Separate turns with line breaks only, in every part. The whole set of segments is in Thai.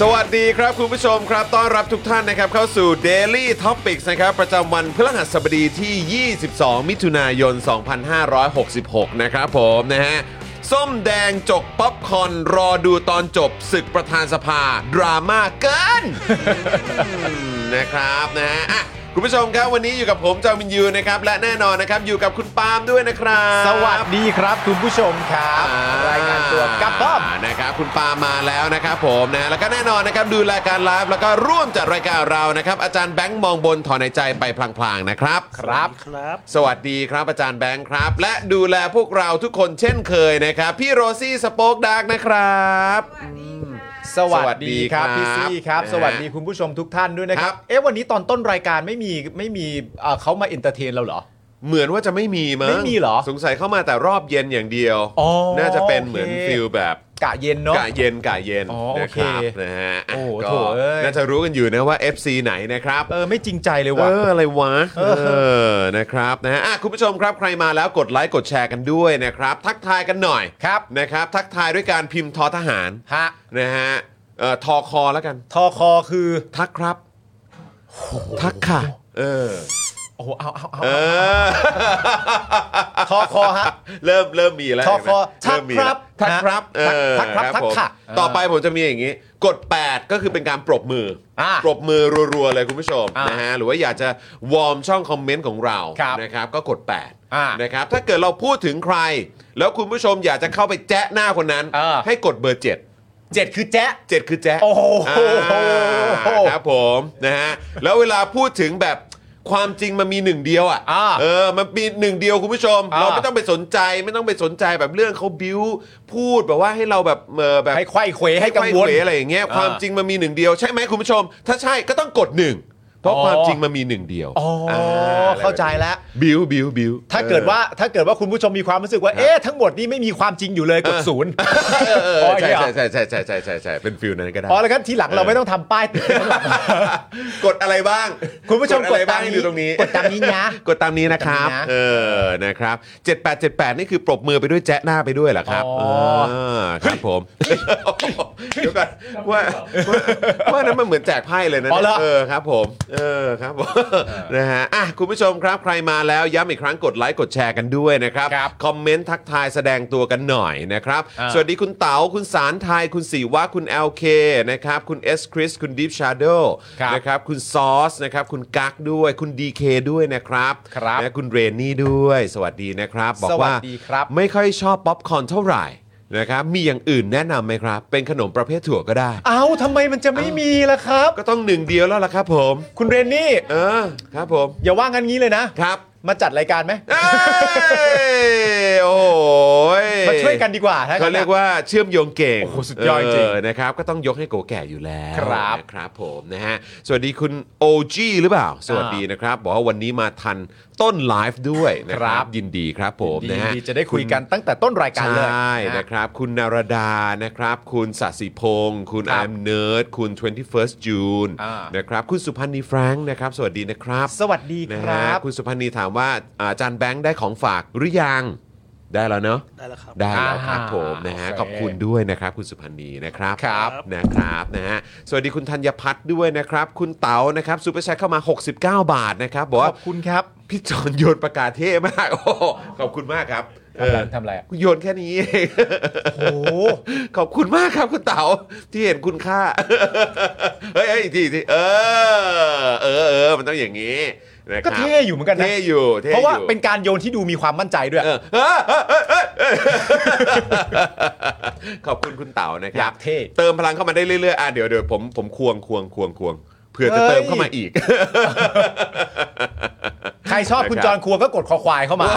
สวัสดีครับคุณผู้ชมครับต้อนรับทุกท่านนะครับเข้าสู่ Daily Topics นะครับประจำวันพฤหัสบดีที่ 22 มิถุนายน 2566 นะครับผมนะฮะ ส้มแดงจกป๊อปคอร์นรอดูตอนจบศึกประธานสภา ดราม่าเกิน นะครับนะฮะอ่ะคุณผู้ชมครับวันนี้อยู่กับผมจอมินยูนะครับและแน่นอนนะครับอยู่กับคุณปาล์มด้วยนะครับ
สวัสดีครับคุณผู้ชมครับ รายงานตัวกับป้อม
นะครับคุณปามาแล้วนะครับผมนะแล้วก็แน่นอนนะครับดูรายการไลฟ์แล้วก็ร่วมจัดรายการเรานะครับอาจารย์แบงค์มองบนถอนหายใจไปพลางๆนะครับครับครับ สวัสดีครับอาจารย์แบงค์ครับ และดูแลพวกเราทุกคนเช่นเคยนะครับ พี่โรซี่สป็อกดาร์กนะครับ
สวัสดีครับ
สวัสดีครับ
พี่ซี่ครับ
นะฮะ
สวัสดีคุณผู้ชมทุกท่านด้วยนะค
ครั
รับ
บ
เอ๊ะวันนี้ตอนต้นรายการไม่มีไม่มีเอ่อเขามาเอนเตอร์เทนเราเหรอ
เหมือนว่าจะไม่มีมั้ง
ไม่มีเหรอ
สงสัยเข้ามาแต่รอบเย็นอย่างเดียว
อ๋อ
น่าจะเป็นเหมือน
โอเค
ฟิลแบบ
กะเย็นเนาะ
กะเย็นกะเย็น
อ๋อโอ
นะ
เค
ครับนะฮะะ
โอ้โห
ก็
โถ่เอ้ย
น่าจะรู้กันอยู่นะว่า FC ไหนนะครับ
เออไม่จริงใจเลย
เอ
ว่ะ
ออะไรวะเอ
เออ
อนะครับนะฮะอ่ะคุณผู้ชมครับใครมาแล้วกดไลค์กดแชร์กันด้วยนะครับ ทักทายกันหน่อย
ครับ
นะครับทักทายด้วยการพิมพ์ทอทหาร
ฮะ
นะฮะเอ่อทอคอแล้วกัน
ทอคอคือ
ทักครับ ทักค่ะ เออ
โอ้โหเอาเอาเอา
เออ
ทอคอ ฮะ
เริ่มเริ่มมีแล้ว
ทอคอ
เห็นไหมเริ่มมีแล้ว
ทั
ทัก
ก
ค
ครั
รับบ เออ
ทักครับทัก
ผม
ค่ะ
ต่อไปผมจะมีอย่างนี้ กด 8 ก็คือเป็นการปรบมืออะ ปรบมือรัวๆเลยคุณผู้ชม
อ่ะ
นะฮะหรือว่าอยากจะวอร์มช่องคอมเมนต์ของเรา
ครับ
นะครับก็กด
อ่ะ
8 นะครับ ถ้าเกิดเราพูดถึงใคร แล้วคุณผู้ชมอยากจะเข้าไปแจ๊ะหน้าคนนั้น
เออ
ให้กดเบอร์ 7
เจ็ดคือแจ๊
7 คือแจ๊ะ
โอ้โห
อ่าครับผมนะฮะแล้วเวลาพูดถึงแบบความจริงมันมีหนึ่งเดียวอ่ะ
อ่า
เออ มันมีหนึ่งเดียวคุณผู้ชม
อ่า
เราไม่ต้องไปสนใจไม่ต้องไปสนใจแบบเรื่องเขาบิ้วพูดแบบว่าให้เราแบบเออแบบ
ให้ไขว้เขวให้กังวล
ไขว้เขอะไรอย่างเงี้ย
อ่า
ความจริงมันมีหนึ่งเดียวใช่ไหมคุณผู้ชม ถ้าใช่ก็ต้องกดหนึ่งเพราะ
อ๋อ
ความจริงมันมีหนึ่งเดียว
อ๋ออา เข้าใจแล้ว
บิ้วบิ้วบิ้ว
ถ้าเกิดว่าถ้าเกิดว่าคุณผู้ชมมีความรู้สึกว่าเอ๊ะทั้งหมดนี้ไม่มีความจริงอยู่เลยกดศูนย์
เออเออ
อ๋ออย่าง
ใช่
เงี้ยเหรอ
ใช่ใช่ใช่ใช่ใช่ใช่ใช่เป็นฟิลนั้นก็ได้
อ๋อแล้วกันทีหลังเราไม่ต้องทำป้ายติดไว้ข้างหลัง
กดอะไรบ้าง
คุณผู้ชม
อะไรบ้าง
กดตามนี้
อยู่ตรงนี้
กดตามนี้นะ
กดตามนี้นะครับ
กดตามนี้นะ
เออนะครับ7878 นี่คือปรบมือไปด้วยแจ๊ะหน้าไปด้วยเหรอครับ
อ๋อ
เออครับผมเดี๋ยวก่อนว่าว่าว่านั้นมันเหมือนแจกไพ่เลยนะ
อ๋อเหรอ
เออครับผมเออครับผมนะฮะอ่ะคุณผู้ชมครับใครมาแล้วย้ำอีกครั้งกดไลค์กดแชร์กันด้วยนะครับ
ครับ
คอมเมนต์ทักทายแสดงตัวกันหน่อยนะครับ
อ่า
สวัสดีคุณเต๋าคุณสารไทย คุณสีวะคุณ LK นะครับ คุณ S คริสคุณ Deep Shadow
ครับ
นะครับ คุณซอสนะครับ คุณกั๊กด้วย คุณ DK ด้วยนะครับ
ครับ
นะคุณเรนนี่ด้วย สวัสดีนะครับ บอกว่า
สวัสดีครับ
ไม่ค่อยชอบป๊อปคอร์นเท่าไหร่นะครับ มีอย่างอื่นแนะนำไหมครับ เป็นขนมประเภทถั่วก็ได้
เอ้าทำไมมันจะไม่มีล่ะครับ
ก็ต้องหนึ่งเดียวแล้วล่ะครับผม
คุณเรนนี่
เออครับผม
อย่าว่างันงี้เลยนะ
ครับ
มาจัดรายการไหม
เอ้ยโอ้ย
มาช่วยกันดีกว่าถ้า
เขาเรียกว่าเชื่อมโยงเก่ง
โอ้โหสุดยอดจริง
เนะครับ ก็ต้องยกให้โกแก่อยู่แล้ว
ครับ
นะครับผมนะฮะสวัสดีคุณ OG หรือเปล่า สวัสดีนะครับ บอกว่าวันนี้มาทันต้นไลฟ์ด้วยนะค
ครั
รับ
บ
ยินดีครับผม
ดี
นะฮะ
ดีจะได้คุยกันตั้งแต่ต้นรายการเลย
ใช่นะครับ คุณนารดานะครับ คุณสัสิพงศ์คุณ
ครั
ไอบ มเนิร์ดคุณ 21st June
อ่าน
นะครับ คุณสุพันธ์นีแฟรงค์นะครับ สวัสดีนะครับ
สวัสดี
นะ
ค
ฮะ
รับ
คุณสุพันธ์นีถามว่าอาอาจารย์แบงค์ได้ของฝากหรือยัง ได้แล้วเนาะ
ได้แล้วครับ
ได้แล้วครับ
อ่า
ผมนะฮะ
โอเค
ขอบคุณด้วยนะครับ คุณสุพันธ์นีนะครับ
ครับ
นะครับนะฮะสวัสดีคุณธัญพัฒน์ด้วยนะครับ คุณเต๋านะครับซูเปอร์แชทเข้ามา 69 บาทนะครับบอก
ข
ว่า
อบคุณครับ
พี่จอนโยนประกาศเท่มากโอ้โหขอบคุณมากครับเออ
ทำอะไรอะ
โยนแค่นี้เอง
โอ้โห
ขอบคุณมากครับคุณเต๋าที่เห็นคุณค่า เฮ้ยเฮ้ยอีกทีอีกทีเออ เออเออมันต้องอย่างนี้นะครับ
ก็เท่อยู่เหมือนกันนะ
เท่อยู่ท่อยู่
เพราะว่าเป็นการโยนที่ดูมีความมั่นใจด้วย
เออเออเออเออเออเออขอบคุณคุณเต๋านะค
อ
รั
ยา
บ
กเท่
เติมพลังเข้ามาได้เรื่อยๆอ่ะเดี๋ยวเดี๋ยวผมผมควงควงควงควงเผื่อจะเติมเข้ามาอีก
ใครชอบคุณ
นะครับ
จอนครัวก็กดคอควายเข้ามา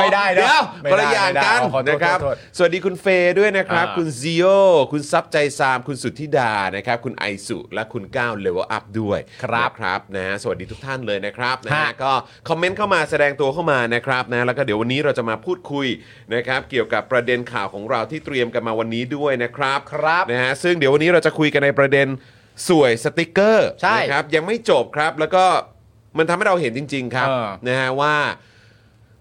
ไม่ได้นะ
เดี๋ยว
ไม่ได้
คนละอย่างกัน
ไม่ได้ขอโทษ
นะครับ
ขอโทษ
สวัสดีคุณเฟย์ด้วยนะครับ
อ่า
คุณซีโอคุณซับใจซาม คุณสุทธิดานะครับ คุณไอสุและคุณก้าวเลเวลอัพด้วย
ครับ
นะครับนะฮะสวัสดีทุกท่านเลยนะครับนะฮะ
ฮะ
ก็คอมเมนต์เข้ามาแสดงตัวเข้ามานะครับนะแล้วก็เดี๋ยววันนี้เราจะมาพูดคุยนะครับ เกี่ยวกับประเด็นข่าวของเราที่เตรียมกันมาวันนี้ด้วยนะครับ
ครับ
นะฮะซึ่งเดี๋ยววันนี้เราจะคุยกันในประเด็นสวยสติกเกอร์
ใช่
นะครับยังไม่จบครับ แล้วก็มันทำให้เราเห็นจริง ๆ ครับ
เออ
นะฮะว่า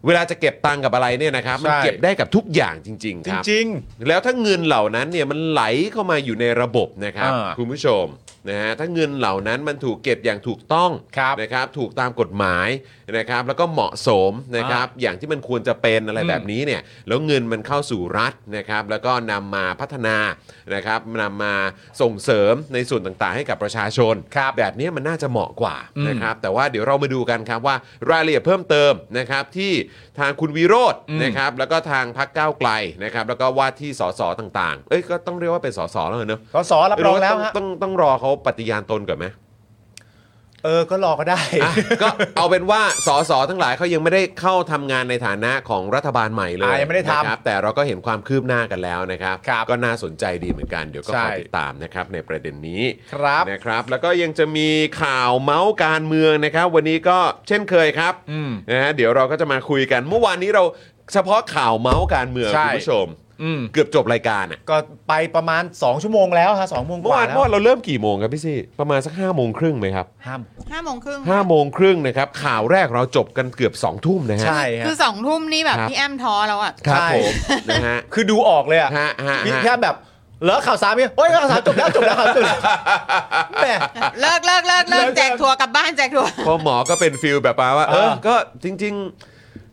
เวลาจะเก็บตังค์กับอะไรเนี่ยนะครับมัน
ใช่
เก็บได้กับทุกอย่างจริง ๆ
จ
ครับ
ริง
แล้วถ้าเงินเหล่านั้นเนี่ยมันไหลเข้ามาอยู่ในระบบนะครับ
อ่า
คุณผู้ชมนะฮะถ้าเงินเหล่านั้นมันถูกเก็บอย่างถูกต้อง
ครับ
นะครับ ถูกตามกฎหมายนะครับ แล้วก็เหมาะสมนะครับ อย่างที่มันควรจะเป็นอะไร
อืม
แบบนี้เนี่ยแล้วเงินมันเข้าสู่รัฐนะครับ แล้วก็นำมาพัฒนานะครับนำมาส่งเสริมในส่วนต่างๆ ให้กับประชาชน
ครับ
แบบนี้มันน่าจะเหมาะกว่า
อืม
นะครับ แต่ว่าเดี๋ยวเรามาดูกันครับว่ารายละเอียดเพิ่มเติมนะครับ ที่ทางคุณวิโรจน์
อืม
นะครับ นะครับแล้วก็ทางพักก้าวไกลนะครับแล้วก็ว่าที่สสต่างๆ เอ้ยก็ต้องเรียกว่าเป็นสสแล้วเหรอเนอะ
ๆสสรับรองแล้วฮะ
หาาต้องต้องต้องรอเขาปฏิญาณตนก่อนไหม
เออก็รอก็ได้
อ่ะ ก็เอาเป็นว่าสสทั้งหลายเขายังไม่ได้เข้าทำงานในฐานะของรัฐบาลใหม่เลย
อ่ะยังไม่ได้ทำ
นะครับแต่เราก็เห็นความคืบหน้ากันแล้วนะครับ
ครับ
ก็น่าสนใจดีเหมือนกันเดี๋ยวก็
ใช่
คอยติดตามนะครับในประเด็นนี้
ครับ
นะครับแล้วก็ยังจะมีข่าวเมาส์การเมืองนะครับ วันนี้ก็เช่นเคยครับ
อืม
นะฮะเดี๋ยวเราก็จะมาคุยกัน เมื่อวานนี้เราเฉพาะข่าวเมาส์การเมือง
ใช่
คุณผู้ชม
อืม
เกือบจบรายการอ่ะ
ก็ไปประมาณ 2 ชั่วโมงแล้วฮะสองโมงก
เมื่
ว่า
อา
ว
น
แล้
เมื่อ
ว
วานเราเริ่มกี่โมงครับพี่ซี่ประมาณสัก5้าโมงครึ่งไหมครับ
ห้าม
ห้าโมงครึ่ง
5้าโมงครึ่งนะครับข่าวแรกเราจบกันเกือบ2องทุ่มนะฮะ
ใช่ฮะ
คือสองทุ่มนี่แบบ
ครับ
พี่แอมท้อแล้วอ่ะ
ครับ
ใช่
ผมนะฮะ
คือดูออกเลยอะ
ฮะฮะ
มี
ฮะ
แค่แบบเหรอข่าวสามเนี่ยโอ้ยข่าวสามจบแล้วจบแล้วข่าวจบแล้วแหม
เลิกเลิกเลิกเลิก
เลิก
แจกทัวร์กลับบ้านแจกทัวร์
พอหมอก็เป็นฟิลแบบว่าว่าเออ
เออ
ก็จริง ๆ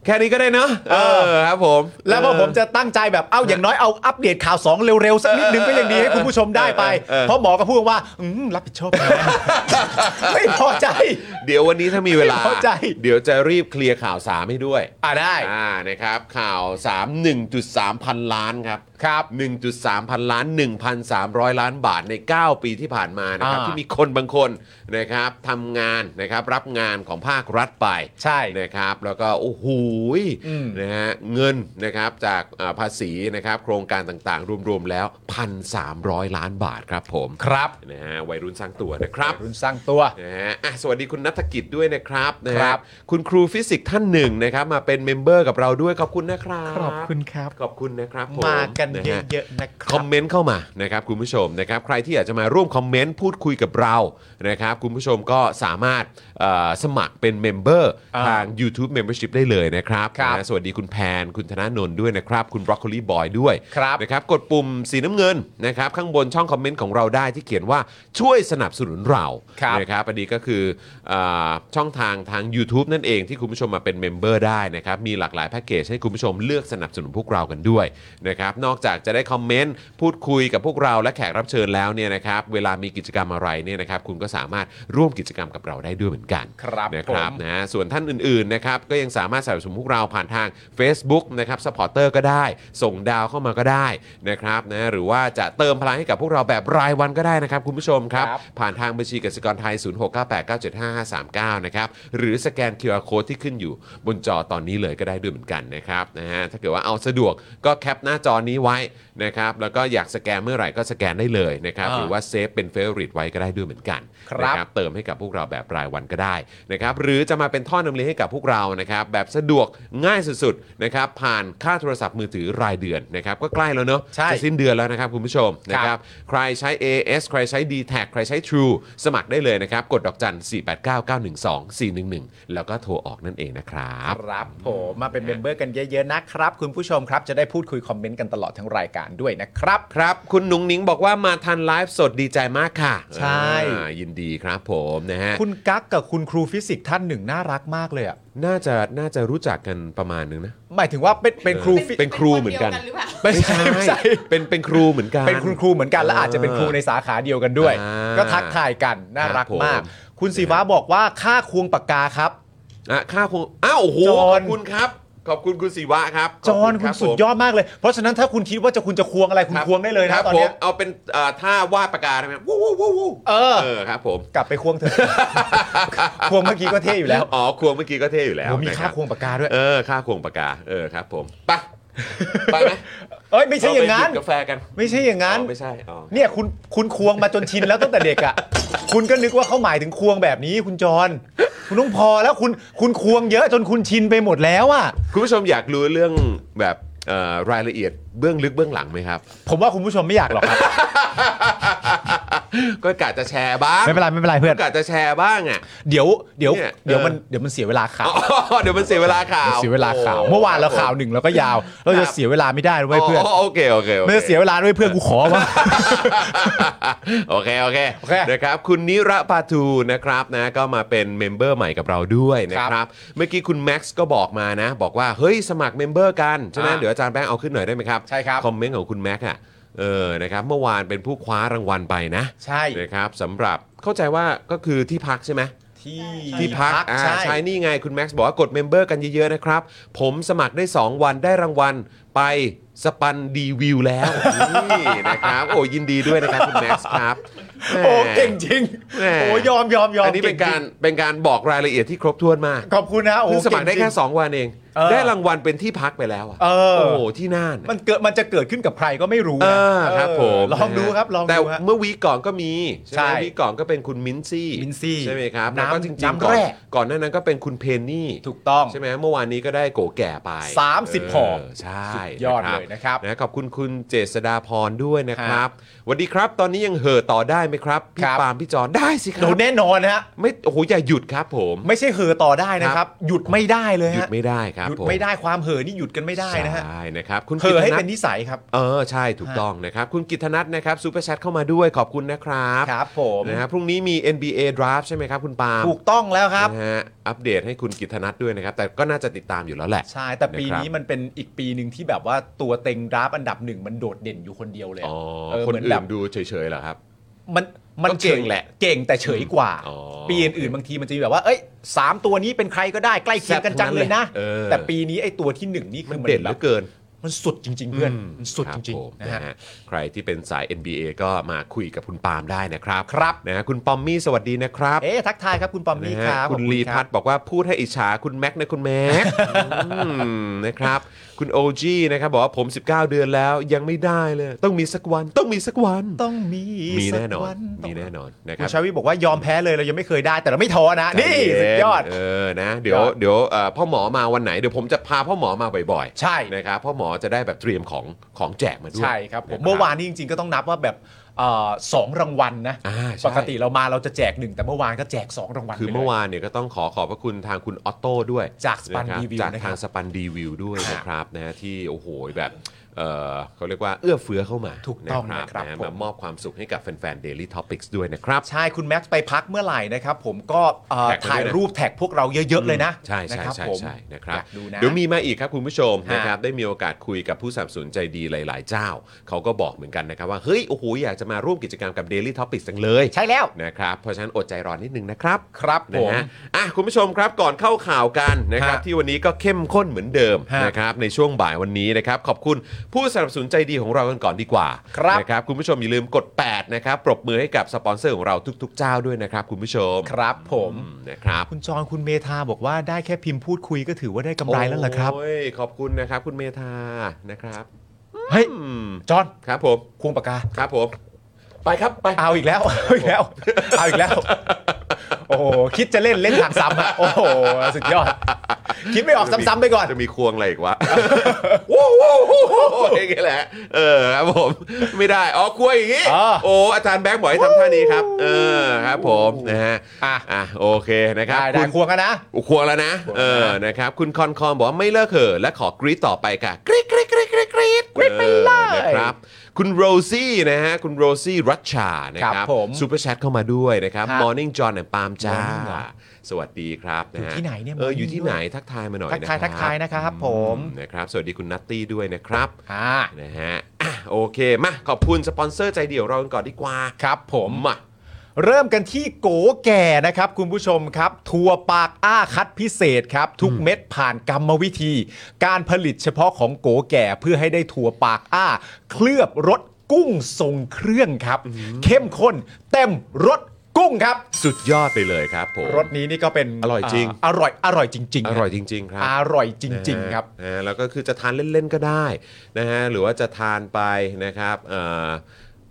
แค่นี้ก็ได้เนอะเอ
เอ
อ
อ
ครับผม
แล้วพอผมจะตั้งใจแบบเอ้าอย่างน้อยเอาอัปเดตข่าวสองเร็วๆสักนิดนึงก็ยังดีให้คุณผู้ชมได้ไป เพราะหมอก็พูดว่าอืมรับผิดชอบนะ ไม่พอใจ
เดี๋ยววันนี้ถ้ามีเวลา
เข้าใจ
เดี๋ยวจะรีบเคลียร์ข่าวสามให้ด้วย
อ่าได้
อ่านะครับข่าว 3 1.3 พันล้านครับ
ครับ
1.3 พันล้าน 1,300 ล้านบาทใน 9 ปีที่ผ่านมานะครับ
อ่า
ที่มีคนบางคนนะครับทำงานนะครับรับงานของภาครัฐไป
ใช่
นะครับแล้วก็โอ้โหย
อืม
นะฮะเงินนะครับจากอ่าภาษีนะครับโครงการต่างๆ รวมๆแล้ว 1,300 ล้านบาทครับผม
ครับ
นะฮะวัยรุ่นสร้างตัวนะครับ
รุ่นสร้างตัว
นะฮะอ่ะสวัสดีคุณนัฐกิจด้วยนะครับนะฮะ
ครับ
คุณครูฟิสิกส์ท่านหนึ่งนะครับมาเป็นเมมเบอร์กับเราด้วยขอบคุณนะครับ
ขอบคุณครับ
ขอบคุณนะครับผ
มากัน
นะฮะ
เยอะๆนะค
ค
รั
อบ มเมนต์เข้ามานะครับคุณผู้ชมนะครับใครที่อยากจะมาร่วมคอมเมนต์พูดคุยกับเรานะครับคุณผู้ชมก็สามารถเอ่อสมัครเป็นเมมเบอร์
อ่า
ทาง YouTube Membership ได้เลยนะครับ
ครับ
นะสวัสดีคุณแพน คุณธนาโนนด้วยนะครับ คุณบรอกโคลีบอยด้วย
ครับ
นะครับกดปุ่มสีน้ำเงินนะครับข้างบนช่องคอมเมนต์ของเราได้ที่เขียนว่าช่วยสนับสนุนเรา
ครับ
นะครับอันนี้ก็คือเออช่องทางทาง YouTube นั่นเองที่คุณผู้ชมมาเป็นเมมเบอร์ได้นะครับมีหลากหลายแพ็กเกจให้คุณผู้ชมเลือกสนับสนุนพวกเรากันด้วยนะครับนอก จากจะได้คอมเมนต์พูดคุยกับพวกเราและแขกรับเชิญแล้วเนี่ยนะครับ เวลามีกิจกรรมอะไรเนี่ยนะครับ คุณก็สามารถร่วมกิจกรรมกับเราได้ด้วยเหมือนกัน
ครับ
นะครับ
ผม
นะฮะส่วนท่านอื่นๆนะครับก็ยังสามารถสนับสนุนพวกเราผ่านทาง Facebook นะครับสปอร์เตอร์ก็ได้ ส่งดาวเข้ามาก็ได้นะครับนะหรือว่าจะเติมพลังให้กับพวกเราแบบรายวันก็ได้นะครับ คุณผู้ชมครับ
ครับ
ผ่านทางบัญชีกสิกรไทย 0698975539 นะครับ หรือสแกน QR Code ที่ขึ้นอยู่บนจอตอนนี้เลยก็ได้ด้วยเหมือนกันนะครับนะฮะถ้าเกิดว่าเอาสะดวกก็แคปหน้าจอนี้ไว้นะครับแล้วก็อยากสแกนเมื่อไหร่ก็สแกนได้เลยนะครับหรือว่าเซฟเป็นเฟ v o r i t e ไว้ก็ได้ด้วยเหมือนกัน
ครับ
นะเติมให้กับพวกเราแบบรายวันก็ได้นะครับหรือจะมาเป็นท่อนำเลี้ยงให้กับพวกเรานะครับแบบสะดวกง่ายสุดๆนะครับผ่านค่าโทรศัพท์มือถือรายเดือนนะครับก็ใกล้แล้วเนอะ
ใช่
จะสิ้นเดือนแล้วนะครับคุณผู้ชมนะครับใครใช้ AS ใครใช้ d t แทใครใช้ True สมัครได้เลยนะครับ กดดอกจัน 489 912 411 แล้วก็โทรออกนั่นเองนะครับ
ครับผมมาเป็นเมมเบอร์กันเยอะๆนะครับ คุณผู้ชมครับจะได้พูดคุยคอมเมนต์กันตลอดทั้งรายการด้วยนะครับ
ครับคุณหนุงหนิงบอกว่ามาทันไลฟ์สดดีใจมากค่ะ
ใช่
อ่ายินดีครับผมนะฮะ
คุณกั๊กกับคุณครูฟิสิกส์ท่านหนึ่งน่ารักมากเลยอ่ะ
น่าจะน่าจะรู้จักกันประมาณนึงนะ
หมายถึงว่าเป็นเป็นครูฟิ
เป็นครูเหมือนกัน
ป็คดียวหรือเปล่า
ไม่ใช่ไม่ใช่
เป็นเป็นครูเหมือนกัน
เป็นคุณครูเหมือนกันและอาจจะเป็นครูในสาขาเดียวกันด้วย
อ่า
ก็ทักทายกันน่ารักมา
ค
ก
รับผม
คุณสีฟ้าบอกว่าค่าควงปากกาครับ
อ่ะค่าครูอ้าวโอ้โหข
จอ
อ
ห์น
บคุณครับ ขอบคุณคุณศิวะครับข
จ
บ
อห์น
ณ
คุ
รั
ณ
บ
สุดยอดมากเลย เพราะฉะนั้นถ้าคุณคิดว่าจะคุณจะควงอะไร
ผม
คุณควงได้เลย
ค
นะ
รับ
ตอน
ผ
เนี้
ม
ย
เอาเป็นเอ่อท่าวาดปากกาได้ไหมวู้วู้วู้วู้
เออ
เออครับผม
กลับไปควงเถอะ ควงเมื่อกี้ก็เท่อยู่แล้ว
อ๋อควงเมื่อกี้ก็เท่อยู่แล้ว
โหมี
นะ
ค่า
รับ
ควงปากกาด้วย
เออค่าควงปากกาเออครับผมไปไปไหม
เอ้ยไม่ใช่อย่างนั้
เร
น
ไปดื่มกาแฟกัน
ไม่ใช่อย่างนั้น
อ๋อไม่ใช่อ๋อ
เนี่ยคุณคุณควงมาจนชินแล้วตั้งแต่เด็กอ่ะ คุณก็นึกว่าเขาหมายถึงควงแบบนี้คุณจอห์นคุณต้องพอแล้วคุณคุณควงเยอะจนคุณชินไปหมดแล้วอ่ะ
คุณผู้ชมอยากรู้เรื่องแบบเอ่อรายละเอียดเบื้องลึกเบื้องหลังไหม ครับ
ผมว่าคุณผู้ชมไม่อยากห รอกครับ
ก็กะจะแชร์บ้าง
ไม่เป็นไรไม่เป็นไรเพื่อน
กะจะแชร์บ้างอ่ะ
เดี๋ยวเดี๋ยว
เนี่ย
เดี๋ยวมัน
เออ
เดี๋ยวมันเสียเวลาข่าว
อ๋อ เดี๋ยวมันเสียเวลาข่าว
เสียเวลาข่าว เมื่อวานเราข่าวหนึ่งแล้วก็ยาว เราจะเสียเวลาไม่ได้ด้วยเพื่อน
โอเคโอเคโอ
ไม่
เค
จะเสียเวลาด้วยเพื่อนกูขอวะ
โอเค โอเค
โอเค
นะครับคุณนิระปาทูนะครับนะก็มาเป็นเมมเบอร์ใหม่กับเราด้วยนะค
ครั
รับบ เมื่อกี้คุณแม็กซ์ก็บอกมานะ บอกว่า เฮ้ยสมัครเมมเบอร์กันใช่ไหม
อ่า
เดี๋ยวอาจารย์แบงค์เอาขึ้นหน่อยได้ไหมครับ
ใช่ครับ
คอมเมนต์ของคุณแม็กซ์อ่ะเออนะครับเมื่อวานเป็นผู้คว้ารางวัลไปนะ
ใช่
นะครับสำหรับเข้าใจว่าก็คือที่พักใช่ไหม
ที่
ที่พักอ่า
ใช่
ใช่นี่ไงคุณแม็กซ์บอกว่ากดเมมเบอร์กันเยอะๆนะครับ ผมสมัครได้ 2 วันได้รางวัลไปสปันดีวิวแล้ว นี่นะครับ โอ้ยินดีด้วยนะครับคุณแม็กซ์ครับแหม
โอ้เก่งจริง
แหม่
โอ้ยอมยอมยอม
อันนี้เป็น
งจ
การเป็นการบอกรายละเอียดที่ครบถ้วนมาก
ขอบคุณนะโอ้
เพิ่งสมัครได้แค่
เก่งจริ
2 วันเอง
เออ
ได้รางวัลเป็นที่พักไปแล้วอะ
เออ
โอ้โหที่น่าน
งมันเกิดมันจะเกิดขึ้นกับใครก็ไม่รู้
เอ
นะ
อครับ
เออ
ผม
ลองดูครับลอง
แต่
ดูฮะ
เมื่อวีคก่อนก็มีใช่
ใช่
ไหมวีคก่อนก็เป็นคุณมินซี่
มินซี่
ใช่ไหมครับแล้วก็
น้ำ
จริ
น้ำ
งๆก่อน
แร่
ก่อนหน้านั้นก็เป็นคุณเพนนี่
ถูกต้อง
ใช่ไหมเมื่อวานนี้ก็ได้โกแก่ไป
30ห่อ
เใช่
สุดยอดเลยนะครับ
นะขอบคุณคุณเจษดาพรด้วยนะครับสวัสดีครับ ตอนนี้ยังเห่อต่อได้ไหมครับ พี่
ครับ
ปาล์มพี่จอนได้สิครั
โดนแน่นอนนะฮะ
ไม่โอ้โหอย่าหยุดครับผม
ไม่ใช่เหอต่อได้นะครับ หยุดไม่ได้เลย
หยุด
ฮะ
ไม่ได้ครับ
หยุด
ผม
ไม่ได้ความเหอนี่หยุดกันไม่ได้นะฮะ
ใช่นะครับคุณ
เหอให้
กิต
เป็นนิสัยครับ
เออใช่ถูกต้องนะครับ คุณกิตนัทนะครับซูเปอร์แชทเข้ามาด้วยขอบคุณนะครับ
ครับผม
นะฮะพรุ่งนี้มี NBA draft ใช่ไหมครับคุณปาล์ม
ถูกต้องแล้วครับ
นะฮะอัปเดตให้คุณกิตนัทด้วยนะครับ แต่ก็น่าจะติดตามอยู่แล้วแหละ
ใช่ แต่ปีนี้
นะครับ
มันเป็นอีกปีหนึ่งที่แบบว่าตัวเต็งดราฟต์อันดับหนึ่งมันโดดเด่นอยู่คนเดียวเลยะ
อ๋อ
เออ
คน
เหมือน
อื่
แบ
น
บ
ดูเฉยๆเหรอครับ
มันมัน
ก็เก่ง
ฉย
แหละ
เก่งแต่เฉยกว่า
อ๋อ
ปีอื่นๆบางทีมันจะมีแบบว่าเอ้ยสามตัวนี้เป็นใครก็ได้ใกล้เคียงกันจังเลยนะ
แซ่บทั้งนั้นเลยเออ
แต่ปีนี้ไอ้ตัวที่หนึ่งนี่
มั
คื
น
อมัน
เด่นเห
แบ
ลื
บ
อเกิน
มันสุดจริง ๆ เพื่อนมันสุด
ค
จ
บ
ริง
ผม
ๆนะฮะ
ฮะใครที่เป็นสาย NBA ก็มาคุยกับคุณปาล์มได้นะครับ
ครับ
นะฮะคุณปอมมี่สวัสดีนะครับ
เอ๊ะทักทายครับคุณปอมมี่
นะฮะ
ครับ
คุณ
ขอบ
ลี
รับ
พัฒน์บอกว่าพูดให้อิจฉาคุณแม็กนะคุณแม็กอืมนะครับ คุณโอจีนะครับบอกว่าผม 19 เดือนแล้วยังไม่ได้เลย ต้องมีสักวันต้องมีสักวัน
ต้องมี
มีแน่นอน
สักวัต้ง
มีแน่นอนนะค
คุ
รั
ณ
บ
ชาวิบอกว่ายอมแพ้เลยเรายังไม่เคยได้แต่เราไม่ท้อนะ นี่สุดยอด
เออนะ เดี๋ยวย
อด
เดี๋ยวเอ่อพ่อหมอมาวันไหนเดี๋ยวผมจะพาพ่อหมอมาบ่อยๆ
ใช่
นะครับพ่อหมอจะได้แบบเตรียมของของแจกมาด้วย
ใช่ครับผม
ะ
เมื่อวานนี้จริงๆก็ต้องนับว่าแบบเอ่อสองรางวัลนะ
อ่าใช่
ปกติเรามาเราจะแจกหนึ่งแต่เมื่อวานก็แจก 2 รางวัล
คือ
ไปลย
เมื่อวานเนี่ยก็ต้องขอขอบพระคุณทางคุณออโต้ด้วย
จาก Spun
ะครับ
Review
จาก
นะครับ
ทางสปันดีวิวด้วยนะครับนะที่โอ้โหแบบ เอ่อเขาเรียกว่าเอื้อเฟื้อเข้ามา
ถูกต้องนะครับ
นะ
ผม
มามอบความสุขให้กับแฟนๆ Daily Topics ด้วยนะครับ
ใช่คุณแม็กซ์ไปพักเมื่อไหร่นะครับ ผมก็เอ่อ
แท็กมาด้วยนะ
ถ่ายรูปแท็กพวกเราเยอะๆเลยนะ
ใช่ใช่
นะครับ
ใช่
ผม
ใช่นะครับ
อยากดูนะ
เดี๋ยวมีมาอีกครับคุณผู้ชม
ฮะ
นะครับได้มีโอกาสคุยกับผู้สนับสนุนใจดีหลาย ๆ เจ้า เขาก็บอกเหมือนกันนะครับว่า เฮ้ย โอ้โห อยากจะมาร่วมกิจกรรมกับ Daily Topics จังเลย
ใช่แล้ว
นะครับเพราะฉะนั้นอดใจรอนิดนึงนะครับ
ครับ
นะ
ผม
ฮะอ่ะคุณผู้ชมครับก่อนเข้าข่าวกันนะครับ
ฮะ
ที่วันนี้ก็เข้มข้นเหมือนเดิม
ฮะ
นะครับในช่วงบ่ายวันนี้นะครับขอบคุณผู้สนับสนุนใจดีของเรากันก่อนดีกว่า
ครับ
นะครับคุณผู้ชมอย่าลืมกด8นะครับปรบมือให้กับสปอนเซอร์ของเราทุก ๆ เจ้าด้วยนะครับคุณผู้ชม
ครับผม
อืนะครับ
คุณจอนคุณเมธาบอกว่าได้แค่พิมพ์พูดคุยก็ถือว่าได้กำไรแล้วเหรอครับ
โอ้ยขอบคุณนะครับ คุณเมธานะครับ
เฮ้ย
อืม
จอน
ครับผม
ควงปากกา
ครับผม ไปครับไป
เอาอีกแล้ว เอาอีกแล้ว เอาอีกแล้ว โอ้โหคิดจะเล่นเล่นทางซ้ำอะโอ้โหสุดยอด คิดไม่ออกซ้ำๆไปก่อน
จะมีควงอะไรอีก วะ โว้โหโอ้โหอย่างเงี้ยแหละ เออครับผม ไม่ได้ อ๋อควงอย่างงี้
อ่า
โอ้อาจารย์แบงค์บอกให้ทำท่านี้ครับ เออครับผมนะฮะ
อ่ะ
อ่ะโอเคนะครับ
ได้ได้
คุณ
ควงกันนะ
ควงแล้วนะ เออ นะครับ คุณคอนคอนบอกว่าไม่เลิกเหอะและขอกรีดต่อไปค่ะกรีดกรีดกรีดกรีดกรีด
กรี๊ดไปเลย
ออนะครับ คุณโรซี่นะฮะ คุณโรซี่รัชชา นะค
ครั
รับบ
ผม
ซูเปอร์แชทเข้ามาด้วยนะครับ
ฮะ
Morning John and Palm จ้า สวัสดีครับนะฮะ
อยู่ที่ไหนเนี่ย
เออ อยู่ที่
ด้วย
ไหนทักทายมาหน่อย
ทักทาย
นะ
ทักทายนะครับผม
นะครับ สวัสดีคุณนัตตี้ด้วยนะครับ
อ่า
นะฮะ อ่ะโอเค มา ขอบคุณสปอนเซอร์ใจเดียวเรากันก่อนดีกว่า
ครับผม
มา
เริ่มกันที่โกแก่นะครับ คุณผู้ชมครับ ทัวปากอ้าคัดพิเศษครับ ทุกเม็ดผ่านกรรมวิธี การผลิตเฉพาะของโกแก่เพื่อให้ได้ทัวปากอ้า เคลือบรสกุ้งทรงเครื่องครับ เข้มข้นเต็มรสกุ้งครับ
สุดยอดไปเลยครับผม
รสนี้นี่ก็เป็น
อร่อยจริง
าอร่อยอร่อยจริงๆ
อร่อยจริง ๆ ครับ
อร่อยจริง ๆ ครับ
นะฮะแล้วก็คือจะทานเล่น ๆ ก็ได้นะฮะหรือว่าจะทานไปนะครับเอ่อ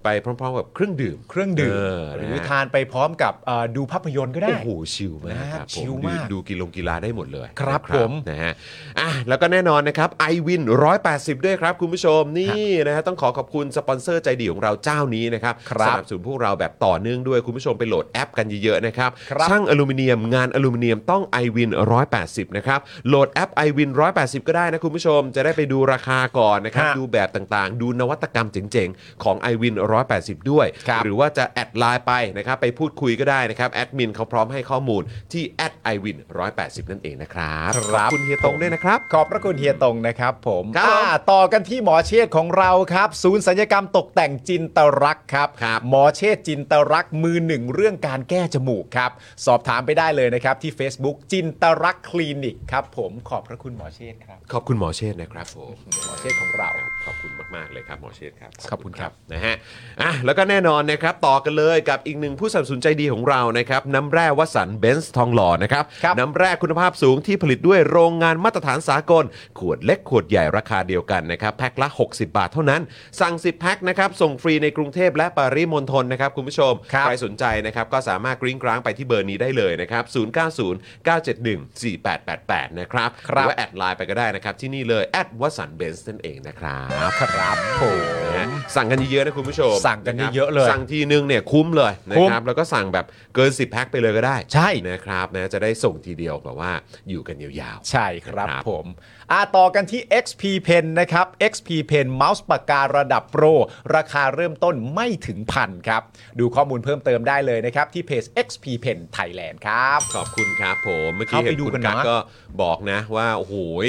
ไปพร้อม ๆ กับเครื่องดื่ม
เครื่องดื่ม
เออนะฮะ
หรือทานไปพร้อมกับเอ่อดูภาพยนตร์ก็ได้
โอ้โห ชิลมากครับ
นะ
ผ
ชิล
ม
มาก
ดูดูกีฬงกีฬาได้หมดเลย
ครับ
นะ
ผม
นะฮะอ่ะแล้วก็แน่นอนนะครับ i w วิน180 ด้วยครับคุณผู้ชมนี่นะฮะต้องขอขอบคุณสปอนเซอร์ใจดีของเราเจ้านี้นะครับ
ครับ
สนับสนุนพวกเราแบบต่อเนื่องด้วยคุณผู้ชมไปโหลดแอปกันเยอะๆนะครับ
ครับ
ช่างอลูมิเนียมงานอลูมิเนียมต้อง i w วิน180 นะครับโหลดแอป i w วิน180 ก็ได้นะคุณผู้ชมจะได้ไปดูราคาก่อนนะครับ
ฮะ
ดูแบบต่างๆ ดูนวัตกรรมเจ๋งๆของ i w วิน180 ด้วย
ครับ
หรือว่าจะแอดไลน์ไปนะครับไปพูดคุยก็ได้นะครับแอดมินเขาพร้อมให้ข้อมูลที่แอดไอวินร้อยแปดสิบนั่นเองนะครับ
ครับ
ขอคุณเฮียตงด้วยนะครับ
ขอบพระคุณเฮียตงนะครับผม
ครับ
อ่าต่อกันที่หมอเชษฐ์ของเราครับ ศูนย์สัญญกรรมตกแต่งจินตรักษ์ครับ
ครับ
หมอเชษฐ์จินตรักษ์มือหนึ่งเรื่องการแก้จมูกครับ สอบถามไปได้เลยนะครับ ที่ Facebook จินตรักษ์คลินิกครับผมขอบพระคุณหมอเชษฐ์ครับ
ขอบคุณหมอเชษฐ์นะครับผม
หมอเชษฐ์ของเรา
ครับขอบคุณมาก ๆ เลยครับหมอเชษฐ์ครับ
ขอบคุณครับ
นะฮะอ่ะแล้วก็แน่นอนนะครับต่อกันเลยกับอีกหนึ่งผู้สนับสนุนใจดีของเรานะครับน้ำแร่วสันเบนซ์ทองหล่อนะครับ
ครับ
น้ำแร่คุณภาพสูงที่ผลิตด้วยโรงงานมาตรฐานสากล ขวดเล็กขวดใหญ่ราคาเดียวกันนะครับแพ็คละ 60 บาทเท่านั้น สั่ง 10แพ็คนะครับส่งฟรีในกรุงเทพและปริมณฑลนะครับคุณผู้ชม
ครับ
ใครสนใจนะครับก็สามารถกริ้งกร้างไปที่เบอร์นี้ได้เลยนะครับ0 9 0 9 7 1 4 8 8 8 นะครับ
ค
ห
รั
รื
บ
ว่าแอดไลน์ไปก็ได้นะครับ ที่นี่เลยแอดวัสันเบนส์นั่นเองนะครับ
ครับผม
นะฮะสั่งกันเยอะๆนะคุณผู้ชม
สั่งกัน
ครับ
เยอะๆเลย
สั่งทีนึงเนี่ยคุ้มเลยนะ
คุ้ม
ครับแล้วก็สั่งแบบเกิน 10 แพ็คไปเลยก็ได้
ใช่
นะครับนะจะได้ส่งทีเดียวแบบว่าอยู่กันยาวๆ
ใช่ครับ
ครับ
ผมอ่าต่อกันที่ XP Pen นะครับ XP Pen เมาส์ปากการะดับโปร ราคาเริ่มต้นไม่ถึงพันครับ ดูข้อมูลเพิ่มเติมได้เลยนะครับ ที่เพจ XP Pen Thailand ครับ
ขอบคุณครับผมเมื่อกี้
เข้า
เห็
ไป
น
ดู
คุณ
กัน
กั๊ก
นะ
ก็บอกนะว่า โอ้โหย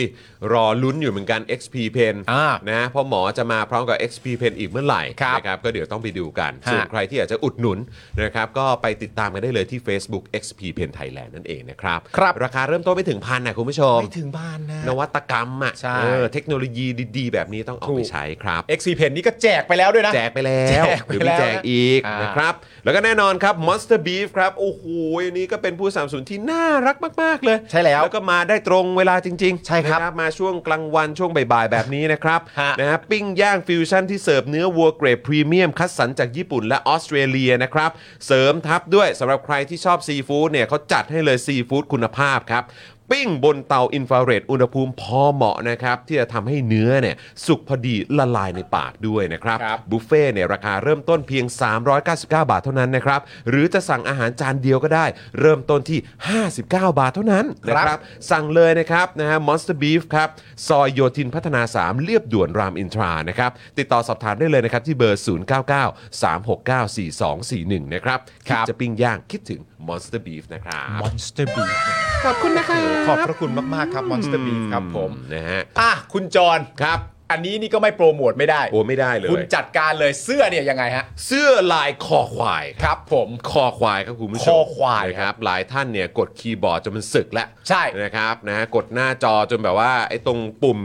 รอลุ้นอยู่เหมือนกัน XP Pen
อ่า
นะเพราะหมอจะมาพร้อมกับ XP Pen อีกเมื่อไหร่
ครับ
นะครับก็เดี๋ยวต้องไปดูกัน
ฮะ
ส่วนใครที่อยากจะอุดหนุนนะครับก็ไปติดตามกันได้เลยที่ Facebook XP Pen Thailand นั่นเองนะครับ ราคาเริ่มต้นไม่ถึงพันนะคุณผู้ชม
ไม่ถึงบ้านนะ
นวัตกรรมอ่ะ
ใช่
เออเทคโนโลยีดีๆ แบบนี้ต้องเอา
ถู
ไป
ก
ใช้ครับ
XP Pen นี่ก็แจกไปแล้วด้วยนะ
แจกไปแล้ว
แจกไป
หรือมีแจก
แล้วนะ
อีก
อ่าน
นะครับ แล้วก็แน่นอนครับ Monster Beef ครับ โอ้โหอันนี้ก็เป็นผู้สามสูนที่น่ารักมาก ๆ เลย
ใช่แล้ว
แล้วก็มาได้ตรงเวลาจริงๆ
ใช่ครับ
นะมาช่วงกลางวันช่วงบ่ายๆ แบบนี้นะครับ
ฮะ
นะฮะปิ้งย่างฟิวชั่นที่เสิร์ฟเนื้อวัวเกรดพรีเมียม คัดสรรจากญี่ปุ่นและออสเตรเลียนะครับ เสริมทับด้วยสำหรับใครที่ชอบซีฟู้ดเนี่ยเขาจัดให้เลยซีฟู้ดคุณภาพครับ ปิ้งบนเตาอินฟราเรดอุณหภูมิพอเหมาะนะครับ ที่จะทำให้เนื้อเนี่ยสุกพอดีละลายในปากด้วยนะครับ
ครับ
บุฟเฟ่ต์เนี่ยราคาเริ่มต้นเพียง 399 บาทเท่านั้นนะครับ หรือจะสั่งอาหารจานเดียวก็ได้ เริ่มต้นที่ 59 บาทเท่านั้นนะครับ สั่งเลยนะครับนะฮะ Monster Beef ครับ ซอยโยธินพัฒนา 3 เรียบด่วนรามอินทรา นะครับ ติดต่อสอบถามได้เลยนะครับ ที่เบอร์ 0 9 9 3 6 9 4 2 4 1 นะครับ
ครับ
ดจะปิ้งย่างคิดถึง Monster Beef นะครับ
Monster Beef
ขอบคุณนะคะ
ขอบพระคุณมาก ๆ ครับ Monster Beef ครับผม
นะฮะ
อ่ะ คุณจร
ครับ
อันนี้นี่ก็ไม่โปรโมทไม่ได้
โอ้ไม่ได้เลย
คุณจัดการเลยเสื้อเนี่ยยังไงฮะ
เสื้อลายคอควาย
ครับผม
คอควายครับคุณผู้ชม
คอควาย
นะครับ หลายท่านเนี่ยกดคีย์บอร์ดจนมันสึกแล้ว
ใช่
นะครับนะกดหน้าจอจนแบบว่าไอ้ตรงปุ่ม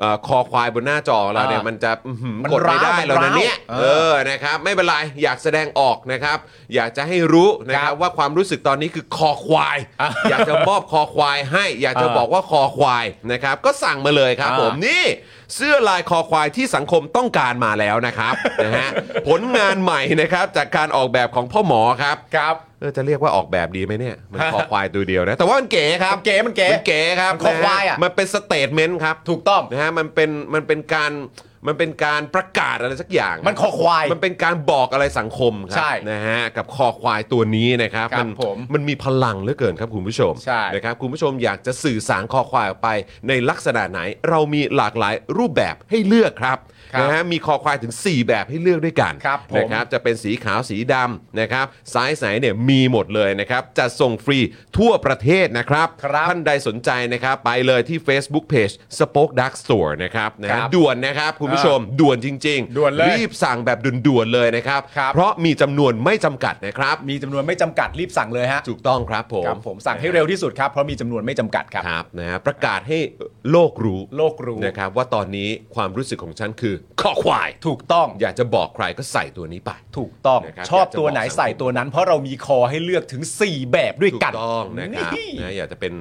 เอ่อคอควายบนหน้าจอเราเนี่ย
อ่ามั
มันจะอื้อหือ
มัน
กดไม่ได้
ร้าว
แล้วนะเนี่ย
มันร้าว
เออนะครับ ไม่เป็นไรอยากแสดงออกนะครับ อยากจะให้รู้นะค
ครั
รับบ ว่าความรู้สึกตอนนี้คือคอควาย
อ่ะ
อยากจะมอบคอควายให้อยากจะ
อ่า
บอกว่าคอควายนะครับ ก็สั่งมาเลยครับ
อ่า
ผม นี่เสื้อลายคอควายที่สังคมต้องการมาแล้วนะครับ นะฮะผลงานใหม่นะครับจากการออกแบบของพ่อหมอครับ
ครับ
เออจะเรียกว่าออกแบบดีไหมเนี่ย มันคอควายตัวเดียว นะ แต่ว่ามันเก๋ครับ
มันเก๋มันเก๋
มันเก๋ครับ
มันคอควายอะ
นฮมันเป็นสเตทเมนต์ครับ
ถูกต้อง
นะฮะมันเป็นมันเป็นการมันเป็นการประกาศอะไรสักอย่าง
มันคอควาย
มันเป็นการบอกอะไรสังคมครั
ใช่
นะฮะกับคอควายตัวนี้นะครับ
ครับ
น
ผม
มันมีพลังเหลือเกินครับคุณผู้ชม
ใช่
นะครับคุณผู้ชมอยากจะสื่อสารคอควายออกไปในลักษณะไหน เรามีหลากหลายรูปแบบให้เลือกครับ
ครับ
นะฮะมีคอควายถึง 4 แบบให้เลือกด้วยกัน
ครับผม
นะครับ จะเป็นสีขาวสีดำนะครับไซส์ไหนเนี่ยมีหมดเลยนะครับจัดส่งฟรีทั่วประเทศนะครับ
ครับ
ท่านใดสนใจนะครับ ไปเลยที่ Facebook Page Spoke Dark Store นะครับนะฮะ
ครับ
ด่วนนะครับคุณผู้ชม ด่วนจริง
ด่วนเลย
รีบสั่งแบบด่วนๆเลยนะครับ
ครับ
เพราะมีจำนวนไม่จำกัดนะครับ
มีจำนวนไม่จำกัดรีบสั่งเลยฮะ
ถูกต้องครับผม
ครับผมสั่งให้เร็วที่สุดครับ เพราะมีจำนวนไม่จำกัดครับ
ครับนะฮะประกาศให้โลกรู้
โลกรู้
นะครับว่าตอนนี้ความรู้สึกของฉันคือคอควาย
ถูกต้อง
อยากจะบอกใครก็ใส่ตัวนี้ไป
ถูกต้อง
นะครับ
ชอบตัวไหนใส่ตัวนั้น เพราะเรามีคอให้เลือกถึง 4 แบบด้วยกัน
ถูกต้องนะครับ
นี่
นะอยากจะเป็น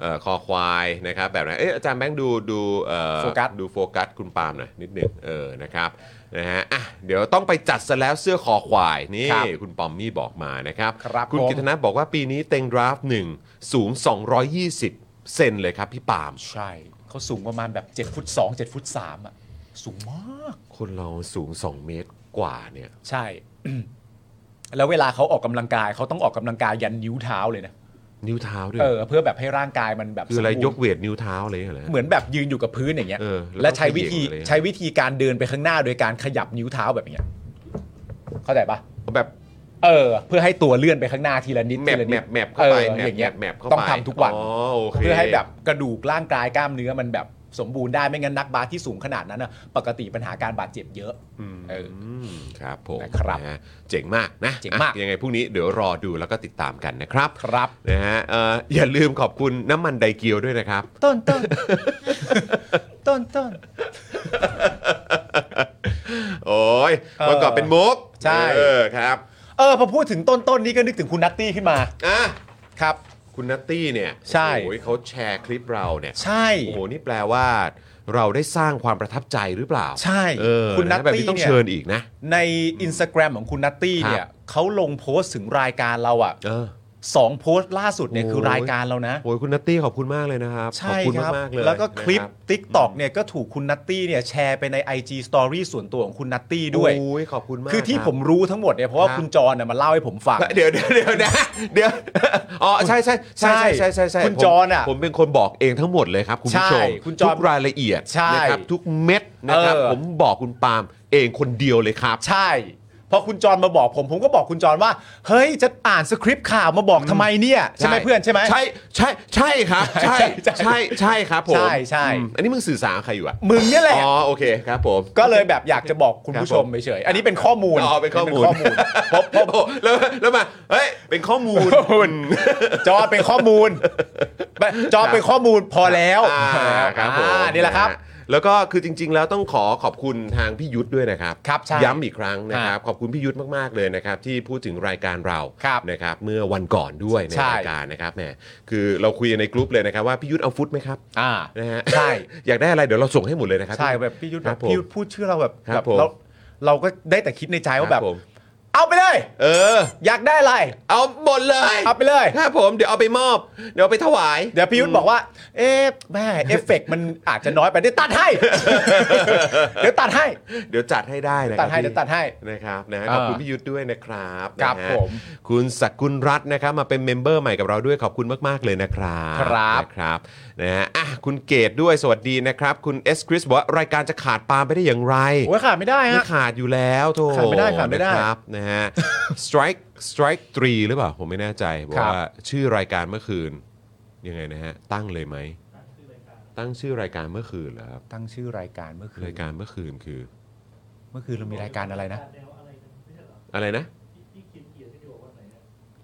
เอ่อคอควายนะครับแบบไหนเอ๊ะอาจารย์แบงค์ดูดูเอ่อ
โฟกัส
ดูโฟกัสคุณปาล์มหน่อยนิดหนึงเออนะครับนะฮะอ่ะเดี๋ยวต้องไปจัดซะแล้วเสื้อคอควายนี่
ครับ
คุณปอมมี่บอกมานะครับ
ครับ
คุณ
ผม
กิตนะบอกว่าปีนี้เต็งดราฟหนึ่งสูง 220 เซนเลยครับพี่ปาล์ม
ใช่เขาสูงประมาณแบบ7ฟุต2 7ฟุต3อ่ะสูงมาก
คนเราสูง 2 เมตรกว่าเนี่ย
ใช่ แล้วเวลาเขาออกกำลังกายเขาต้องออกกำลังกายยันนิ้วเท้าเลยนะ
นิ้วเท้าด้วย
เออเพื่อแบบให้ร่างกายมันแบบ
คืออะไร
สมบูณ์
ยกเวทนิ้วเท้าอะไรอย่างเงี้ยเหรอ
เหมือนแบบยืนอยู่กับพื้นอย่างเงี้ย
เออแล้
และ
วก็
ใช้วิธี
ขยิบอะไรอย่างเงี้ย
ใช้วิธีการเดินไปข้างหน้าโดยการขยับนิ้วเท้าแบบเนี้ยเข้าใจปะ
แบบ
เออ เพื่อให้ตัวเลื่อนไปข้างหน้าทีละนิด
แม
ที
ป
ละ
แม
นิด
ปแมปเข้าไป
ออ
แม
อ
ป
ย่าง
แม
เงี้ย
ปแมปเข้าไป
ต้องทำทุกวัน
อ๋อโอเค
เพื่อให้แบบกระดูกร่างกายกล้ามเนื้อมันแบบสมบูรณ์ได้ไม่งั้นนักบาสที่สูงขนาดนั้นนะปกติปัญหาการบาดเจ็บเยอะเออ
มครับผม
นะครับ
นะฮะเจ๋งมากนะ
เจ๋งมาก
อ่ะยังไงพรุ่งนี้เดี๋ยวรอดูแล้วก็ติดตามกันนะครับ
ครับ
นะฮะเอ่ออย่าลืมขอบคุณน้ำมันไดเกียวด้วยนะครับ
ต้นต้น ต้นต้น
โอ้ยวันก่อนเป็นมุก
ใช่
เออครับ
เออพอพูดถึงต้นต้นนี้ก็นึกถึงคุณนัตตี้ขึ้นมา
อ่ะ
ครับ
คุณนัตตี้เนี่ย
ใช่
โอ้ยเขาแชร์คลิปเราเนี่ย
ใช่
โอ้โหนี่แปลว่า เราได้สร้างความประทับใจหรือเปล่า
ใช่
เออ
คุณนัต
ะ
ตี้
แบบนี้ต้อง
เนี่ย
เชิญอีกนะ
ใน Instagram ของคุณนัตตี้
ครับ
เนี่ยเขาลงโพสต์ถึงรายการเราอ่ะ
เออ
สองโพสต์ล่าสุดเนี่ย
โอ้ย
คือรายการเรานะ
โอ้ยคุณนัตตี้ขอบคุณมากเลยนะครับ ขอ
ใช่
บคุณ
ครับ
มากๆเลย
แล้วก็คลิป
นะรับ
t ิ k t o k เนี่ยก็ถูกคุณนัตตี้เนี่ยแชร์ไปใน IG Story ส่วนตัวของคุณนัตตี้ด้วย
โอ้ยขอบคุณมาก
คือที่
รับ
ผมรู้ทั้งหมดเนี่ยเพราะว่า
ครับ
คุณจรน่ะมาเล่าให้ผมฟัง
เดี๋ยวเดี๋ยวเดี๋ยวนะ เดี๋ยวอ๋อใช่ใช่ใช่ใช่ใช่ใช่
คุณ
ผม
จอนอะ
ผมเป็นคนบอกเองทั้งหมดเลยครับ คุณผู้ชม
ใช่คุณจอน
ทุกรายละเอียด
ใช่
นะครับทุกเม็ดนะครับ
เออ
ผมบอกคุณปาล์มเองคนเดียวเลยครับ
ใช่พอคุณจรมาบอกผมผมก็บอกคุณจรว่า เฮ้ยจะอ่านสคริปต์ข่าวมาบอกทำไมเนี่ยใช่ไหมเพื่อนใช่ไหม
ใช่ใช่ใช่ครับ ใช่
ใช่
ใช่ใช่ครับผม
ใช่ใช่
อืมอันนี้มึงสื่อสารกับใครอยู่อะ
มึงเนี่ยแหละ
อ๋อโอเคครับผม
ก็เลยแบบอยากจะบอกคุณผู้ช
ค
ม
รับผม
เฉยๆอันนี้เป็นข้อมูล
อ๋อเป็นข้อมูล
เพราะเพราะ
โอ้แล้วแล้วมาเฮ้ยเป็นข้อมูล
จอเป็นข้อมูล จอเป็นข้อมูลพอแล้ว
อ่าครับผม
อ่านี่แหละครับ
นฮแล้วก็คือจริง ๆ แล้วต้องขอขอบคุณทางพี่ยุทธด้วยนะครับ
ครับใช่
ย้ำอีกครั้งนะครับ ขอบคุณพี่ยุทธมากๆเลยนะครับ ที่พูดถึงรายการเรา
ครับ
นะครับ เมื่อวันก่อนด้วยใน
ใช่
รายการนะครับแหมคือเราคุยในกลุ่มเลยนะครับว่าพี่ยุทธเอาฟุตไหมครับ
อ่า
นะฮะ
ใช่
อยากได้อะไรเดี๋ยวเราส่งให้หมดเลยนะครับ
ใช่แบบพี่ยุทธ
ครับผม
พี่ยุทธพูดชื่อเราแบบ
ครับ
แบบ
ผม
เราเราก็ได้แต่คิดในใจ
ค
ว่า
รั
แบบ บ
ผม
เ เอาไปเลย
เออ
อยากได้อะไร
เอาหมดเลย
เอาไปเลย
ครับผม เดี๋ยวเอาไปมอบ เดี๋ยวเอาไปถวาย
เดี๋ยวพี่ยุทธบอกว่า เอ๊ะแม่เอฟเฟกต์มันอาจจะน้อยไปเดี๋ยวตัด ให้ เดี๋ยวตัดให้
เดี๋ยวจัดให้ได้นะค
ตั
รั
ด
บ
ให้เดี๋ยวตัดให้
นะครับนะ
เออ
ขอบคุณพี่ยุทธด้วยนะครับ
ครับ
นะฮะ
ผม
คุณสักกุลรัตน์นะครับมาเป็นเมมเบอร์ใหม่กับเราด้วยขอบคุณมาก ๆ เลยนะครับ
ครับ
นะครับนะฮะอ่ะคุณเกดด้วยสวัสดีนะครับ คุณเอสคริสบอกว่ารายการจะขาดปาล์มไปได้อย่างไร
โอ้ยขาดไม่ได้
ไม่
ฮะ
ขาดอยู่แล้วโธ่
ขาดไม่ได้ขาดไม่ได้
นะครับนะฮะ strike strike 3 หรือเปล่า ผมไม่แน่ใจบอก
ครับ
ว่าชื่อรายการเมื่อคืนยังไงนะฮะตั้งเลยไหมตั้งชื่อรายการเมื่อคืนเหรอครับ
ตั้งชื่อรายการเมื่อคื
ราน ยการเมื่อคืนคือ
เมื่อคืนเรามีรายการอะไรนะ
อะไรนะ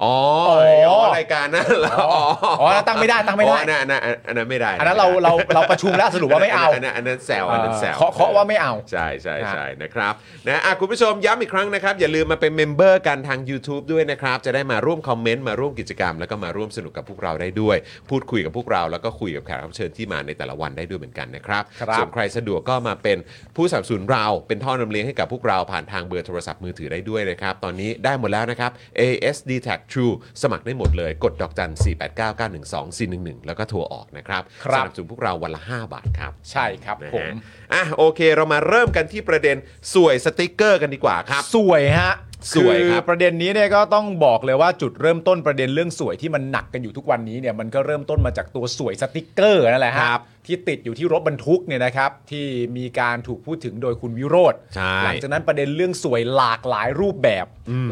อ๋อไอ้อ๋อรายการนั่ นเหรออ๋อ
อ๋อตั้งไม่ได้ตั้งไม่ได้
อ๋ออันนั้นอันนั้นอันนั้นไม่ได้
อันนั้นเราเราเราประชุมแล้วสรุปว่าไม่เอา
นนั้นนนั้นอันนั้นแซวอันนั้นแซว
เคาะเคาะว่าไม่เอา
ใช่ใช่ใช่นะครับนะอ่ะคุณผู้ชมย้ำอีกครั้งนะครับ อย่าลืมมาเป็นเมมเบอร์กันทาง YouTube ด้วยนะครับ จะได้มาร่วมคอมเมนต์มาร่วมกิจกรรม แล้วก็มาร่วมสนุกกับพวกเราได้ด้วย พูดคุยกับพวกเราแล้วก็คุยกับแขกรับเชิญที่มาในแต่ละวันได้ด้วยเหมือนกันนะครับ
ครับ
ส่วน ใครสะดวกก็มาเป็นผู้สนับสนุนเราเป็นท่อนำเลี้ยงให้กับพวกเราผ่านทางเบอร์โทรศัพท์มือถือได้ด้วยนะครับ ตอนนี้ได้หมดแล้วนะครับ ASD Tag True สมัครได้หมดเลยกดดอกจัน 4 8 9 9 1 2 4 1 1 แล้วก็โทรออกนะครับ
ครับ
สนับสนุนพวกเราวันละ 5 บาทครับ
ใช่ครับ
นะ
ผ
ฮะ
ม
อ่ะโอเคเรามาเริ่มกันที่ประเด็นสวยสติกเกอร์กันดีกว่าครับ
สวยฮะ
สวยครับ
อประเด็นนี้เนี่ยก็ต้องบอกเลยว่าจุดเริ่มต้นประเด็นเรื่องสวยที่มันหนักกันอยู่ทุกวันนี้เนี่ยมันก็เริ่มต้นมาจากตัวสวยสติกเกอร์นั่นแหละฮะที่ติดอยู่ที่รถบรรทุกเนี่ยนะครับที่มีการถูกพูดถึงโดยคุณวิโรธ
ใช่
หลัจากนั้นประเด็นเรื่องสวยหลากหลายรูปแบบ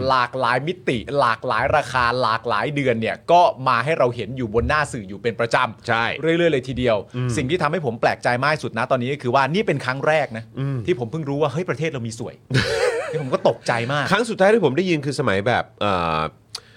หลากหลายมิติ หลากหลายราคาหลากหลายเดือนเนี่ยก็มาให้เราเห็นอยู่บนหน้าสื่ออยู่เป็นประจำ
ใช่
เรื่อยๆเลยทีเดียว สิ่งที่ทำให้ผมแปลกใจมากที่สุดนะตอนนี้ก็คือว่านี่เป็นครั้งแรกนะที่ผมเพิ่งรู้ว่าเฮ้ยประเทศเรามีสวย ที่ผมก็ตกใจมาก
ครั้งสุดท้ายที่ผมได้ยินคือสมัยแบบเอ่อ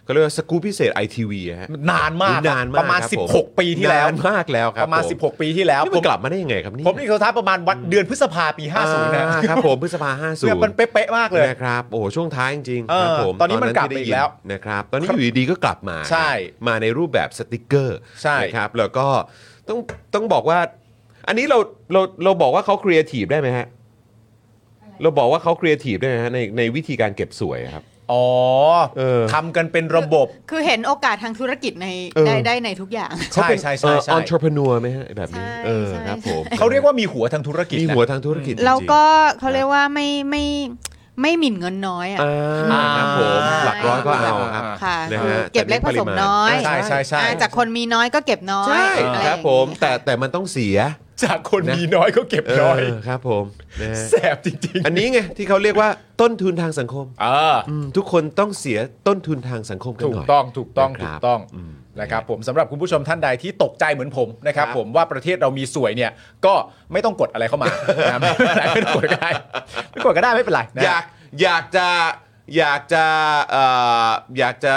เขาเรียกว่าสกู๊ปพิเศษ ITV ฮะ
นานมาก
นานมาก
ประมาณ
คบผ
16 ปีที่แล้ว
นานมากแล้วครับ
ประมาณ
ผ
16 ปีที่แล้ว
นี่มันกลับมาได้ยังไงครับเนี่ย
ผมนี่เขาท้ายประมาณวันเดือนพฤษภาปี 50 นะ
อ่าครับผมพฤษภาห้าศูน
เนี่ย
ย์
มันเป๊ะๆมากเลย
นะครับโอ้โหช่วงท้ายจริงๆ
เอ
ค
อ
รับผม
ตอนนี้มันกลับ
ที่ได้
มาอี
ยิ
กแล้ว
นะครับ ตอนนี้อยู่ดีๆก็กลับมา
ใช่
มาในรูปแบบสติกเกอร์
ใช่
นะครับแล้วก็ต้องต้องบอกว่า อันนี้เราเราเราบอกว่าเขาครีเอทีฟได้ไหมฮะเราบอกว่าเขาครีเอทีฟได้ไหมฮะในในวิธีการเก็บสวยครับ
อ๋อ
เออ
ทำกันเป็นระบบ
คือเห็นโอกาสทางธุรกิจใน
เออ
ได้ได้ในทุกอย่าง
ใช่ใช่ใช่ใช่
อนทรพนัวไหมฮะแบบนี้
ใช่
เออ
ใช่
ครับผม
เขาเรียกว่ามีหัวทางธุรกิจ
มี
นะ
หัวทางธุรกิจจริงๆ
แล้วก็เขาเรียกว่าไม่ไม่ไม่หมิ่นเงินน้อยอ่ะ
อ่าครับผมหลักร้อยก็เอาครับ
ค่ะ
นะฮะ
คือเก็บเล็กผสมน้อย
แต่เน้นปริมาณ
ใช่ใช่ใช่
อ่าจากคนมีน้อยก็เก็บน้อย
ใช่
อะไ
ครับผม แต่แต่มันต้องเสีย
จากคน
นะ
มีน้อยก็เก็บ
เอ
น้อย
อครับผมนะฮะ
แสบจริง
อันนี้ไงที่เขาเรียกว่าต้นทุนทางสังคม
ๆเออ
อืมทุกคนต้องเสียต้นทุนทางสังคมกันห
ถูก
น่อย
ต้องถูกต้อง
นะครับ
ถูกต้องนะครับผมสำหรับคุณผู้ชมท่านใดที่ตกใจเหมือนผมนะครับ
ครับ
ผมว่าประเทศเรามีสวยเนี่ย ก็ไม่ต้องกดอะไรเข้ามา นะไม่เป็นไรไม่ต้องกดก็ได้ไม่กดก็ได้ไม่เป็นไรนะ
อยากอยากจะอยากจะเอ่ออยากจะ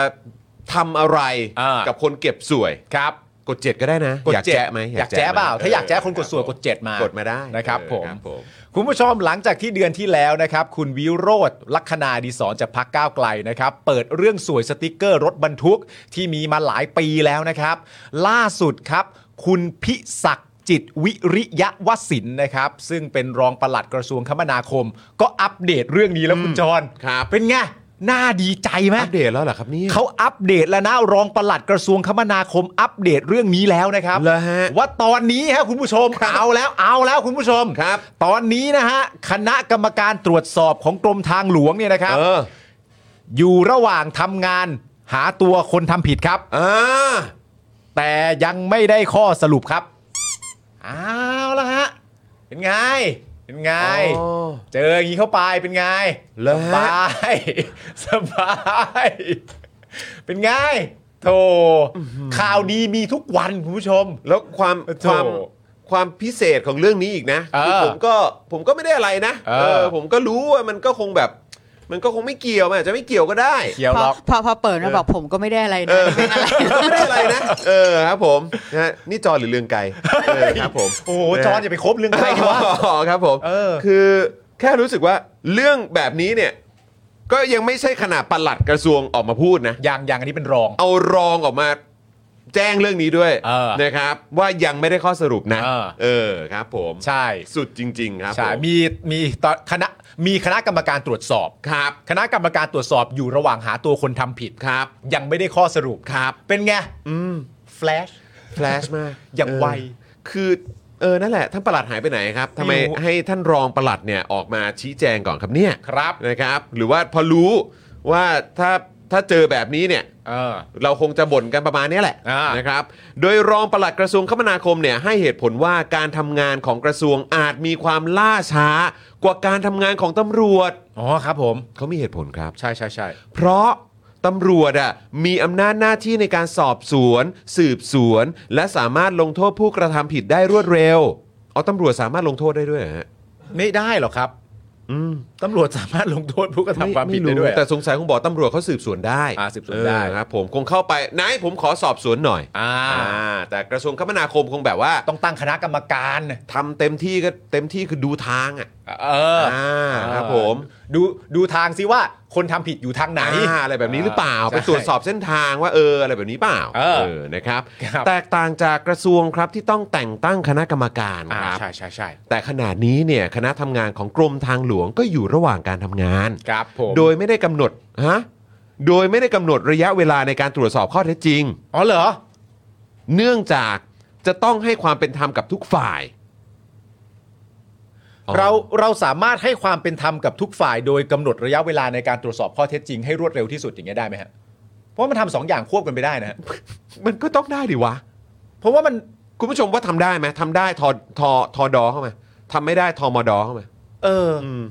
ทำอะไร
อ่า
กับคนเก็บสวย
ครับ
กดเจ็ดก็ได้นะ
กด
อยาก
เจ็ด
แจ๊ะไหม
อยากแจ๊ะ
ไหม
เปล่าถ้าอยากแจ๊ะ
เ
คนกดสวยกดเจ็ดมาก ก
ดมาได้
นะครับ
เออ
ผม
ครับผม
คุณผู้ชมหลังจากที่เดือนที่แล้วนะครับ คุณวิโรธลัคนาดีสอนจากพักก้าวไกลนะครับ เปิดเรื่องสวยสติกเกอร์รถบรรทุกที่มีมาหลายปีแล้วนะครับ ล่าสุดครับ คุณพิศักดิ์จิตวิริยะวสินนะครับ ซึ่งเป็นรองปลัดกระทรวงคมนาคม ก็อัปเดตเรื่องนี้แล้วคุณจร
ครับ
เป็นไงน่าดีใจไหม
อัปเดตแล้วเหรอครับเนี่ย
เขาอัปเดตแล้วนะรองปลัดกระทรวงคมนาคม อัปเดตเรื่องนี้แล้วนะครับ
เหรอฮะ
ว่าตอนนี้ฮะคุณผู้ชมเอาแล้วเอาแล้วคุณผู้ชม
ครับ
ตอนนี้นะฮะคณะกรรมการตรวจสอบของกรมทางหลวงเนี่ยนะครับ
เออ
อยู่ระหว่างทำงานหาตัวคนทำผิดครับ
อ่า
แต่ยังไม่ได้ข้อสรุปครับเอาแล้วฮะเป็นไงเป็นไง
อ๋อ
เจออย่างนี้เข้าไปเป็นไง
เหรอ
ส
ฮะ
บาย สบาย เป็นไงโธ่ข่าวดีมีทุกวันคุณผู้ชม
แล้วความ
โอ้โถ
ความความพิเศษของเรื่องนี้อีกนะ
เออ
คือผมก็ผมก็ไม่ได้อะไรนะ
เออ
ผมก็รู้ว่ามันก็คงแบบ มันก็คงไม่เกี่ยวมันอาจจะไม่เกี่ยวก็ได้
เขียว
พอ
ล็อก
พอพอเปิดมาบอกผมก็ไม่ได้อะไร
เอ
นะ
อ
ไม่เป็นอะไร
ไม่ได้อะไรนะเออครับผมนะฮะนี่จอหรือเรืองไกลเออครับผม
โอ้โหจอห์นอย่าไปคบเรื่องใครดีวะ
อ๋อครับผม
เออ
คือแค่รู้สึกว่าเรื่องแบบนี้เนี่ย ก็ยังไม่ใช่ขนาดปลัดกระทรวงออกมาพูดนะ
อย่างอย่างอันนี้เป็นรอง
เอารองออกมา แจ้งเรื่องนี้ด้วย
เออ
นะครับ ว่ายังไม่ได้ข้อสรุปนะ
เออ
เออครับผม
ใช่
สุดจริง ๆ ครับ
ใช่
ผม
มีมีตอนคณะมีคณะกรรมการตรวจสอบ
ครับ
คณะกรรมการตรวจสอบอยู่ระหว่างหาตัวคนทำผิด
ครับ
ยังไม่ได้ข้อสรุป
ครับ
เป็นไง
อืม
แฟลช
แฟลชมาก
อย่าง
เ
ไว
คือเออนั่นแหละ ท่านประหลัดหายไปไหนครับทำไม
ไม่รู้
ให้ท่านรองประหลัดเนี่ยออกมาชี้แจงก่อนครับเนี่ย
ครับ
นะครับ หรือว่าพอรู้ว่าถ้าถ้าเจอแบบนี้เนี่ย
เออ
เราคงจะบ่นกันประมาณเนี้ยแหละ
อ่าน
นะครับ โดยรองปลัดกระทรวงคมนาคมเนี่ยให้เหตุผลว่าการทำงานของกระทรวงอาจมีความล่าช้ากว่าการทำงานของตำรวจ
อ๋อครับผม
เขามีเหตุผลครับ
ใช่ใช่ใช่
เพราะตำรวจอะมีอำนาจหน้าที่ในการสอบสวน สืบสวน และสามารถลงโทษผู้กระทำผิดได้รวดเร็วเอาตำรวจสามารถลงโทษได้ด้วยเหรอฮะ
ไม่ได้หรอกครับ
อืม
ตำรวจสามารถลงโทษผู้กระทำความผิดได้
รู้
ด้วย
แต่สงสัยคงบอกตำรวจเขาสืบสวนได้
อ่าสืบสวนได้
เออครับ ผมคงเข้าไปนายผมขอสอบสวนหน่อย
อ่า
อ่าแต่กระทรวงคมนาคมคงแบบว่า
ต้องตั้งคณะกรรมการ
ทำเต็มที่ก็เต็มที่คือดูทางอะ
เอออ่
าครับผม
ดูดูทางซิว่าคนทำผิดอยู่ทางไหน
อ่าอะไรแบบนี้หรือเปล่า ไปตรวจสอบเส้นทางว่าเอออะไรแบบนี้เปล่า
เออ
นะครับ
ครับ
แตกต่างจากกระทรวงครับที่ต้องแต่งตั้งคณะกรรมการ
อ่า
ครับ
ใช่ใช่ใช่
แต่ขณะนี้เนี่ยคณะทำงานของกรมทางหลวงก็อยู่ระหว่างการทำงาน
ครับผม
โดยไม่ได้กำหนดฮะโดยไม่ได้กำหนดระยะเวลาในการตรวจสอบข้อเท็จจริง
อ๋อเหรอ
เนื่องจากจะต้องให้ความเป็นธรรมกับทุกฝ่ายอ๋อ
เราเราสามารถให้ความเป็นธรรมกับทุกฝ่าย โดยกำหนดระยะเวลาในการตรวจสอบข้อเท็จจริงให้รวดเร็วที่สุดอย่างเงี้ยได้ไหมฮะเพราะว่ามันทำสองอย่างควบกันไปได้นะฮะ
มันก็ต้องได้ดิวะ
เพราะว่ามัน
คุณผู้ชมว่าทำได้ไหมทำได้ทอทอทอดอเข้ามาทำไม่ได้ทอมอดอเข้ามา
เออ
อืม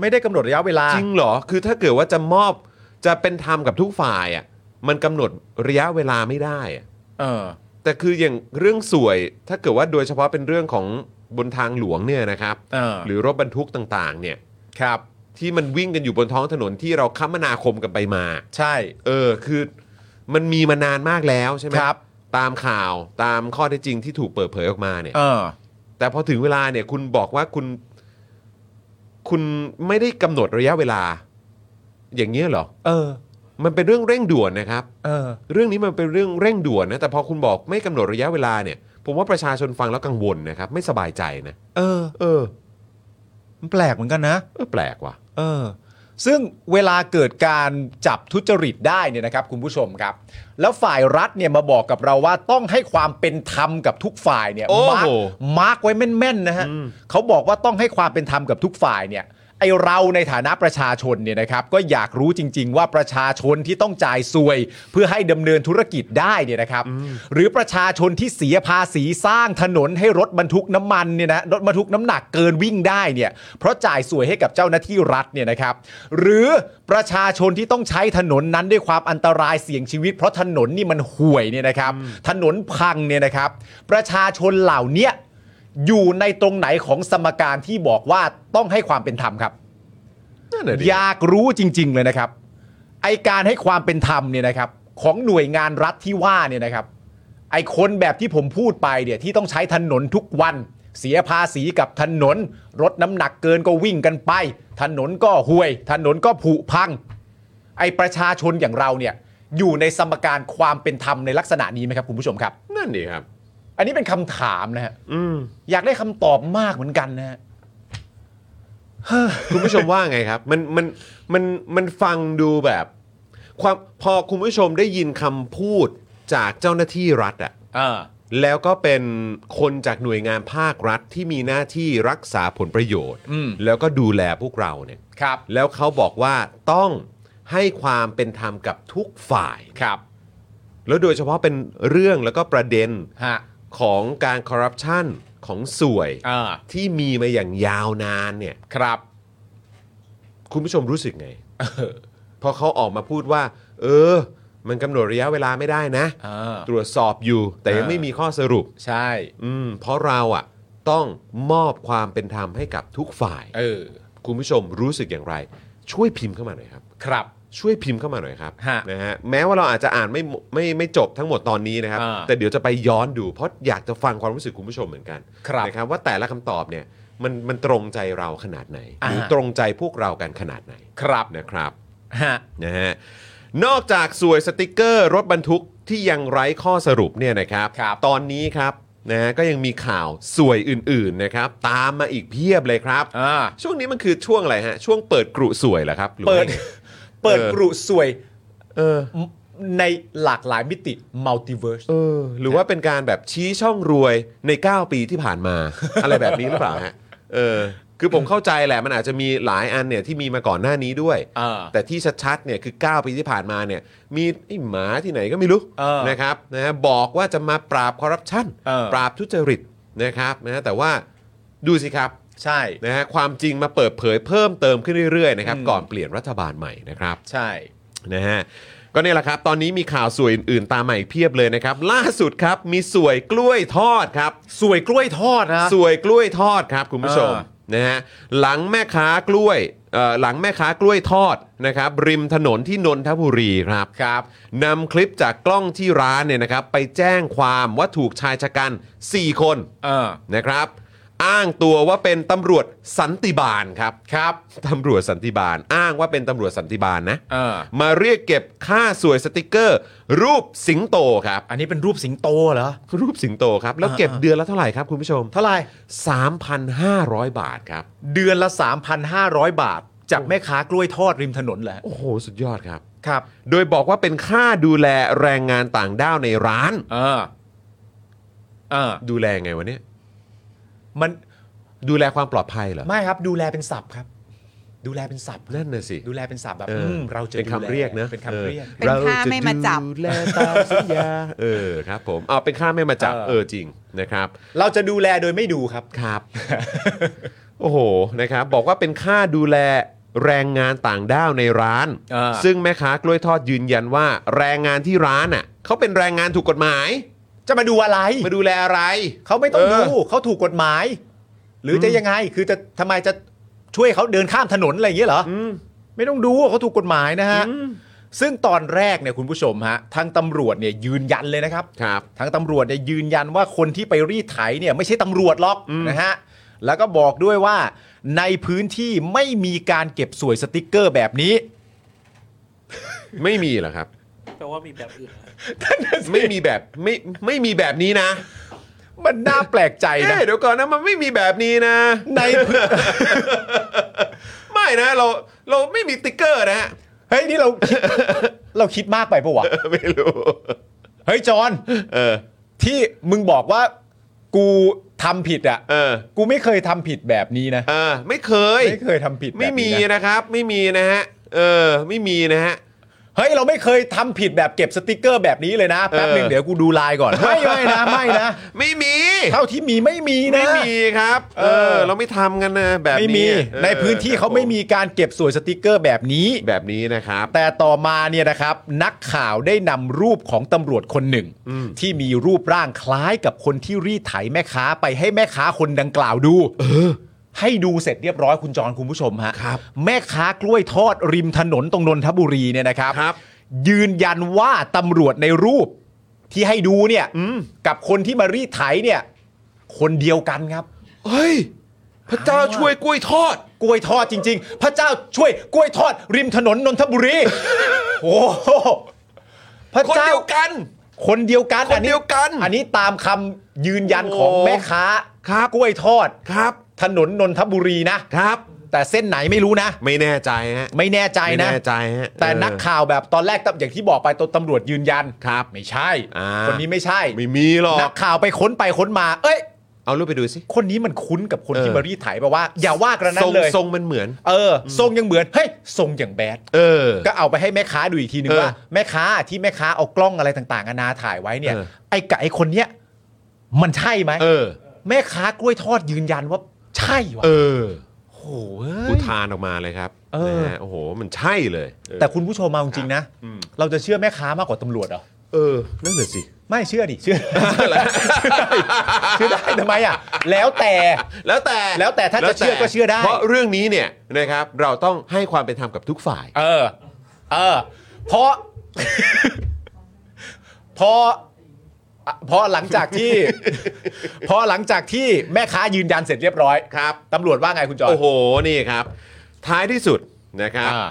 ไม่ได้กำหนดระยะเวลา
จริงเหรอ คือถ้าเกิดว่าจะมอบจะเป็นธรรมกับทุกฝ่ายอ่ะ มันกำหนดระยะเวลาไม่ได้อะ
เออ
แต่คืออย่างเรื่องสวย ถ้าเกิดว่าโดยเฉพาะเป็นเรื่องของบนทางหลวงเนี่ยนะครับ
เออ
หรือรถบรรทุกต่างๆ เนี่ย
ครับ
ที่มันวิ่งกันอยู่บนท้องถนนที่เราคมนาคมกันไปมา
ใช่
เออ คือมันมีมานานมากแล้วใช่ไหม
ครับ
ตามข่าวตามข้อเท็จจริงที่ถูกเปิดเผยออกมาเนี่ย
เออ
แต่พอถึงเวลาเนี่ยคุณบอกว่าคุณ คุณไม่ได้กำหนดระยะเวลา อย่างเงี้ยเหรอ
เออ
มันเป็นเรื่องเร่งด่วนนะครับ
เออ
เรื่องนี้มันเป็นเรื่องเร่งด่วนนะแต่พอคุณบอกไม่กำหนดระยะเวลาเนี่ย ผมว่าประชาชนฟังแล้วกังวลนะครับ ไม่สบายใจนะ
เออ
เออ
มันแปลกเหมือนกันนะ
เออแปลกว่ะ
เออ ซึ่งเวลาเกิดการจับทุจริตได้เนี่ยนะครับ คุณผู้ชมครับ แล้วฝ่ายรัฐเนี่ยมาบอกกับเราว่าต้องให้ความเป็นธรรมกับทุกฝ่ายเนี่ย
โอ้โห
มาร์คมาร์กไว้แม่นๆนะฮะเขาบอกว่าต้องให้ความเป็นธรรมกับทุกฝ่ายเนี่ยไอเราในฐานะประชาชนเนี่ยนะครับ ก็อยากรู้จริง ๆ ว่าประชาชนที่ต้องจ่ายสวย เพื่อให้ดำเนินธุรกิจได้เนี่ยนะครับ หรือประชาชนที่เสียภาษีสร้างถนนให้รถบรรทุกน้ำมันเนี่ยนะรถบรรทุกน้ำหนักเกินวิ่งได้เนี่ยเพราะจ่ายสวยให้กับเจ้าหน้าที่รัฐเนี่ยนะครับ หรือประชาชนที่ต้องใช้ถนนนั้นด้วยความอันตรายเสี่ยงชีวิต เพราะถนนนี่มันห่วยเนี่ยนะครับ ถนนพังเนี่ยนะครับ ประชาชนเหล่าเนี้ย อยู่ในตรงไหนของสมการที่บอกว่าต้องให้ความเป็นธรรมครับ
นั่นแหละดิ
อยากรู้จริง ๆ เลยนะครับ ไอการให้ความเป็นธรรมเนี่ยนะครับ ของหน่วยงานรัฐที่ว่าเนี่ยนะครับ ไอคนแบบที่ผมพูดไปเนี่ยที่ต้องใช้ถนนทุกวัน เสียภาษีกับถนน รถน้ำหนักเกินก็วิ่งกันไป ถนนก็ห่วย ถนนก็ผุพัง ไอประชาชนอย่างเราเนี่ย อยู่ในสมการความเป็นธรรมในลักษณะนี้ไหมครับคุณผู้ชมครับ
นั่นดิครับ
อันนี้เป็นคำถามนะฮะ
อืม
อยากได้คำตอบมากเหมือนกันนะฮะ
คุณผู้ชมว่าไงครับ มันมันมันมันฟังดูแบบ ความพอคุณผู้ชมได้ยินคำพูดจากเจ้าหน้าที่รัฐอะ แล้วก็เป็นคนจากหน่วยงานภาครัฐที่มีหน้าที่รักษาผลประโยชน์
อืม
แล้วก็ดูแลพวกเราเนี่ย
ครับ
แล้วเขาบอกว่าต้องให้ความเป็นธรรมกับทุกฝ่าย
ครับ
แล้วโดยเฉพาะเป็นเรื่องแล้วก็ประเด็น
ฮะ
ของการคอร์รัปชันของสวย
อ่า
ที่มีมาอย่างยาวนานเนี่ย
ครับ
คุณผู้ชมรู้สึกไงพอเขาออกมาพูดว่า เออ มันกำหนดระยะเวลาไม่ได้นะ
อ่า
ตรวจสอบอยู่ แต่ยัง
อ่า
ไม่มีข้อสรุป
ใช่
อืมเพราะเราอ่ะต้องมอบความเป็นธรรมให้กับทุกฝ่าย
เออ
คุณผู้ชมรู้สึกอย่างไร ช่วยพิมพ์เข้ามาหน่อยครับ
ครับ
ช่วยพิมพ์เข้ามาหน่อยครับ
ฮะ
นะฮะแม้ว่าเราอาจจะอ่านไม่หมดไม่ไม่จบทั้งหมดตอนนี้นะครับ
อ่า
แต่เดี๋ยวจะไปย้อนดู เพราะอยากจะฟังความรู้สึกคุณผู้ชมเหมือนกัน
ครับ
นะครับว่าแต่ละคำตอบเนี่ยมันมันตรงใจเราขนาดไหนห
อ่า
รือตรงใจพวกเรากันขนาดไหน
ครับ
นะครับ
ฮะ
นะฮะนอกจากสวยสติกเกอร์รถบรรทุก ที่ยังไร้ข้อสรุปเนี่ยนะครับ
ครับ
ตอนนี้ครับนะฮะก็ยังมีข่าวสวยอื่นๆนะครับตามมาอีกเพียบเลยครับ
อ่า
ช่วงนี้มันคือช่วงอะไรฮะ ช่วงเปิดกรุสวยเหรอครับหรือ
เปิด
ว่าไง
เปิด
เออ
กรุสวย
เออ
ในหลากหลายมิติมัลติเวิร์ส
เออ หรือว่าเป็นการแบบชี้ช่องรวยใน 9 ปีที่ ผ่านมา อะไรแบบนี้หรือเปล่าฮะเออคือผมเข้าใจแหละมันอาจจะมีหลายอันเนี่ยที่มีมาก่อนหน้านี้ด้วย
อ่า
แต่ที่ชัดๆเนี่ยคือ 9 ปีที่ผ่านมาเนี่ยมีไอ้หมาที่ไหนก็ไม่รู้
เออ
นะครับนะฮะบอกว่าจะมาปราบคอร์รัปชัน
เออ
ปราบทุจริตนะครับนะฮะแต่ว่าดูสิครับ
ใช่
นะฮะความจริงมาเปิดเผยเพิ่มเติมขึ้นเรื่อยๆนะครับ
อืม
ก่อนเปลี่ยนรัฐบาลใหม่นะครับ
ใช่
นะฮะก็เนี่ยแหละครับ ตอนนี้มีข่าวสวยอื่นๆ ตามมาอีกเพียบเลยนะครับ ล่าสุดครับมีสวยกล้วยทอดครับ
สวยกล้วยทอดนะ
สวยกล้วยทอดครับคุณผู้ชม
เออ
นะฮะหลังแม่ค้ากล้วยเอ่อหลังแม่ค้ากล้วยทอดนะครับริมถนนที่นนทบุรีครับ
ครับ
นำคลิปจากกล้องที่ร้านเนี่ยนะครับ ไปแจ้งความว่าถูกชายชะกัน 4 คน
เออ
นะครับ อ้างตัวว่าเป็นตำรวจสันติบาลครับครับตำรวจสันติบาล อ้างว่าเป็นตำรวจสันติบาลนะ
เออ
มาเรียกเก็บค่าสวยสติกเกอร์ รูปสิงโตครับ
อันนี้เป็นรูปสิงโตเหรอ
รูปสิงโตครับ แล้วเก็บ
อ่า
เดือนละเท่าไหร่ครับคุณผู้ชม
เท่าไหร่
3,500 บาทครับ
เดือนละ 3,500 บาท จากแม่ค้ากล้วยทอดริมถนนแหละ
โอ้โห สุดยอดครับ
ครับ
โดยบอกว่าเป็นค่าดูแลแรงงานต่างด้าวในร้าน
เออเออ
ดูแลไงวะเนี่ย
มัน
ดูแลความปลอดภัยเหรอ
ไม่ครับดูแลเป็นศัพท์ครับ ดูแลเป็นศัพท์
นั่นน่ะสิ
ดูแลเป็นศัพท์แบบ
เออ
มเราจะ
เป็น
ดูแล
คำเรียกนะ
เป็นคำเรียก
เป็นค่าไม่มาจับ
เรดูแลตามสัญญา เออครับผมเอาเป็นค่าไม่มาจับ
เออ
เออจริงนะครับ
เราจะดูแลโดยไม่ดูครับ
ครับ โอ้โหนะครับ บอกว่าเป็นค่าดูแลแรงงานต่างด้าวในร้าน
เออ
ซึ่งแม่ค้ากล้วยทอดยืนยันว่า แรงงานที่ร้านอ่ะเขาเป็นแรงงานถูกกฎหมาย
จะมาดูอะไร
มาดูแลอะไร
เขาไม่ต้อง
เออ
ดูเขาถูกกฎหมาย หรือจะยังไงคือจะทำไมจะช่วยเขาเดินข้ามถนนอะไรอย่างเงี้ยเหรอ
อืม
ไม่ต้องดูว่าเขาถูกกฎหมายนะฮะ ซึ่งตอนแรกเนี่ยคุณผู้ชมฮะทางตำรวจเนี่ยยืนยันเลยนะครับ
ครับ
ทางตำรวจเนี่ยยืนยันว่าคนที่ไปรีดไถเนี่ยไม่ใช่ตำรวจหรอกนะฮะ แล้วก็บอกด้วยว่า ในพื้นที่ไม่มีการเก็บสวยสติกเกอร์แบบนี้
ไม่มีเหรอครับ
แปลว่ามีแบบอื่นนะ
ไม่มีแบบไม่ไม่มีแบบนี้นะ
มันน่าแปลกใจนะ
เอ๊ ะเดี๋ยวก่อนนะมันไม่มีแบบนี้นะ
ในพื้น
ไม่นะเราเราไม่มีติ๊กเกอร์นะฮะ
เฮ้ยนี่เราคิด เราคิดมากไปปะวะ
ไม่รู้
เฮ้ยจอน
เออ
ที่มึงบอกว่ากูทำผิดอ่ะ
เออ
กูไม่เคยทำผิดแบบนี้นะ
เออ ไม่เคย
ไม่เคยทำผิดแบบนี้นะ
ไม่มีนะครับ ไม่มีนะฮะ เออ ไม่มีนะฮะ
เฮ้ย เราไม่เคยทำผิดแบบเก็บสติกเกอร์แบบนี้เลยนะ แป๊บหนึง
เออ
เดี๋ยวกูดูไลน์ก่อน ไม่ไม่นะ ไม่นะ
ไม่มี
เท่าที่มีไม่มีนะ
ไม่มีครับ เอ
เอ
อ
อ
เราไม่ทำกันนะแบบนี้
ไม่มี
เออ
ในพื้นที่เขาไม่มีการเก็บสวยสติกเกอร์แบบนี้
แบบนี้นะครับ
แต่ต่อมาเนี่ยนะครับ นักข่าวได้นำรูปของตำรวจคนหนึ่ง ที่มีรูปร่างคล้ายกับคนที่รีดไถแม่ค้าไปให้แม่ค้าคนดังกล่าวดูให้ดูเสร็จเรียบร้อยคุณจรคุณผู้ชมฮะ
ครับ
แม่ค้ากล้วยทอดริมถนนตรงนนทบุรีเนี่ยนะครับ
ครับ
ยืนยันว่าตำรวจในรูปที่ให้ดูเนี่ยกับคนที่มารีดไถเนี่ย คนเดียวกันครับ
เฮ้ย พระเจ้าช่วยกล้วยทอด
กล้วยทอดจริง ๆ พระเจ้าช่วยกล้วยทอด ริมถนนนนทบุรี โอ้โหพระ
คน
เจ้า
เดียวกัน
คนเดียวกัน
คนเดียวกัน
อันนี้ตามคำยืนยันของ
โอ้
แม่ค้า
ครับ
กล้วยทอด
ครับ
ถนนนนทบุรีนะครับ แต่เส้นไหนไม่รู้นะ
ไม่แน่ใจฮะ
ไม่แน่ใจ
ไม่
นะ
แน่ใจฮะ
แต่นัก
เออ
ข่าวแบบตอนแรกตำอย่างที่บอกไปตนตำรวจยืนยัน
ครับ
ไม่ใช่
อ่า
คนนี้ไม่ใช่
ไม่มีหรอ
นั
ก
กข่าวไปค้นไปค้นมา เอ้ย
เอารูปไปดูสิ
คนนี้มันคุ้นกับคน
เออ
ที่มารีดไถแบบว่า อย่าว่ากระนั้
ทร
น
ง
เลย
ทรงมันเหมือน
เออทรงยังเหมือนเฮ้ยทรงอย่างแบด
เออ
ก็เอาไปให้แม่ค้าดูอีกทีนึง
เออ
ว่า แม่ค้าที่แม่ค้าเอากล้องอะไรต่างๆนานาถ่ายไว้เนี่ย
เออ
ไอ้กับไอ้คนเนี้ยมันใช่ไหม
เออ
แม่ค้ากล้วยทอดยืนยันว่าใช่วะ
เออ
โอ้โหเฮ้
อุ
ย
ทานออกมาเลยครับ
เออ
นะฮะโอ้โห มันใช่เลยเออ
แต่คุณผู้ชมมาจริงๆนะ
อืม
เราจะเชื่อแม่ค้ามากกว่าตำรวจเหรอ
เออ นั่นแหละสิ
ไม่เชื่อดิเชื่อเชื่อได้ทำไมอ่ะ แล้วแต่
แล้วแต่
แล้วแต่ถ้าจะเชื่อก็เชื่อได้
เพราะเรื่องนี้เนี่ยนะครับเราต้องให้ความเป็นธรรมกับทุกฝ่าย
เออ เออ เพราะ พออ่ะพอหลังจากที่ พอหลังจากที่แม่ค้ายืนยันเสร็จเรียบร้อย
ครับ
ตำรวจว่าไงคุณจอย
โอ้โห นี่ครับ ท้ายที่สุดนะครับ
อ่า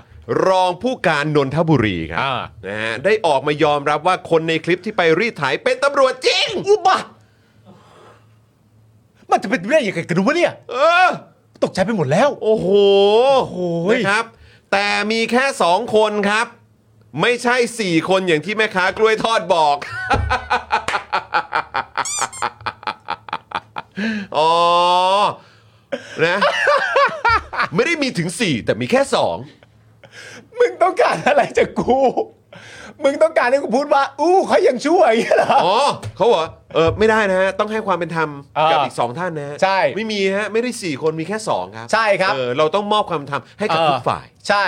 รองผู้การนนทบุรีครั
อ่า
นะฮะได้ออกมายอมรับว่าคนในคลิปที่ไปรีดไถเป็นตำรวจจริง
อุบะมันจะเป็นเรื่องยังไงกันวะเนี่ย
เออ
ตกใจไปหมดแล้ว
โอ้โห
ย
นะครับ แต่มีแค่ 2 คนครับ ไม่ใช่ 4 คนอย่างที่แม่ค้ากล้วยทอดบอก อ๋อ นะ ไม่ได้มีถึง 4 แต่มีแค่ 2
มึงต้องการอะไรจากกู มึงต้องการให้กูพูดว่า อู้เขายังช่วยอย่างเงี้ยเหรอ
อ๋อเขาบอกว่าเออ ไม่ได้นะฮะ ต้องให้ความเป็นธรรมกับ
อ่า
อีก 2 ท่านนะฮะ
ใช่
ไม่มีฮะ ไม่ได้ 4 คน มีแค่ 2 ครับ
ใช่ครับ
เออเราต้องมอบความเป็นธรรมให้กับทุกฝ่าย
ใช่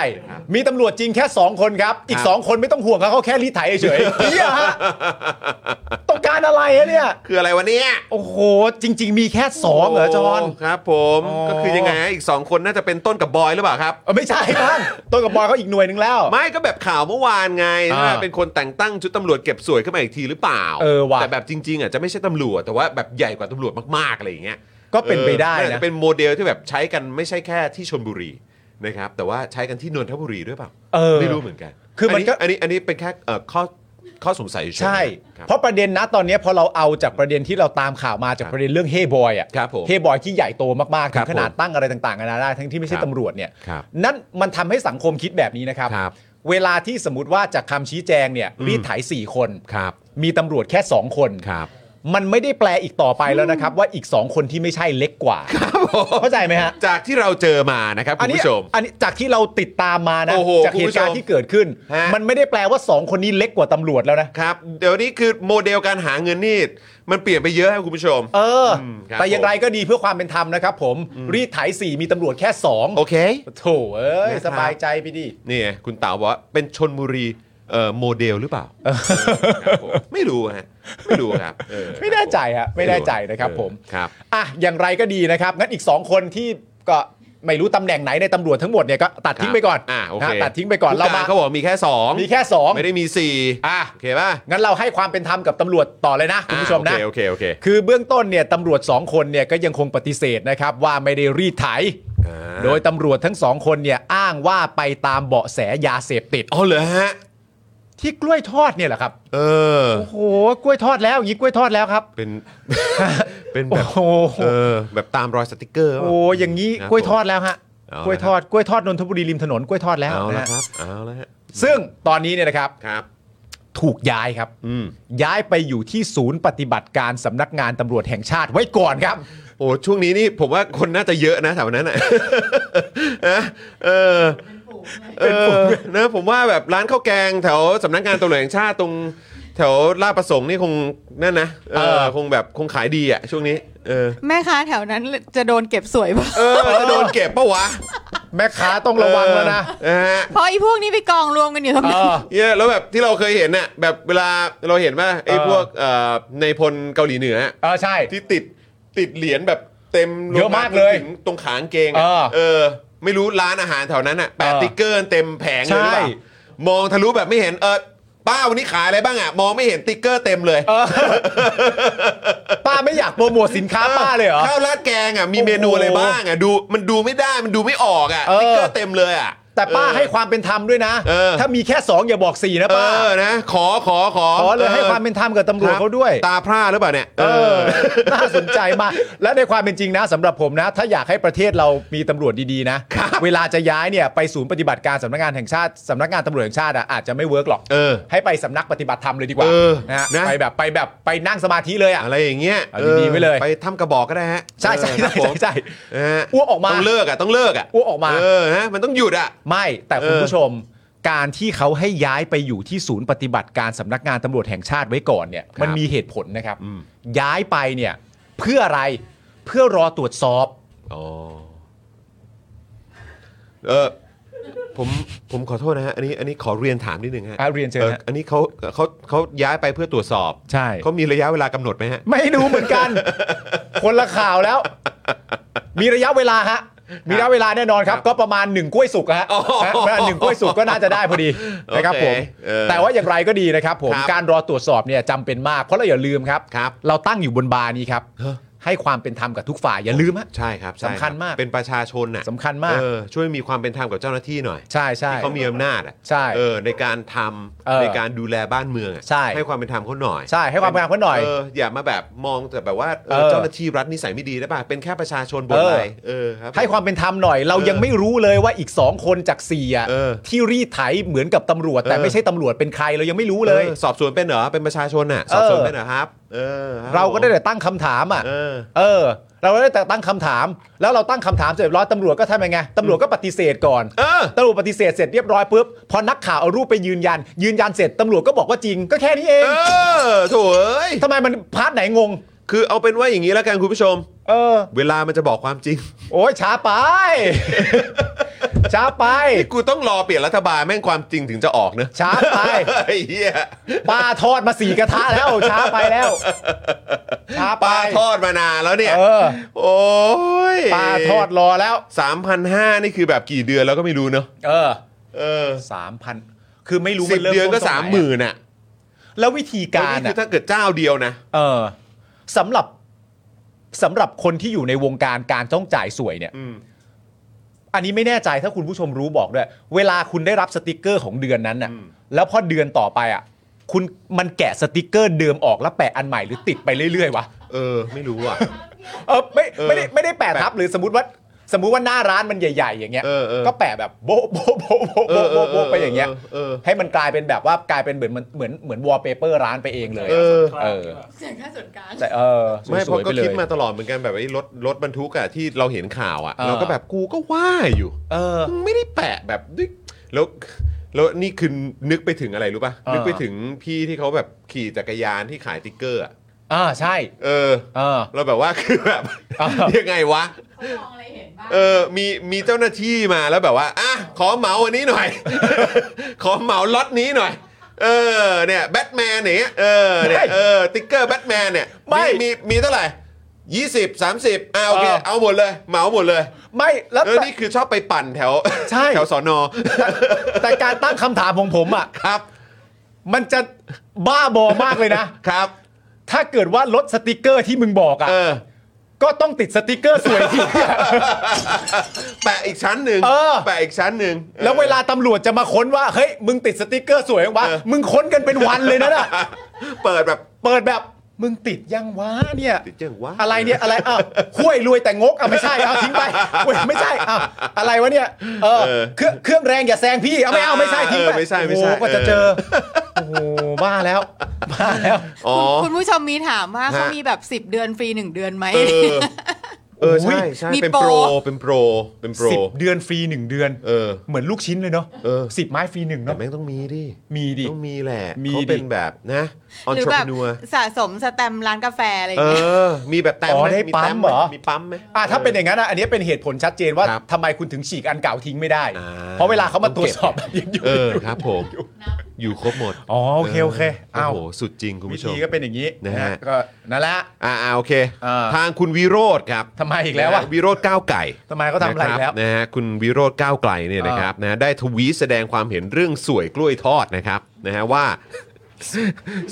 มีตำรวจจริงแค่ 2 คนครับ อี
ค
ก
รับ
2 คนไม่ต้องห่วงครับเขาแค่รีดไถเฉยๆเฮียฮะต้องการอะไรอะเนี่ย
คืออะไรวะเนี่ย
โอ้โห จริง ๆ มีแค่ 2 เหรอจอห์น
ครับผม
อ๋อ
ก็คือยังไงฮะอีก 2 คนน่าจะเป็นต้นกับบอยหรือเปล่าครับ
เออไม่ใช่ท่านต้นกับบอยเขาอีกหน่วยหนึงแล้ว
ไม่ก็แบบข่าวเมื่อวานไง
อ่า
ว่าเป็นคนแต่งตั้งชุดตำรวจเก็บสวยขึ้นมาอีกทีหรือเปล่า
เออว่ะ
แต่แบบจริงๆอ่ะจะไม่ใช่ตำรวจแต่ว่าแบบใหญ่กว่าตำรวจมากๆอะไรอย่างเงี้ย
ก็เป็นไปได้
ออมัอาจ
นะ
จเป็นโมเดลที่แบบใช้กันไม่ใช่แค่ที่ชนบุรีนะครับแต่ว่าใช้กันที่นนทบุรีด้วยเปล่า
เออ
ไม่รู้เหมือนกัน
คือมันก็
อันนี้อันนี้เป็นแค่เอ่อข้อข้อสงสัยเฉยๆ
ใช่
ครับ
เพราะประเด็นนะตอนเนี้ยพอเราเอาจากประเด็นที่เราตามข่าวมาจาก
ครับ
ประเด็นเรื่องเฮบอยอ่ะ
ครับผม
เฮบอยที่ใหญ่โตมากๆ
ค
ถึ
รับ
งขนาดตั้งอะไรต่างๆกันานาได้ทั้งที่ไม่ใช่
ครับ
ตำรวจเนี่ย
ครับ
นั่นมันทำให้สังคมคิดแบบนี้นะครับ
ครับ
เวลาที่สมมติว่าจากคำชี้แจงเนี่ยรีดไถสี่คน
ครับ
มีตำรวจแค่ 2 คน
ครับ
มันไม่ได้แปลอีกต่อไปแล้วนะครับ ว่าอีก 2 คนที่ไม่ใช่เล็กกว่าเข้าใจไหมฮะ
จากที่เราเจอมานะครับคุ
อัน
ณ
นี้
ผู้ชม
อันนี้จากที่เราติดตามมานะ
โอ้โห
จากเห
คุณ
ตุการ
ผู้
ณ์
ชม
ที่เกิดขึ้น
ฮะ
มันไม่ได้แปลว่าสองคนนี้เล็กกว่าตำรวจแล้วนะครับ
เดี๋ยวนี้คือโมเดลการหาเงินนี่มันเปลี่ยนไปเยอะครับคุณผู้ชม
เอออ
มครับ
แต่อย่างไรก็ดีเพื่อความเป็นธรรมนะครับผมรีดไถสี่มีตำรวจแค่สอง
โอเค
โถ่เอ้
นะ
ย
ครับ
สบายใจไปดิ
นี่ไงคุณเต๋าบอกว่าเป็นชนบุรีเอ่อโมเดลหรือเปล่าครับผมไม่รู้ฮะไม่รู้ครับเออ
ไม่แน่ใจฮะไม่แน่ใจนะครับ
เออ
ผม
ครับ
อ่ะอย่างไรก็ดีนะครับงั้นอีกสองคนที่ก็ไม่รู้ตำแหน่งไหนในตำรวจทั้งหมดเนี่ยก็ตัดทิ้งไปก่อน
อ่าโอเค
นะตัดทิ้งไปก่อน
ผู้
เรามา
เขาบอกมีแค่สอง
มีแค่สอง
ไม่ได้มีสี่
อ่ะ
โอเคป่ะ
งั้นเราให้ความเป็นธรรมกับตำรวจต่อเลยนะคุณผู้ชมนะ
อ่าโอเคโอเคโอเค
คือเบื้องต้นเนี่ยตำรวจ 2 คนเนี่ยก็ยังคงปฏิเสธนะครับว่าไม่ได้รีดไถ
อ่า
โดยตำรวจทั้งสองคนเนี่ยอ้างว่าไปตามเบาะแสยาเสพติด
อ๋อเหรอฮะ
ที่กล้วยทอดเนี่ยแหละครับ
เออ
โอ้โหกล้วยทอดแล้วอย่างนี้กล้วยทอดแล้วครับ
เป็น เป็นแบ
โอ้
บ
โห
เออแบบตามรอยสติกเกอร์
โอ้
ป่ะ
โหอย่างนี้กล้วยทอดแล้วฮะ
เอาละ
กล้วยทอดกล้วยทอดนนทบุรีริมถนนกล้วยทอดแล้ว
เอาละ
นะ
ค
ฮะ
รับเอาละฮะ
ซึ่งตอนนี้เนี่ยนะครับ
ครับ
ถูกย้ายครับ
อืม
ย้ายไปอยู่ที่ศูนย์ปฏิบัติการสำนักงานตำรวจแห่งชาติไว้ก่อนครับ
โอ้ช่วงนี้นี่ผมว่าคนน่าจะเยอะนะแถวนั้นอ่ะ นะเออเออนะผมว่าแบบร้านข้าวแกงแถวสำนักงานตำรวจแห่งชาติตรงแถวลาดประสงค์นี่คงนั่นนะเอ
เอ
อ
อ
คงแบบคงขายดีอ่ะช่วงนี้ เออ
แม่ค้าแถวนั้นจะโดนเก็บสวยปะ
เออจะโดนเก็บปะวะ
แม่ค้าต้องระวังแล้วนะ
เออนะฮะ
เพราะไอ้พวกนี้ไปกองรวมกันอยู่ตรง
เอ
นั้น
อ
เนี่ยแล้วแบบที่เราเคยเห็นน่ะแบบเวลาเราเห็นว่าไอ้
เออ
พวกเอ่อในพลเกาหลีเหนืออะ
เออใช่
ที่ติดติดเหรียญแบบเต็มลง
เยอะมากเลย
จนถึงตรงขางเกงะ
เออ
เออ ไม่รู้ร้านอาหารแถวนั้นอ่ะแปด
เออ
ติ๊กเกอร์เต็มแผงเลยหรือเปล่า
ใช่
มองทะลุแบบไม่เห็นเออป้าวันนี้ขายอะไรบ้างอ่ะ มองไม่เห็นติ๊กเกอร์เต็มเลย
เออป้าไม่อยากโปรโมทสินค้าป้าเลยเหรอ
ข้าวราดแกงอ่ะมีเมนูอะไรบ้างอ่ะดูมันดูไม่ได้มันดูไม่ออกอ่ะ
เออ
ติ๊กเกอร์เต็มเลยอ่ะ
แต่ป้า
เออ
ให้ความเป็นธรรมด้วยนะ
เออ
ถ้ามีแค่ 2 อย่าบอก 4 นะ
เอ
ป้า
อนะขอขอขอ
ขอเล
อ
ย
อ
ให้ความเป็นธรรมกับตำรวจเขาด้วย
ตาพร่าหรือเปล่าเนี่ย
เออ น่าสนใจมาก และในความเป็นจริงนะสำหรับผมนะ ถ้าอยากให้ประเทศเรามีตำรวจดีๆนะ เวลาจะย้ายเนี่ยไปศูนย์ปฏิบัติการสำนักงานแห่งชาติสำนักงานตำรวจแห่งชาติอะอาจจะไม่เวิร์กหรอก
เออ
ให้ไปสำนักปฏิบัติธรรมเลยดีกว่า
เออ
นะฮะ
นะ
ไปแบบไปแบบไปนั่งสมาธิเลยอะ
อะไรอย่างเงี้ย
เอาดีๆไว้เลย
ไปทำกระบอกก็ได้ฮะ
ใช่ใช่
เออครับ
ใช่
ผม
ใช่
นะฮะ
อ้วกออกมา
ต้องเลิกอ่ะต้องเลิกอ่ะ
อ้วกออกมา
เออฮะมันต้องหยุดอ่ะ
ไม่แต่
เออ
คุณผู้ชม การที่เขาให้ย้ายไปอยู่ที่ศูนย์ปฏิบัติการสำนักงานตำรวจแห่งชาติไว้ก่อนเนี่ยมันมีเหตุผลนะครับ ย้ายไปเนี่ยเพื่ออะไรเพื่อรอตรวจสอบ
อ๋อเออผมผมขอโทษนะฮะอันนี้อันนี้ขอเรียนถามนิดนึงฮะ
อ่ะเรียนเชิญฮะ
อออันนี้เขาเขาเขาย้ายไปเพื่อตรวจสอบ
ใช่
เขามีระยะเวลากำหนดไหมฮะ
ไม่รู้เหมือน กัน คนละข่าวแล้ว มีระยะเวลาฮะ มีระยะเวลาแน่นอนครั
ค
บ
รับ
ก็ประมาณ 1 กล้วยสุกฮะ
อ๋อ
ฮะประมาณหนึ่งกล้วยสุกก็น่าจะได้พอ ดีนะครับผม
โอเคเออ
แต่ว่าอย่างไรก็ดีนะครับผม
ครับ
การรอตรวจสอบเนี่ยจำเป็นมาก เพราะเราอย่าลืมครับ
ครับ
เราตั้งอยู่บนบาร์นี้ครับ
ฮะ
ให้ความเป็นธรรมกับทุกฝ่ายอย่าลืมฮะ
ใช่ครับใช่รับ
สำคัญมาก
เป็นประชาชนน่ะ
สำคัญมาก
เออช่วยมีความเป็นธรรมกับเจ้าหน้าที่หน่อย
ใช่ใช่
ที่เขามีอำนาจอ่ะ
ใช่
เออในการท
เออ
ำในการดูแลบ้านเมืองอ่ะ
ใช่
ให้ความเป็นธรรมเขาหน่อย
ใช่ให้ความเป็นธรรมเขาหน่อย
เอออย่ามาแบบมองแต่แบบว่าเออ
เออ
เจ้าหน้าที่รัฐนิสัยไม่ดีได้ป่ะเป็นแค่ประชาชนบน
เออ
ไรเออครับ
ให้ความเป็นธรรมหน่อย เรา
เออ
ยังไม่รู้เลยว่าอีกสองคนจากสี่อ่ะ
เออ
ที่รีดไถเหมือนกับตำรวจ แต่
เออ
ไม่ใช่ตำรวจเป็นใครเรายังไม่รู้เลย
ออสอบสวนเป็นเหรอเป็นประชาชนน่ะสอบสวนเป็นเหรอครับ เออคบ
เราก็ได้แต่ตั้งคำถามอ่ะ
เออ
เออ เราได้แต่ตั้งคำถาม แล้วเราตั้งคำถามเสร็จเรียบร้อยตำรวจก็ทำยังไงตำรวจก็ปฏิเสธก่อน
เออ
ตำรวจปฏิเสธเสร็จเรียบร้อยปุ๊บพอนักข่าวเอารูปไปยืนยัน ยืนยันเสร็จตำรวจก็บอกว่าจริง ก็แค่นี้เอง
เออโถเอ้ย
ทำไมมันพาร์ทไหนงง
คือเอาเป็นว่าอย่างนี้แล้วกันคุณผู้ชม
เออ
เวลามันจะบอกความ จริง
โอ้ยช้าไป ช้าไป
นี่กูต้องรอเปลี่ยนรัฐบาลแม่งความจริงถึงจะออกเนอะ
ช้าไป
ไอ้เหี้ย
ปลาทอดมาสี่กระทะแล้ว ช้าไปแล้ว ช้าไป
ปลาทอดมานานแล้วเนี่ย
เออ
โอ้ย
ปลาทอดรอแล้ว
สามพันห้านี่คือแบบกี่เดือนแล้วก็ไม่รู้เนอะ
เออ
เออ
สามพันคือไม่รู้
สิบ
มันเริ่ม
เดือนก็
ต้
สาม
ไห
มื่นอ่ะ
แล้ววิธีการ
นี่คื
อะ
อถ้าเกิดเจ้าเดียวนะ
เออสำหรับสำหรับคนที่อยู่ในวงการการต้องจ่ายสวยเนี่ย
อืม
อันนี้ไม่แน่ใจถ้าคุณผู้ชมรู้บอกด้วย เวลาคุณได้รับสติกเกอร์ของเดือนนั้นน่ะ แล้วพอเดือนต่อไปอ่ะ คุณมันแกะสติกเกอร์เดิมออกแล้วแปะอันใหม่หรือติดไปเรื่อยๆวะ
เออ ไม่รู้อ่ะ
เออไม่
เออ
ไม่ได้ไม่ได้แปะ
แปะ
ทับหรือสมมติว่าสมมุติว่าหน้าร้านมันใหญ่ ๆ อย่างเงี้ย
เออเออ
ก็แปะแบบโบ๊ะโบ๊ะโบ๊ะโบ๊ะโบ๊ะโบ๊ะโบ๊ะไปอย่างเงี้ย
เออ
ให้มันกลายเป็นแบบว่ากลายเป็นเหมือนมันเหมือนเหมือนวอลเปเปอร์ร้านไปเองเลย
เออ
เออ
เสียงแค่ส่วนกลาง
แต่เออ
ไม่
ส
เพราะ
วยๆ
ก็
ไปเลย
คิดมาตลอดเหมือนกันแบบไอ้รถรถบรรทุกอะที่เราเห็นข่าวอะ
เออ
เราก็แบบกูก็ว่าอยู่
เออ
มึงไม่ได้แปะแบบด้วยแล้วแล้วนี่คือนึกไปถึงอะไรรู้ป่ะ
เออ
นึกไปถึงพี่ที่เขาแบบขี่จักรยานที่ขายติ๊กเกอร์อะ
อ่าใช่
เออ
เออ
เราแบบว่า คือแบบ
เออ
ยังไงวะเออมีมีเจ้าหน้าที่มาแล้วแบบว่าอ่ะขอเหมาอันนี้หน่อย ขอเหมาล็อตนี้หน่อย เออเนี่ยแบทแมนอย่างเนี้ยเออเนี่ยเออติ๊กเกอร์แบทแมนเนี่ย
ไม่
มีมีเท่าไหร่ 20 30อ่าโอเคเอาหมดเลย เหมาหมดเลย
ไม่แล้ว
เออ
แต่
นี่คือชอบไปปั่นแถว
ใช่
แถวสอนอ
แต่การตั้งคำถามของผมอ่ะ
ครับ
มันจะบ้าบอมากเลยนะ
ครับ
ถ้าเกิดว่าลดสติกเกอร์ที่มึงบอกอ่ะ
เออ
ก็ต้องติดสติกเกอร์สวยที
แปะอีกชั้นหนึ่ง
เออ
แปะอีกชั้นหนึ่ง
แล้วเวลาตำรวจจะมาค้นว่า เฮ้ย มึงติดสติกเกอร์สวยยังวะ
เออ
มึงค้นกันเป็นวันเลย นะน่ะ
เปิดแบบ
เปิดแบบมึงติดยังวะเนี่ย
ติดเจ้งวะ
อะไรเนี่ยอะไรอ่ะห้วยรวยแต่งกอ่ะไม่ใช่เอาทิ้งไป เว้ยไม่ใช่อ่ะอะไรวะเนี่ยเออ
เออ
เครื่องเครื่องแรงอย่าแซงพี่เอาไม่เอาไม่ใช่ทิ้งไป
เออไม่ใช่ไม่ใช่
โอ้โหก็จะเจอโอ้โหบ้าแล้วบ้าแล้ว
อ๋อ
คุณคุณผู้ชมมีถามว่า
ฮะ
เขามีแบบ 10 เดือนฟรี 1 เดือนไหม
เออ เออ
อุ๊ย
ใช่ใช่
มี
เป็น
โป
โป
ร
ร เป็นโปร เป็นโปร
สิบเดือนฟรีหนึ่งเดือน
เออ
เหมือนลูกชิ้นเลยเนาะ
เออ
สิบไม้ฟรีหนึ่ง
แต่
เนาะ
แม่งต้องมีดิ
มีดิ
ต้องมีแหละ
มี
เขา
ดิ
เป็นแบบนะ ออน
หรื
ทร
แบบ
พนัว
สะสมสแตมป์ร้านกาแฟอะไรอย่าง
เอ
เงี้ย
อ มีแบบแต้ม
อ๋อ
ไหม
ได้
มี
ปั๊ม
แต้มไห
เหรอ
มีปั๊มไหม
อ่ะถ้าเป็นอย่างนั้นอ่ะอันนี้เป็นเหตุผลชัดเจนว่า
ครับ
ทำไมคุณถึงฉีกอันเก่าทิ้งไม่ได้
อ่า
เพราะเวลาเขามาตรวจสอบยังอยู่
เออครับผม อยู่ครบหมด
อ๋อโอเคโอเคเอา
โอ้โห สุดจริงคุณ
วิ
ผู้ชม
ธีก็เป็นอย่างนี้
นะฮะ
ก็นั่นแหละ
อ่าอ่าโอเค
อ่า
ทางคุณวิโรธครับ
ทำไมอีกแล้วอะ
นฮวิโรธก้าวไก่
ทำไมเขาทำอะไร
นคบ
แล้ว
นะฮะคุณวิโรธก้าวไกลเนี่ยนะครับนะฮะได้ทวีตแสดงความเห็นเรื่องสวยกล้วยทอดนะครับนะฮะว่า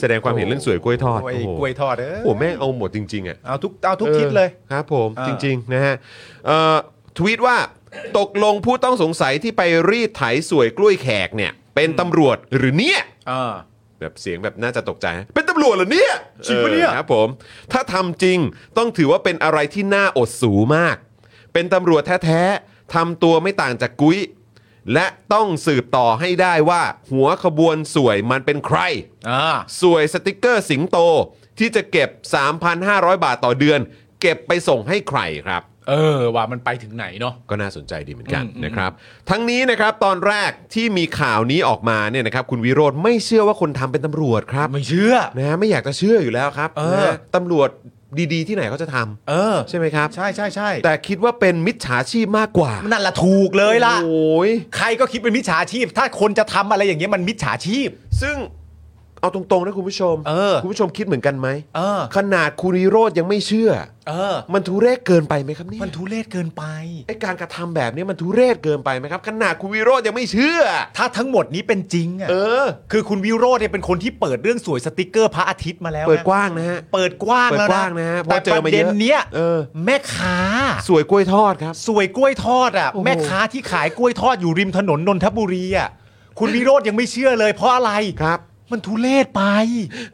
แสดงความเห็นเรื่องสวยกล้วยทอด
โอ้ย
โอ้โห
กล้วยทอดเออ
โอ้โหแม่งเอาหมดจริงๆอ่ะ
เอาทุกเอาทุกทิศเลย
ออครับผม
เออ
จริงๆนะฮะเอ่อทวีตว่าตกลงผู้ต้องสงสัยที่ไปรีดไถสวยกล้วยแขกเนี่ย เป็นตำรวจหรือเนี่ย
เออ
แบบเสียงแบบน่าจะตกใจนะเป็นตำรวจเหรอเนี่ย
จริงปะเนี่ย
ออครับผม ถ้าทำจริงต้องถือว่าเป็นอะไรที่น่าอดสูมาก เป็นตำรวจแท้ๆทำตัวไม่ต่างจากกุ้ย และต้องสืบต่อให้ได้ว่า หัวขบวนสวยมันเป็นใคร
อ่า
สวยสติกเกอร์สิงโตที่จะเก็บ 3,500 บาทต่อเดือน เก็บไปส่งให้ใครครับ
เออว่ามันไปถึงไหนเนาะ
ก็น่าสนใจดีเหมือนกัน
อืม
นะครับ ทั้งนี้นะครับตอนแรกที่มีข่าวนี้ออกมาเนี่ยนะครับคุณวิโรธไม่เชื่อว่าคนทำเป็นตำรวจครับ
ไม่เชื่อ
นะฮะไม่อยากจะเชื่ออยู่แล้วครับ
เออ
นะฮะตำรวจดีๆ ที่ไหนเขาจะท
เออ
ำใช่ไหมครับ
ใช่ใช่ใช่
แต่คิดว่าเป็นมิจฉาชีพมากกว่า
นั่นละถูกเลยล่ะ
โอ้ย
ใครก็คิดเป็นมิจฉาชีพ ถ้าคนจะทำอะไรอย่างเงี้ยมันมิจฉาชีพ
ซึ่ง เอาตรงๆนะคุณผู้ชม
เออ
คุณผู้ชมคิดเหมือนกันไหม
เออ
ขนาดคุณวิโรธยังไม่เชื่อ
เออ
มันทุเรศเกินไปไหมครับเนี่ย
มันทุเลศเกินไป
ไอการกระทำแบบนี้มันทุเรศเกินไปไหมครับ ขนาดคุณวิโรธยังไม่เชื่อ
ถ้าทั้งหมดนี้เป็นจริงอ่ะ
เออ
คือคุณวิโรจน์เนี่ยเป็นคนที่เปิดเรื่องสวยสติกเกอร์พระอาทิตย์มาแล้วนะ
เปิดกว้างนะฮะ
เปิดกว้าง
เปิด
แล้ว
กว้า
นะ
งนะฮะเพ
แต่
ราะเจ
ป
อมา
ระ
เย
เด็
อะ
นเนี้ย
เออ
แม่ค้า
สวยกล้วยทอดครับ
สวยกล้วยทอดอ่ะ
โอ้โห
แม่ค้าที่ขายกล้วยทอดอยู่ริมถนนนนทบุรีอ่ะคุณวิโรธยังไม่เชื่อเลย เพราะอะไร
ครับ
มันทุเลศไป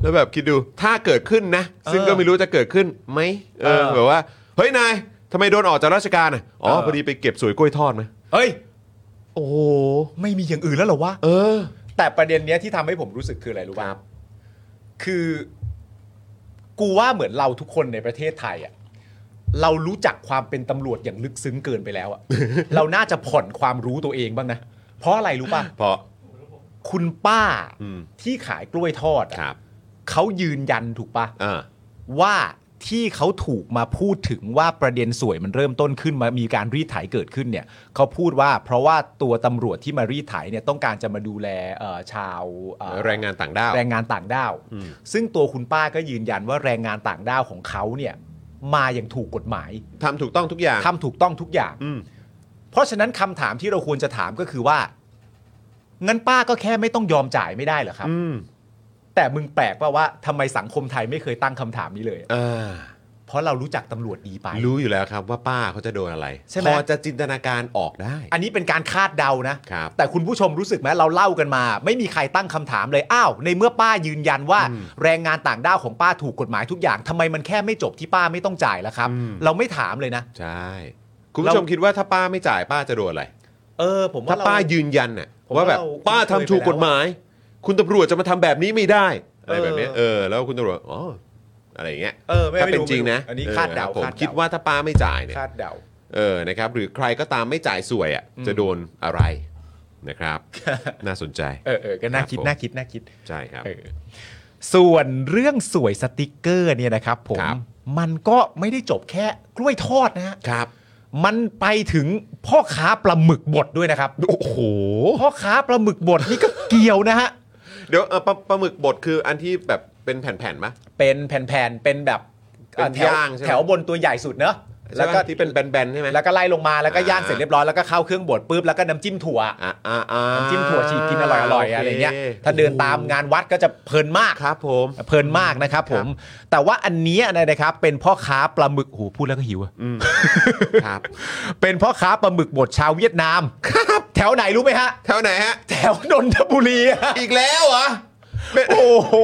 แล้วแบบคิดดูถ้าเกิดขึ้นนะ
เออ
ซึ่งก็ไม่รู้จะเกิดขึ้นไหมเออ
เออ
แบบว่า เฮ้ย นายทำไมโดนออกจากราชการอ่ะอ๋อ
เออ
พอดีไปเก็บสวยกล้วยทอดมา
เฮ้ย
โอ้โห
ไม่มีอย่างอื่นแล้วเหรอวะ
เออ
แต่ประเด็นเนี้ยที่ทำให้ผมรู้สึกคืออะไรรู้ป่ะ
ครับ
คือ กูว่าเหมือนเราทุกคนในประเทศไทยอ่ะเรารู้จักความเป็นตำรวจอย่างลึกซึ้งเกินไปแล้ว อ่ะ เราน่าจะผ่อนความรู้ตัวเองบ้างนะเพราะอะไรรู้ป่ะ
เพราะ
คุณป้า
อืม
ที่ขายกล้วยทอด
ค
อะ
รับ
เขายืนยันถูกป่ะ
อ่า
ว่าที่เขาถูกมาพูดถึงว่าประเด็นสวยมันเริ่มต้นขึ้นมามีการรีดไถเกิดขึ้นเนี่ยเขาพูดว่าเพราะว่าตัวตำรวจที่มารีดไถเนี่ยต้องการจะมาดูแลเอ่อชาวเอ่อ
แรงงานต่างด้าว
แรงงานต่างด้าว
อืม
ซึ่งตัวคุณป้าก็ยืนยันว่าแรงงานต่างด้าวของเขาเนี่ยมาอย่างถูกกฎหมาย
ทำถูกต้องทุกอย่าง
ทำถูกต้องทุกอย่าง
อืม
เพราะฉะนั้นคำถามที่เราควรจะถามก็คือว่างั้นป้าก็แค่ไม่ต้องยอมจ่ายไม่ได้เหรอครับ
อืม
แต่มึงแปลกป่าว่าทำไมสังคมไทยไม่เคยตั้งคำถามนี้เลยอะ
อ่า
เพราะเรารู้จักตำรวจดีไป
รู้อยู่แล้วครับว่าป้าเขาจะโดนอะไร
ใช่ไหม
พอจะจินตนาการออกได้
อันนี้เป็นการคาดเดานะ
ครับ
แต่คุณผู้ชมรู้สึกไหมเราเล่ากันมา ไม่มีใครตั้งคำถามเลย อ้าว ในเมื่อป้ายืนยันว่า แรงงานต่างด้าวของป้าถูกกฎหมายทุกอย่างทำไมมันแค่ไม่จบที่ป้าไม่ต้องจ่ายล่ะครับ เราไม่ถามเลยนะ
ใช่ คุณผู้ชม
เรา
คิดว่าถ้าป้าไม่จ่ายป้าจะโดนอะไร
เออ ผมว่า
ถ้า
เร
ป้ายืนยันน่ะ
ผม
ว่า
ว่า
แบบ
เรา
ป้าทำถูกกฎหมาย คุณตำรวจจะมาทำแบบนี้ไม่ได้อะไร
เออ
แบบเนี้ยเออแล้วคุณตำรวจอ๋ออะไรอย่างเงี้ย
เออไม่
ถ้า
ไม่
เป็น
รู้
จริงนะ
ไม่อันนี้
เ
คาดเดา
ผม
ดเ
คิดว่าถ้าป้าไม่จ่ายเนี่ย
คาดเดา
เออนะครับหรือใครก็ตามไม่จ่ายสวยอ่ะจะโดนอะไรนะครับ น่าสนใจ
เออเออก็น่าคิด
ครับผม
น่าคิดน่าคิด
ใช่ครับ
เออส่วนเรื่องสวยสติกเกอร์เนี่ยนะครับผม
ครับ
มันก็ไม่ได้จบแค่กล้วยทอดนะฮะ
ครับ
มันไปถึงพ่อค้าปลาหมึกบดด้วยนะครับ
โอ้โห
พ่อค้าปลาหมึกบดนี่ก็เกี่ยวนะฮะ
เดี๋ยวเออปลาปลาหมึกบดคืออันที่แบบเป็นแผ่นๆมะ
เป็นแผ่นๆ เป็นแบบ
เป็น
แถว
ย่างใช่ไหม
แถวบนตัวใหญ่สุดเนอะ
แล้
แล้ว ว
ก็
ก็
ที่เป็นแบนๆใช่ไหม
แล้วก็ไล่ลงมาแล้วก็ย่าง
อ่า
เสร็จเรียบร้อยแล้วก็เข้าเครื่องบดปุ๊บแล้วก็น้ำจิ้มถั่ว
อ่ะอ่ะอ่ะ
น้ำจิ้มถั่วฉีกกินอร่อยๆ
โค
อะไรเงี้ย ถ้าเดินตามงานวัดก็จะเพลินมาก
ครับผม
เพลินมากนะครับผม แต่ว่าอันเนี้ยนะครับ เป็นพ่อค้าปลาหมึกโอ้โหพูดแล้วก็หิวอะ
อืมครับ
เป็นพ่อค้าปลาหมึกบดชาวเวียดนาม ครับ แถวไหนรู้ไหมฮะ
แถวไหนฮะ
แถวนนทบุรีอะ
อีกแล้วเหรอเป็น
โอ้โห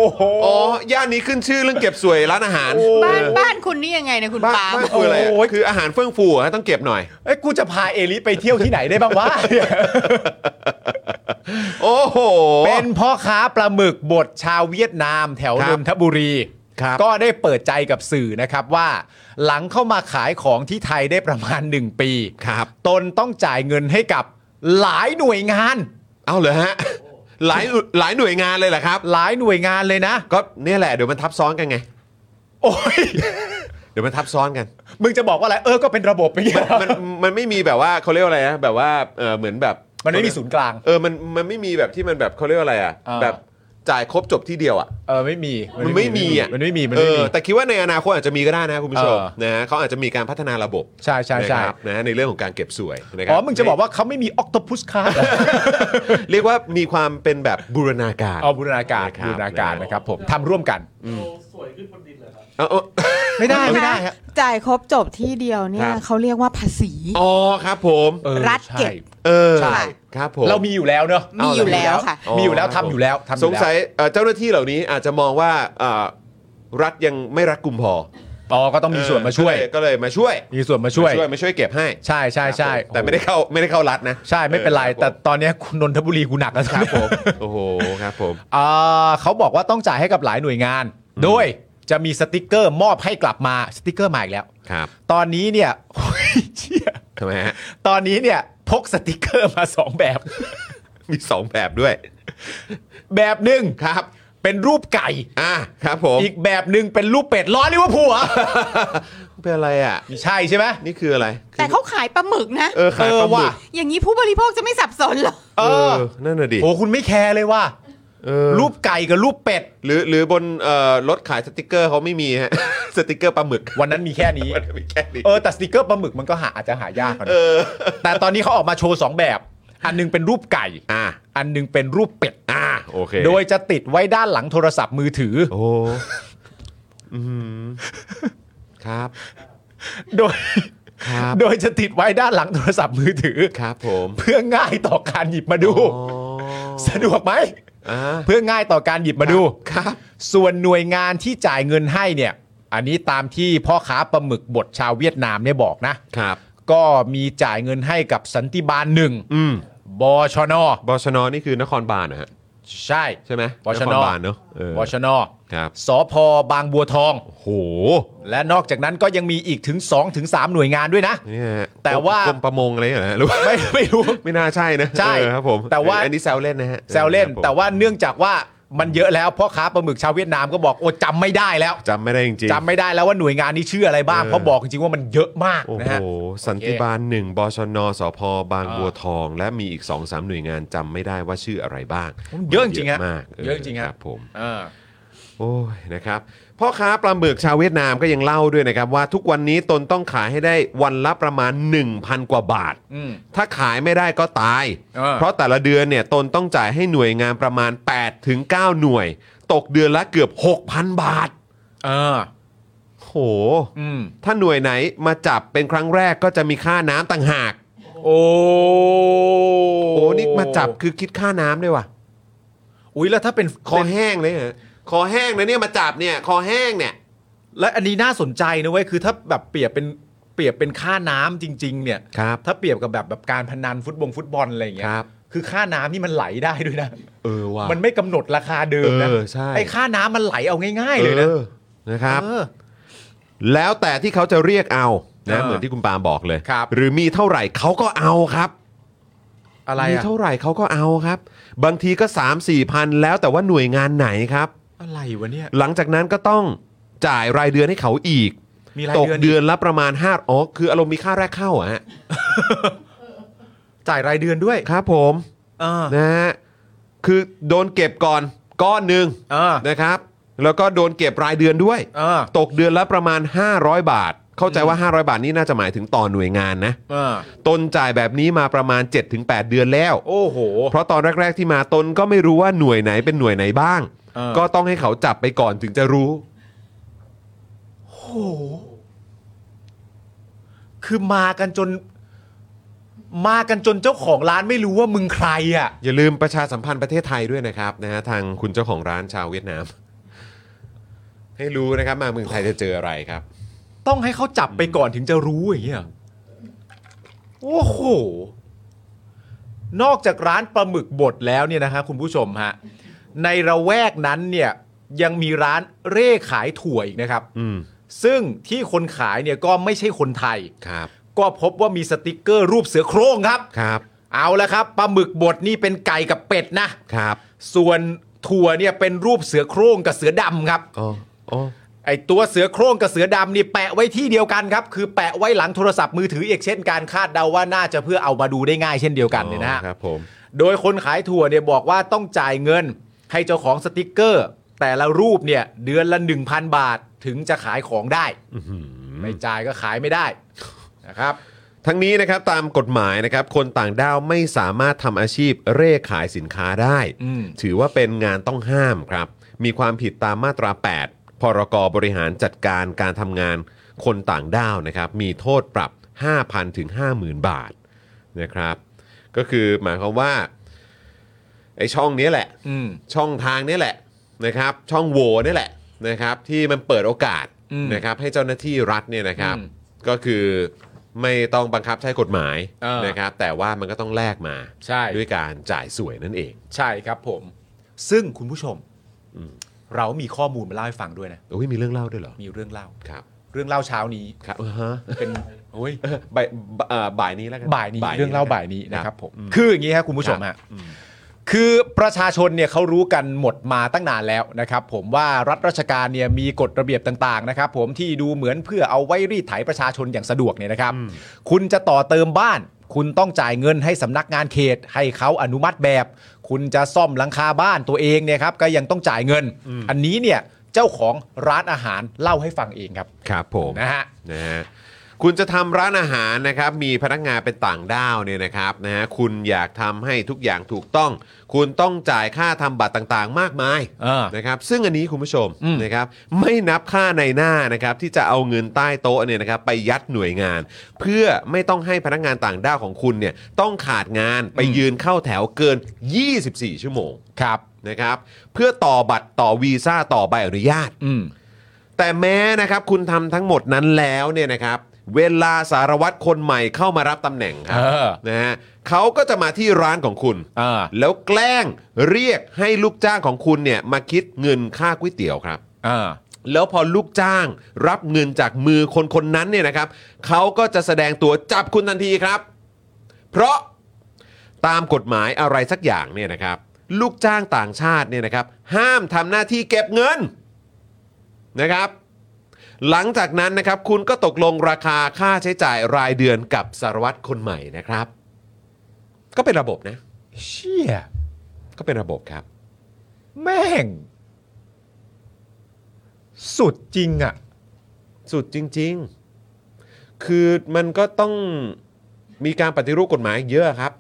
อ๋อย่านนี้ขึ้นชื่อเรื่องเก็บสวยร้านอาหาร
บ้านบ้านคุณนี่ยังไงเนะคุณ
บ้าน
ปาล์ม
บ้านคืออะไรอะ
โอ้ย
คืออาหารเฟื่องฟูอะต้องเก็บหน่อย
เอ้ยกูจะพาเอลิไปเที่ยวที่ไหนได้บ้างวะ
โอ้โห
เป็นพ่อค้าปลาหมึกบดชาวเวียดนามแถว
ครั
น
บ
นทบุรี
ครับ
ก็ได้เปิดใจกับสื่อนะครับว่า หลังเข้ามาขายของที่ไทยได้ประมาณ 1 ปี
ครับ
ตนต้องจ่ายเงินให้กับหลายหน่วยงาน
เอาเหรอฮะ หลายหลายหน่วยงานเลยเหรอครับ
หลายหน่วยงานเลยนะ
ก็เนี่ยแหละเดี๋ยวมันทับซ้อนกันไง
โอ้ย
เดี๋ยวมันทับซ้อนกัน
มึงจะบอกว่าอะไร เออ ก็เป็นระบบไปอย่างเงี้ย
มันมันไม่มีแบบว่าเขาเรียกว่าอะไรนะแบบว่าเออเหมือนแบบ
มันไม่มีศูนย์กลาง
เออมันมันไม่มีแบบที่มันแบบเขาเรียกว่าอะไรอ่ะ
อ่า
แบบจ่ายครบจบที่เดียวอ่ะ
เออ ไม่มี
มันไม่มีอ่ะ
มันไม่มี มัน
เอ
ไม่
อ
มี
แต่คิดว่าในอนาคตอาจจะมีก็ได้นะคุณผู้ชม
เออ
นะฮะเขาอาจจะมีการพัฒนาระบบ
ใช่ใช่ใช่
นะครับนะในเรื่องของการเก็บสวยนะครั
อ๋อ มึงจะบอกว่าเขาไม่มีออคโตพุสคาร์
เรียกว่ามีความเป็นแบบบูรณาการ
เอาบูรณาการ
นะครับ
บูรณาการนะครับผมทำร่วมกัน
เอาเอา
ไม่ได้ไม่ได้ฮะ
จ่ายครบจบที่เดียว
ค
เนี่ย
รับ
เขาเรียกว่าภาษี
อ๋อครับผม
เออ
รัฐเก็บ
ใช่
เออ
ใช่
ครับผม
เรามีอยู่แล้วเนอะ
มีอยู่แล้วค่ะ
มีอยู่แล้วทำอยู่แล้วทำอ
ส
ยู่
ง
แล้ว
สัยเอ่อเจ้าหน้าที่เหล่านี้อาจจะมองว่าเอ่อรัฐยังไม่รัดกุมพอ
อ๋อก็ต้องมีส่วนมาช่วย
เออก็เลยมาช่วย
มีส่วนมาช่วย
มาช่วยมาช่วยเก็บให้
ใช่ใช่ใช่
แต่ไม่ได้เข้าไม่ได้เข้ารัฐนะ
ใช่ไม่เป็นไร
ออค
แต่
บผม
ตอนเนี้ยคุณนนทบุรีกูหนักแล้ว
ครับผมโอ้โหครับผม
อ่าเขาบอกว่าต้องจ่ายให้กับหลายหน่วยงาน โดยจะมีสติกเกอร์มอบให้กลับมาสติกเกอร์มาอีกแล้ว
ครับ
ตอนนี้เนี่ย โอ้ยเชี่ย
ทำไมฮะ
ตอนนี้เนี่ยพกสติกเกอร์มาสองแบบ
มี 2 แบบด้วย
แบบหนึ่ง
ครับ
เป็นรูปไก่
อ่ะครับผม
อีกแบบหนึ่งเป็นรูปเป็ดร้อนหรือว่าผัว
เป็นอะไรอ่ะ
ไม่ใช่ใช่ไหม
นี่คืออะไร
แต่เขาขายปลาหมึกนะ
เออขายปลาหมึก
ว่ะ
อย่างนี้ผู้บริโภคจะไม่สับสนเหรอ
เออ
นั่นน่ะดิ
โหคุณไม่แคร์เลยว่ะ
เออ
รูปไก่กับรูปเป็ด
หรือหรือบนเอ่อรถขายสติกเกอร์เขาไม่มีฮะ สติกเกอร์ปลาหมึ ก
วันนั้นมีแค่นี้
มันมีแค่นี้
เออแต่สติกเกอร์ปลาหมึกมันก็หาอาจจะหายากกว่านะ
เออ
แต่ตอนนี้เขาออกมาโชว์สองแบบ อันหนึงเป็นรูปไก่
อ่ะ
อันหนึงเป็นรูปเป็ด
อ่ะโอเค
โดยจะติดไว้ด้านหลังโทรศัพท์มือถือ
โอ้อื้อหือครับ
โดย
ครับ
โดยจะติดไว้ด้านหลังโทรศัพท์มือถือ
ครับผม
เพื่อง่ายต่อการหยิบมาดู
อ๋อ
สะดวกไหม
อ่ะ
เพื่อง่ายต่อการหยิบมาดู
ครับ
ส่วนหน่วยงานที่จ่ายเงินให้เนี่ย อันนี้ตามที่พ่อค้าปลาหมึกบดชาวเวียดนามเนี่ยบอกนะ
ครับ
ก็มีจ่ายเงินให้กับสันติบาลหนึ่ง
อืม
บชน
บชนนี่คือนครบาลนะฮะ
ใช่
ใช่ไหม
บช
นคน รบาลเนอะเออบ
ชน
ครับ
สพบางบัวทอง
โห
และนอกจากนั้นก็ยังมีอีกถึง2ถึง3หน่วยงานด้วยนะ
เนี่ยฮะ
แต่ว่า
กรมประมงอะไรเหรอฮะหรือว่า
ไม่ไม่รู้
ไม่น่าใช่นะ
ใช่
เออครับผม
แต่ว่า
อันนี้แซวเล่นนะฮะ
แซวเล่น
ออครับผม
แต่ว่าเนื่องจากว่ามันเยอะแล้วพ่อค้าปลาหมึกชาวเวียดนามก็บอกโอ้จำไม่ได้แล้ว
จำไม่ได้จริงๆ
จำไม่ได้แล้วว่าหน่วยงานนี้ชื่ออะไรบ้าง
เออ
เพราะบอกจริงๆว่ามันเยอะมาก
โอ้
นะ
โห
ฮะ
สันติบาลหนึ่งบชนสพบาง
อ่า
บัวทอง และมีอีก2อสามหน่วยงานจำไม่ได้ว่าชื่ออะไรบ้าง
เยอะจริงๆฮะ
มาก
เยอะจริง
ค
ๆฮะ
รับผม
เออ
โอ้ยนะครับพ่อค้าปลาหมึกชาวเวียดนามก็ยังเล่าด้วยนะครับ ว่าทุกวันนี้ตนต้องขายให้ได้วันละประมาณ 1,000 กว่าบาท
อืม
ถ้าขายไม่ได้ก็ตาย
เออ
เพราะแต่ละเดือนเนี่ยตนต้องจ่ายให้หน่วยงานประมาณ8ถึง9หน่วย ตกเดือนละเกือบ 6,000 บาท
เออ
โห
อืม
ถ้าหน่วยไหนมาจับเป็นครั้งแรกก็จะมีค่าน้ำต่างหาก
โอ้
โอ้นี่มาจับคือคิดค่าน้ำด้วยว่ะ
อุ้ยแล้วถ้าเป็น
คอแห้งเลยฮะคอแห้งนะเนี่ยมาจับเนี่ย คอแห้งเนี่ย
และอันนี้น่าสนใจนะเว้ยคือถ้าแบบเปรียบเป็นเปรียบเป็นค่าน้ำจริง ๆ เนี่ย
ครับ
ถ้าเปรียบกับแบบแบบการพนันฟุตบงฟุตบอลอะไรอย่างเงี้ย
ครับ
คือค่าน้ำนี่มันไหลได้ด้วยนะ
เออว่ะ
มันไม่กำหนดราคาเดิมนะ
เออใช่
ไอ้ค่าน้ำมันไหลเอาง่าย ๆ เลยนะ
ออนะครับ
เออ
แล้วแต่ที่เขาจะเรียกเอานะ
อ่า
เหมือนที่คุณปาล์มบอกเลย
ครับ
หรือมีเท่าไหร่เขาก็เอาครับ
อะไร
มี
อะ
เท่าไหร่เขาก็เอาครับ บางทีก็ 3 4 0พันแล้วแต่ว่าหน่วยงานไหนครับ
อะไรวะเนี่ย
หลังจากนั้นก็ต้องจ่ายรายเดือนให้เขาอีก
มีราย
ตก
เดือน
เดือนละประมาณ5อ๋อคืออารมณ์มีค่าแรกเข้าอะฮะ
จ่ายรายเดือนด้วย
ครับผม
เออ
นะฮะคือโดนเก็บก่อนก้อนหนึ่ง
เออ
นะครับ แล้วก็โดนเก็บรายเดือนด้วย
เออ
ตกเดือนละประมาณ 500 บาท เข้าใจว่า 500 บาทนี่น่าจะหมายถึงต่อหน่วยงานนะ
เออ
ตนจ่ายแบบนี้มาประมาณ 7-8 เดือนแล้ว
โอ้โห
เพราะตอนแรก ๆ ที่มาตนก็ไม่รู้ว่าหน่วยไหนเป็นหน่วยไหนบ้าง
เออ
ก็ต้องให้เขาจับไปก่อนถึงจะรู้
คือมากันจน มากันจนเจ้าของร้านไม่รู้ว่ามึงใครอ่ะ
อย่าลืมประชาสัมพันธ์ประเทศไทยด้วยนะครับนะฮะทางคุณเจ้าของร้านชาวเวียดนาม ให้รู้นะครับมาเมืองไทยจะเจออะไรครับ
ต้องให้เขาจับไปก่อนถึงจะรู้อย่างเงี้ยเหรอโอ้โห นอกจากร้านปลาหมึกบดแล้วเนี่ยนะฮะคุณผู้ชมฮะ ในระแวกนั้นเนี่ยยังมีร้านเร่ขายถั่วอีกนะครับ
อืม
ซึ่งที่คนขายเนี่ยก็ไม่ใช่คนไทย
ครับ
ก็พบว่ามีสติกเกอร์รูปเสือโคร่งครับ
ครับ
เอาละครับปลาหมึกบดนี่เป็นไก่กับเป็ดนะ
ครับ
ส่วนถั่วเนี่ยเป็นรูปเสือโคร่งกับเสือดำครับ
อ๋ออ๋อ
ไอตัวเสือโคร่งกับเสือดำนี่แปะไว้ที่เดียวกันครับ คือแปะไว้หลังโทรศัพท์มือถืออีกเช่นการคาดเดาว่าน่าจะเพื่อเอามาดูได้ง่ายเช่นเดียวกันเนี่ยนะฮะ
ครับผม
โดยคนขายถั่วเนี่ยบอกว่าต้องจ่ายเงินให้เจ้าของสติกเกอร์ แต่ละรูปเนี่ยเดือนละ 1,000 บาทถึงจะขายของได้ไม่จ่ายก็ขายไม่ได้นะครับ
ทั้งนี้นะครับตามกฎหมายนะครับคนต่างด้าวไม่สามารถทำอาชีพเร่ขายสินค้าได้
อืม
ถือว่าเป็นงานต้องห้ามครับ มีความผิดตามมาตรา 8 พรกบริหารจัดการการทำงานคนต่างด้าวนะครับ มีโทษปรับ 5,000 ถึง 50,000 บาทนะครับ ก็คือหมายความว่าไอ้ช่องนี้แหละ
อืม
ช่องทางนี่แหละนะครับ ช่องโหว่นี่แหละนะครับ ที่มันเปิดโอกาส
อืม
นะครับ ให้เจ้าหน้าที่รัฐเนี่ยนะครับ
อืม
ก็คือไม่ต้องบังคับใช้กฎหมาย
เออ
นะครับ แต่ว่ามันก็ต้องแลกมา
ใช่
ด้วยการจ่ายสวยนั่นเอง
ใช่ครับผม ซึ่งคุณผู้ชมเรามีข้อมูลมาเล่าให้ฟังด้วยนะ
โอ้ยมีเรื่องเล่าด้วยเหรอ
มีเรื่องเล่า
ครับ
เรื่องเล่าเช้านี้
ครับอ่าฮะ
เป็นโอ้ย
บ่ายเอ่อบ่ายนี้แล้วกัน
บ่ายนี้เรื่องเล่าบ่ายนี้นะครับผม
อืม
คืออย่างนี้ครับคุณผู้ชมฮะคือประชาชนเนี่ยเขารู้กันหมดมาตั้งนานแล้วนะครับผมว่ารัฐราชการเนี่ยมีกฎระเบียบต่างๆนะครับผมที่ดูเหมือนเพื่อเอาไว้รีดไถประชาชนอย่างสะดวกเนี่ยนะครับ คุณจะต่อเติมบ้าน คุณต้องจ่ายเงินให้สำนักงานเขต ให้เขาอนุมัติแบบ คุณจะซ่อมหลังคาบ้านตัวเองเนี่ยครับก็ยังต้องจ่ายเงิน อันนี้เนี่ยเจ้าของร้านอาหารเล่าให้ฟังเองครับ
ครับผม
นะฮะ
นะฮะคุณจะทำร้านอาหารนะครับมีพนักงานเป็นต่างด้าวเนี่ยนะครับนะฮะคุณอยากทำให้ทุกอย่างถูกต้อง คุณต้องจ่ายค่าทำบัตรต่างๆ มากมาย
เออ
นะครับซึ่งอันนี้คุณผู้ชม
อืม
นะครับไม่นับค่าในหน้านะครับที่จะเอาเงินใต้โต๊ะเนี่ยนะครับไปยัดหน่วยงาน เพื่อไม่ต้องให้พนักงานต่างด้าวของคุณเนี่ยต้องขาดงานไป
อืม
ยืนเข้าแถวเกิน 24 ชั่วโมง
ครับ
นะครับเพื่อต่อบัตรต่อวีซ่าต่อใบอนุญาต
อืม
แต่แม้นะครับคุณทำทั้งหมดนั้นแล้วเนี่ยนะครับ เวลาสารวัตรคนใหม่เข้ามารับตำแหน่งครั
เออ
นะฮะเขาก็จะมาที่ร้านของคุณ
อ่า
แล้วแกล้งเรียกให้ลูกจ้างของคุณเนี่ยมาคิดเงินค่าก๋วยเตี๋ยวครับ
อ่า
แล้วพอลูกจ้างรับเงินจากมือคนคนๆนั้นเนี่ยนะครับเขาก็จะแสดงตัวจับคุณทันทีครับ เพราะตามกฎหมายอะไรสักอย่างเนี่ยนะครับ ลูกจ้างต่างชาติเนี่ยนะครับ ห้ามทำหน้าที่เก็บเงินนะครับ หลังจากนั้นนะครับ คุณก็ตกลงราคาค่าใช้จ่ายรายเดือนกับสารวัตรคนใหม่นะครับ ก็เป็นระบบนะ
เชี่ย
ก็เป็นระบบครับ
แม่ง สุดจริงอ่ะ
สุดจริง ๆ คือมันก็ต้องมีการปฏิรูปกฎหมายเยอะครับ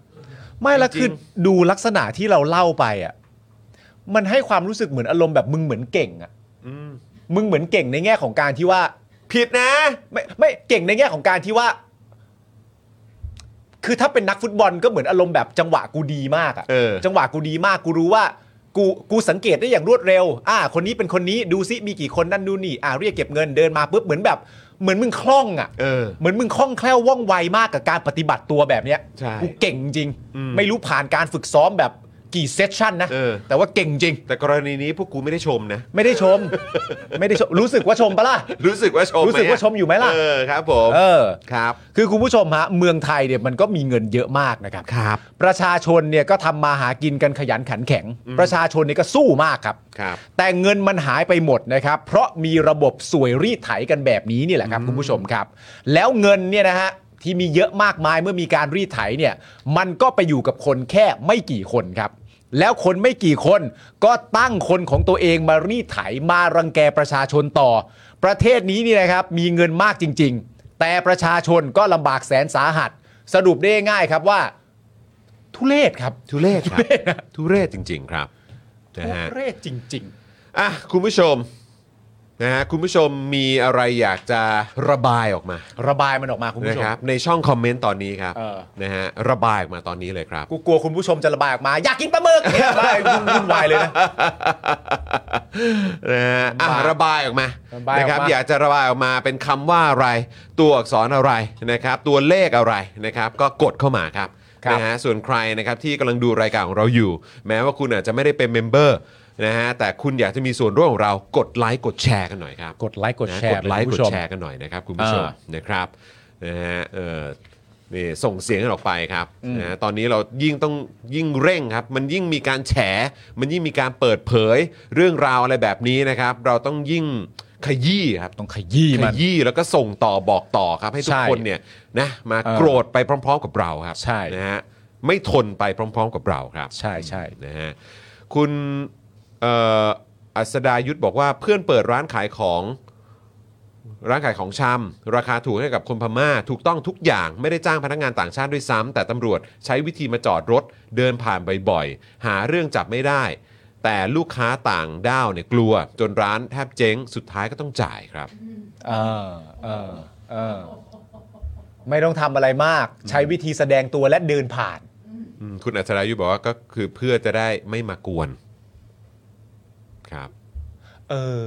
ไม่ละ
จริง
คือดูลักษณะที่เราเล่าไปอ่ะมันให้ความรู้สึกเหมือนอารมณ์แบบมึงเหมือนเก่งอ่ะมึงเหมือนเก่งในแง่ของการที่ว่า
ผิดนะ
ไม่ไม่เก่งในแง่ของการที่ว่า คือถ้าเป็นนักฟุตบอลก็เหมือนอารมณ์แบบจังหวะกูดีมาก
เออ
อะ่ะจังหวะกูดีมากกูรู้ว่า กูกูสังเกตได้อย่างรวดเร็ว อ่า คนนี้เป็นคนนี้ดูซิมีกี่คนนั่นดูนี่ อ่าเรียกเก็บเงินเดินมาปุ๊บเหมือนแบบ เหมือนมึงคล่องอะ่ะ
เออ
เหมือนมึงคล่องแคล่วว่องไวมากกับการปฏิบัติตัวแบบเนี้ย
ใช่
กูเก่งจริง
อืม
ไม่รู้ผ่านการฝึกซ้อมแบบกี่เซสชั่นนะ
เออ
แต่ว่าเก่งจริง
แต่กรณีนี้พวกกูไม่ได้ชมนะ
ไม่ได้ชม ไม่ได้ชมรู้สึกว่าชมปะล่ะ
รู้สึกว่าชม
รู้สึกว่าชมอยู่ไหมล่ะ
เออครับผม
เออ
ครับ
คือคุณผู้ชมฮะเมืองไทยเนี่ยมันก็มีเงินเยอะมากนะครับ
ครับ
ประชาชนเนี่ยก็ทำมาหากินกันขยันขันแข็ง ประชาชนเนี่ยก็สู้มากครับ
ครับ
แต่เงินมันหายไปหมดนะครับ เพราะมีระบบสวยรีดไถกันแบบนี้นี่แหละครับคุณผู้ชมครับ แล้วเงินเนี่ยนะฮะที่มีเยอะมากมายเมื่อมีการรีดไถเนี่ยมันก็ไปอยู่กับคนแค่ไม่กี่คนครับ แล้วคนไม่กี่คนก็ตั้งคนของตัวเองมารีดไถมารังแกประชาชนต่อ ประเทศนี้นี่นะครับมีเงินมากจริง ๆ แต่ประชาชนก็ลำบากแสนสาหัส สรุปได้ง่ายครับว่า ทุเลศครับ
ทุเรศครับ ทุเรศจริง ๆ ครับนะฮะ
ทุเรศจริง
อ่ะคุณผู้ชมนะฮะคุณผู้ชมมีอะไรอยากจะระบายออกมา
ๆ ระบายมันออกมาคุณ
นะ
ผู้ชม
ครับในช่องคอมเมนต์ตอนนี้ครับ
เออ
นะฮะระบายออกมาตอนนี้เลยครับ
กูกลัวคุณผู้ชมจะระบายออกมา อยากกินปลาหมึกเนี่ยระบายวุ่นวุ่นวายเลยนะ
นะฮะอ่ะระบายออกมา
ระบายออกมา
นะครับอยากจะระบายออกมาเป็นคำว่าอะไร ตัวอักษรอะไรนะครับ ตัวเลขอะไรนะครับ ก็กดเข้ามาครับ
ครับ
นะฮะส่วนใครนะครับที่กำลังดูรายการของเราอยู่ แม้ว่าคุณอาจจะไม่ได้เป็นเมมเบอร์นะฮะแต่คุณอยากจะมีส่วนร่วมของเรากดไลค์กดแชร์กันหน่อยครับ
กดไลค์กดแช
นะ
ร์
กดไลค์
เล
ก
ยคุณผู้
ด
ชม
แชร์กันหน่อยนะครับคุณผู้ชม
อ่า
นะครับนะฮะเออนี่ส่งเสียงกันออกไปครับนะฮะตอนนี้เรายิ่งต้องยิ่งเร่งครับ มันยิ่งมีการแฉ มันยิ่งมีการเปิดเผยเรื่องราวอะไรแบบนี้นะครับ เราต้องยิ่งขยี้ครับ
ต้องขยี้
ข
มัน
ยี้แล้วก็ส่งต่อบอกต่อครับให้ทุ
ใช่
กคนเนี่ยนะมา
เออ
โกรธไปพร้อม ๆ กับเราครับ
ใช่
นะฮะไม่ทนไปพร้อม ๆ กับเราครับ
ใช่ใช่
นะฮะคุณเอ่ออัสดายุทธบอกว่าเพื่อนเปิดร้านขายของร้านขายของชำราคาถูกให้กับคนพม่า ถูกต้องทุกอย่างไม่ได้จ้างพนักงานต่างชาติด้วยซ้ำแต่ตำรวจใช้วิธีมาจอดรถเดินผ่านบ่อยๆ หาเรื่องจับไม่ได้ แต่ลูกค้าต่างด้าวเนี่ยกลัว จนร้านแทบเจ๊งสุดท้ายก็ต้องจ่ายครับ
เออเออเออไม่ต้องทำอะไรมาก ใช้วิธีแสดงตัวและเดินผ่าน
อืมคุณอัศดายุทธบอกว่าก็คือเพื่อจะได้ไม่มากวนครับ
เออ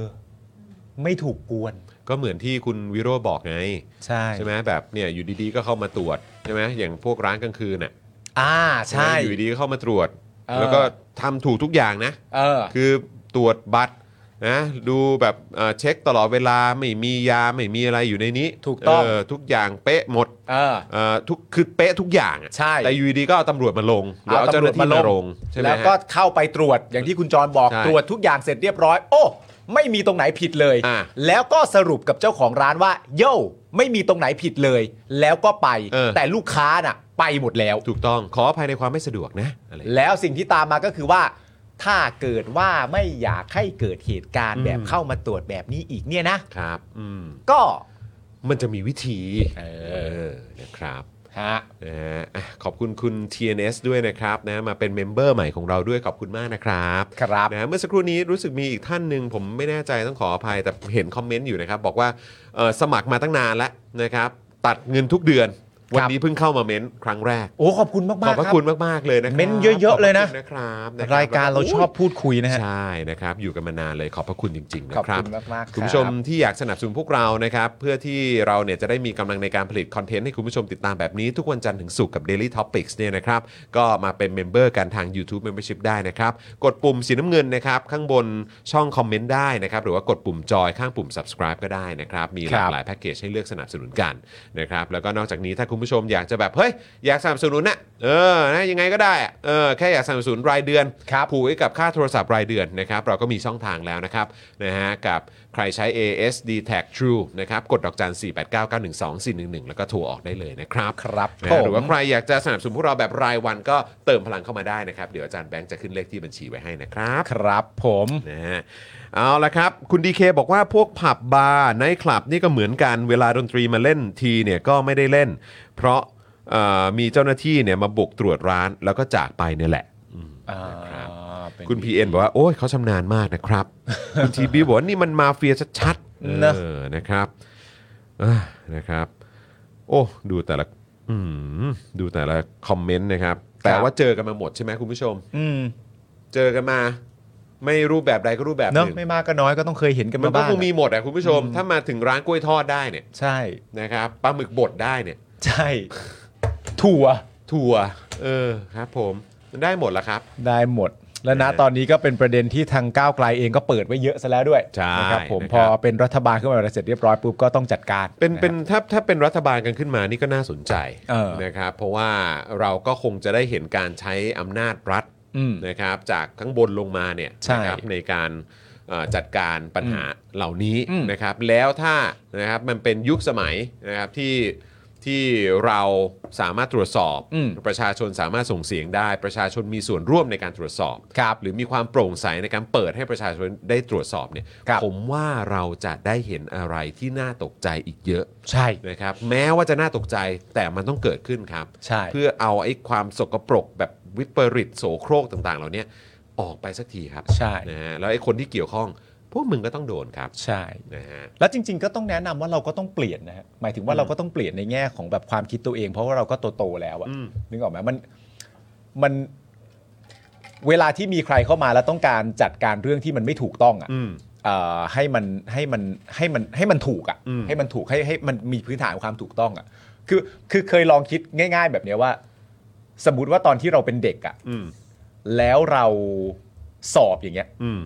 ไม่ถูกกวน
ก็เหมือนที่คุณวิโรจน์บอกไง
ใช่
ใช่ไหมแบบเนี่ยอยู่ดีๆก็เข้ามาตรวจใช่ไหมอย่างพวกร้านกลางคืนน่ะ
อ่าใช่
อยู่ดีๆก็เข้ามาตรวจ
เออ
แล้วก็ทำถูกทุกอย่างนะ
เออ
คือตรวจบัตร นะดูแบบเอ่อเช็คตลอดเวลาไม่มียาไม่มีอะไรอยู่ในนี้
ถูกต้อง
เทุกอย่างเป๊ะหมด
เออ
เอ่อทุกคือเป๊ะทุกอย่างอะ
ใช่
แต่อยูดีๆก็เอาตำรวจมาลงหรือเอาเจ้าหน้าที่มาลงใช่ไหม
แล้ว
ฮะ
ก็เข้าไปตรวจอย่างที่คุณจรบอก
ใช่
ตรวจทุกอย่างเสร็จเรียบร้อย โอ้ ไม่มีตรงไหนผิดเลย
อ่ะ
แล้วก็สรุปกับเจ้าของร้านว่า โย่ไม่มีตรงไหนผิดเลย แล้วก็ไป
เออ
แต่ลูกค้าน่ะ ไปหมดแล้ว
ถูกต้องขออภัยในความไม่สะดวกนะอะไร
แล้วสิ่งที่ตามมาก็คือว่า ถ้าเกิดว่าไม่อยากให้เกิดเหตุการณ์แบบ
อืม
เข้ามาตรวจแบบนี้อีกเนี่ยนะ
ครับอืม
ก็
มันจะมีวิธี
เออ
อนะครับ
ฮะ
นะฮะอ่ะขอบคุณคุณ TNS ด้วยนะครับนะมาเป็นเมมเบอร์ใหม่ของเราด้วยขอบคุณมากนะครับ
ครับ
นะฮะเมื่อสักครู่นี้รู้สึกมีอีกท่านหนึ่งผมไม่แน่ใจต้องขออภัยแต่เห็นคอมเมนต์อยู่นะครับ บอกว่าเอ่อสมัครมาตั้งนานแล้วนะครับ ตัดเงินทุกเดือน
ครับ
วันนี้เพิ่งเข้ามาเม้นต์ครั้งแรก
โอ้ขอบคุณมาก
ขอบพ
ๆค
ระ
รับ
คุณมาก ๆ เลยนะครับ
เม้นต์เยอะๆเลยนะ
ขบพรคุณนะครับนะคบ
รายการเราชอบพูดคุยนะฮะ
ใช่นะครับ อยู่กันมานานเลยขอบพระคุณจริง ๆ นะ
ขอบ
ครั
คุ
บ
ณมากๆ
คุณผู้ชมที่อยากสนับสนุนพวกเรานะครับ เพื่อที่เราเนี่ยจะได้มีกำลังในการผลิตคอนเทนต์ให้คุณผู้ชมติดตามแบบนี้ ทุกวันจันทร์ถึงศุกร์กับ Daily Topics เนี่ยนะครับ ก็มาเป็นเมมเบอร์กันทาง YouTube Membership ได้นะครับ กดปุ่มสีน้ำเงินนะครับ ข้างบนช่องคอมเมนต์ได้นะครับ หรือว่ากดปุ่มจอยข้างปุ่ม subscribe ก็ได้นะครับ มีหลากหลายแพ็กเกจให้เลือกสนับสนุนกันนะครับ แล้วก็นอกจากนี้ถ้าคุณผู้ชมอยากจะแบบเฮ้ยอยากสนับสนุนนะเออนะยังไงก็ได้อะเออแค่อยากสนับสนุนรายเดือน
ครับ
ผูกไว้กับค่าโทรศัพท์รายเดือนนะครับ เราก็มีช่องทางแล้วนะครับนะฮะกับใครใช้ ASD Tag True นะครับ กดดอกจัน 4 8 9 9 1 2 4 1 1 แล้วก็โทรออกได้เลยนะครับ
ครับ
นะฮะ
ผม
หรือว่าใครอยากจะสนับสนุนพวกเราแบบรายวันก็เติมพลังเข้ามาได้นะครับ เดี๋ยวอาจารย์แบงค์จะขึ้นเลขที่บัญชีไว้ให้นะครับ
ครับผม
นะฮะเอาละครับ คุณดีเคบอกว่าพวกผับบาร์ไนท์คลับนี่ก็เหมือนกันเวลาดนตรีมาเล่นทีเนี่ยก็ไม่ได้เล่น เพราะเอ่อมีเจ้าหน้าที่เนี่ยมาบุกตรวจร้านแล้วก็จากไปเนี่ยแหละ นะครับ คุณ PN บอกว่า โอ้ยเขาชำนาญมากนะครับ คุณทีบีบอกว่านี่มันมาเฟียชัดๆ
นะ
เออนะครับอ่ะนะครับ โอ้ดูแต่ละอืมดูแต่ละคอมเมนต์นะครับ แต่ว่าเจอกันมาหมดใช่ไหมคุณผู้ชม
อืม
เจอกันมา ไม่รูปแบบใดก็รูปแบบห
เนอะ
นึ่ง
ไม่มากก็น้อยก็ต้องเคยเห็นกัน
มั
มาน
ก็
บ้าง
คงมีหมดอ่ะคุณผู้ชม ถ้ามาถึงร้านกล้วยทอดได้เนี่ย
ใช่
นะครับปลาหมึกบดได้เนี่ย
ใช่ ถั่ว
ถั่วเออครับผมมันได้หมดแล้วครับ
ได้หมด และนะ
นะ
ตอนนี้ก็เป็นประเด็นที่ทางก้าวไกลเองก็เปิดไว้เยอะซะแล้วด้วย
ใช่
นะครับผม
นะครับ
พอเป็นรัฐบาลขึ้นมาเสร็จเรียบร้อยปุ๊บก็ต้องจัดการ
เป็นเป็
ะ
น
ครับ
ถ้าถ้าเป็นรัฐบาลกันขึ้นมานี่ก็น่าสนใจ
เออ
นะครับ เพราะว่าเราก็คงจะได้เห็นการใช้อำนาจรัฐ
อืม
นะครับ จากข้างบนลงมาเนี่ย
ใช่
นะครับในการเอ่อจัดการปัญหาเหล่านี้
อืม
นะครับ แล้วถ้านะครับมันเป็นยุคสมัยนะครับที่ที่เราสามารถตรวจสอบ
อืม
ประชาชนสามารถส่งเสียงได้ ประชาชนมีส่วนร่วมในการตรวจสอบ
ครับ
หรือมีความโปร่งใสในการเปิดให้ประชาชนได้ตรวจสอบเนี่ย
ครับ
ผมว่าเราจะได้เห็นอะไรที่น่าตกใจอีกเยอะ
ใช่
นะครับแม้ว่าจะน่าตกใจแต่มันต้องเกิดขึ้นครับ
ใช่
เพื่อเอาไอ้ความสกปรกแบบวิปริตโสโครกต่างๆ เหล่านี้ออกไปสักทีครับ
ใช่
นะฮะแล้วไอ้คนที่เกี่ยวข้อง พวกมึงก็ต้องโดนครับ
ใช่
นะฮะ
แล้วจริง ๆ ก็ต้องแนะนำว่าเราก็ต้องเปลี่ยนนะฮะหมายถึงว่าเราก็ต้องเปลี่ยนในแง่ของแบบความคิดตัวเอง เพราะว่าเราก็โตโตๆแล้วอะ
อืม
นึกออกไหมมันมันเวลาที่มีใครเข้ามาแล้วต้องการจัดการเรื่องที่มันไม่ถูกต้องอะ
อืม
เอ่อให้มันให้มันให้มันให้มันถูก
อืม
อะ่ะให้มันถูกให้ให้มันมีพื้นฐานของความถูกต้องอะ่ะคือคือเคยลองคิดง่าย ๆ แบบเนี้ยว่า สมมติว่าตอนที่เราเป็นเด็กอะ่ะ
อืม
แล้วเราสอบอย่างเงี้ย
อืม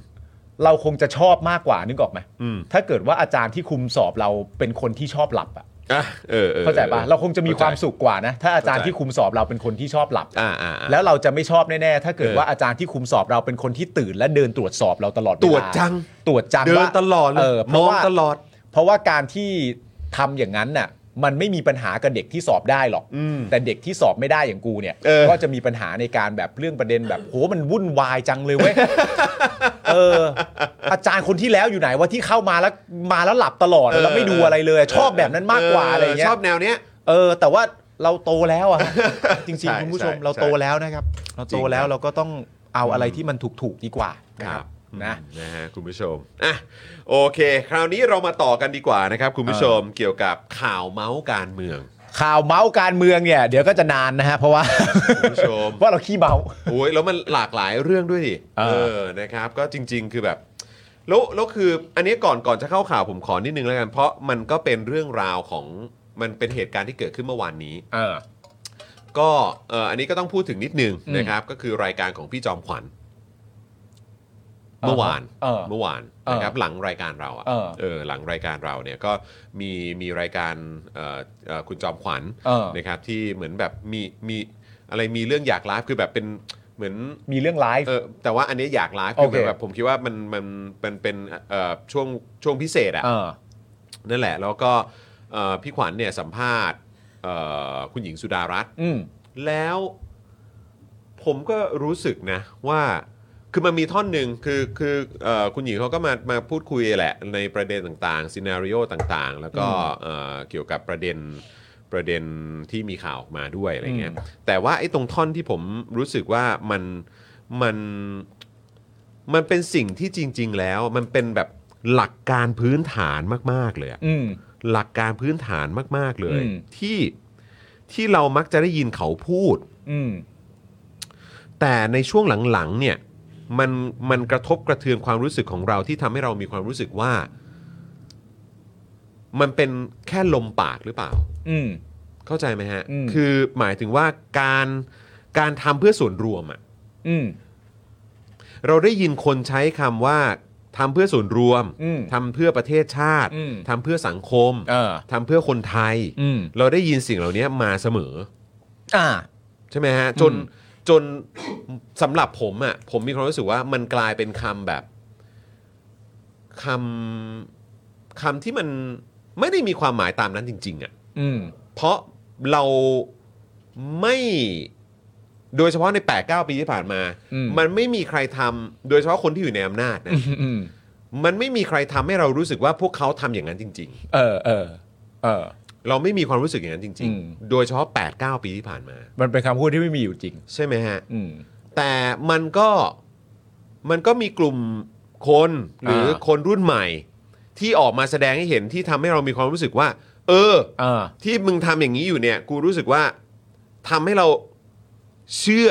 เราคงจะชอบมากกว่านึกออกไหม
อืม
ถ้าเกิดว่าอาจารย์ที่คุมสอบเราเป็นคนที่ชอบหลับอะ่ะ
อ่ะเออออ
เข้าใจปะเราคงจะมีความ
เข้ใจ
สุขกว่านะถ้าอาจารย์
เข้าใจ
ที่คุมสอบเราเป็นคนที่ชอบหลับ
อ่าอ่าอ่า
แล้วเราจะไม่ชอบแน่ๆถ้าเกิด
เออ
ว่าอาจารย์ที่คุมสอบเราเป็นคนที่ตื่นและเดินตรวจสอบเราตลอดเา
ตรวจจัง
ตรวจจัง
เดิน
ว่า
ตลอดเล
เอย อเพ
ม
ราะ
อง
ว่า
ตลอด
เพราะว่าการที่ทำอย่างนั้นน่ะมันไม่มีปัญหากับเด็กที่สอบได้หรอก
อืม
แต่เด็กที่สอบไม่ได้อย่างกูเนี่ย
เออ
ก็จะมีปัญหาในการแบบเรื่องประเด็นแบบโหมันวุ่นวายจังเลยเว้ย เออ อาจารย์คนที่แล้วอยู่ไหนว่าที่เข้ามาแล้วมาแล้วหลับตลอดแล้วไม่ดูอะไรเลย ชอบแบบนั้นมากกว่าอะไรอย่างเงี้ย
ชอบแนวเนี้ย
เออ แต่ว่าเราโตแล้วอะ จริง
ใช่
ๆคุณผู้ชม
ใช่
เราโตแล้วนะครับ เราโตแล้ว
จริงครับ
เราก็ต้องเอาอะไรที่มันถูกๆดีกว่านะครับนะ
อืมนะฮะคุณผู้ชมอ่ะโอเค คราวนี้เรามาต่อกันดีกว่านะครับ คุณผู้ชมเกี่ยวกับข่าวเมาส์การเมือง
ข่าวเมาส์การเมืองเนี่ยเดี๋ยวก็จะนานนะฮะเพราะว่า
คุณผู้ชม
ว่า เราขี้เมา
โอ้ยแล้วมันหลากหลายเรื่องด้วยดิ
เอ
เอ
อ
อนะครับ ก็จริง ๆ คือแบบแล้วแล้วคืออันนี้ก่อนก่อนจะเข้าข่าวผมขอนิดนึงแล้วกัน เพราะมันก็เป็นเรื่องราวของมันเป็นเหตุการณ์ที่เกิดขึ้นเมื่อวานนี้ ก็เอออันนี้ก็ต้องพูดถึงนิดนึง
อืม
นะครับ ก็คือรายการของพี่จอมขวัญ เมื่อวาน
เออ
เมื่อวานนะครับหลังรายการเราอะ
เออ
เออหลังรายการเราเนี่ยก็มีมีรายการเอ่อเอ่อคุณจอมขวัญ
เออ
นะครับที่เหมือนแบบมีมีอะไรมีเรื่องอยากไลฟ์คือแบบเป็นเหมือน
มีเรื่องไลฟ์
เออแต่ว่าอันนี้อยากไลฟ์คือ
โอ
เห
เค
มือนแบบผมคิดว่ามันมันมันเป็นเอ่อช่วงช่วงพิเศษอะ
เออ
นั่นแหละ แล้วก็เอ่อพี่ขวัญเนี่ยสัมภาษณ์เอ่อคุณหญิงสุดารัตน์
อืม
แล้วผมก็รู้สึกนะว่าคือมันมีท่อนหนึ่งคือคือเอ่อคุณหญิงเขาก็มามาพูดคุยแหละ ในประเด็นต่างๆซีนารีโอต่างๆ แล้วก็เอ่อเกี่ยวกับประเด็นประเด็นที่มีข่าวออกมาด้วยอะไรเงี้ยแต่ว่าไอ้ตรงท่อนที่ผมรู้สึกว่ามันมัน มันเป็นสิ่งที่จริง ๆ แล้วมันเป็นแบบหลักการพื้นฐานมาก ๆ เลยอะ
อืม
หลักการพื้นฐานมาก ๆ เลย
อืม
ที่ที่เรามักจะได้ยินเขาพูด
อืม
แต่ในช่วงหลัง ๆ เนี่ยมันมันกระทบกระเทือนความรู้สึกของเราที่ทำให้เรามีความรู้สึกว่า มันเป็นแค่ลมปากหรือเปล่า
อืม
เข้าใจไหมฮะ
อืม
คือหมายถึงว่าการการทำเพื่อส่วนรวมอะ
อืม
เราได้ยินคนใช้คำว่าทำเพื่อส่วนรวม
อืม
ทำเพื่อประเทศชาติ
อืม
ทำเพื่อสังคม
เออ
ทำเพื่อคนไทย
อืม
เราได้ยินสิ่งเหล่านี้มาเสมอ
อ่า
ใช่ไหมฮะ จน
อืม
จนสำหรับผมอะ่ะผมมีความรู้สึกว่ามันกลายเป็นคำแบบคำคำที่มันไม่ได้มีความหมายตามนั้นจริง ๆอะ่ะ
อืม
เพราะเราไม่โดยเฉพาะใน 8-9 ปีที่ผ่านมา
อืม
มันไม่มีใครทำโดยเฉพาะคนที่อยู่ในอำนาจนะ
อืม
มันไม่มีใครทำให้เรารู้สึกว่าพวกเขาทำอย่างนั้นจริง
เออเออเออ
ๆ เราไม่มีความรู้สึกอย่างนั้นจริง
อืม
ๆ โดยเฉพาะ8 9 ปีที่ผ่านมา
มันเป็นคำพูดที่ไม่มีอยู่จริง
ใช่ไหมฮะ
อืม
แต่มันก็มันก็มีกลุ่มคนหรืออา คนรุ่นใหม่ ที่ออกมาแสดงให้เห็นที่ทำให้เรามีความรู้สึกว่า เออ
อ่า
ที่มึงทำอย่างนี้อยู่เนี่ย กูรู้สึกว่าทำให้เราเชื่อ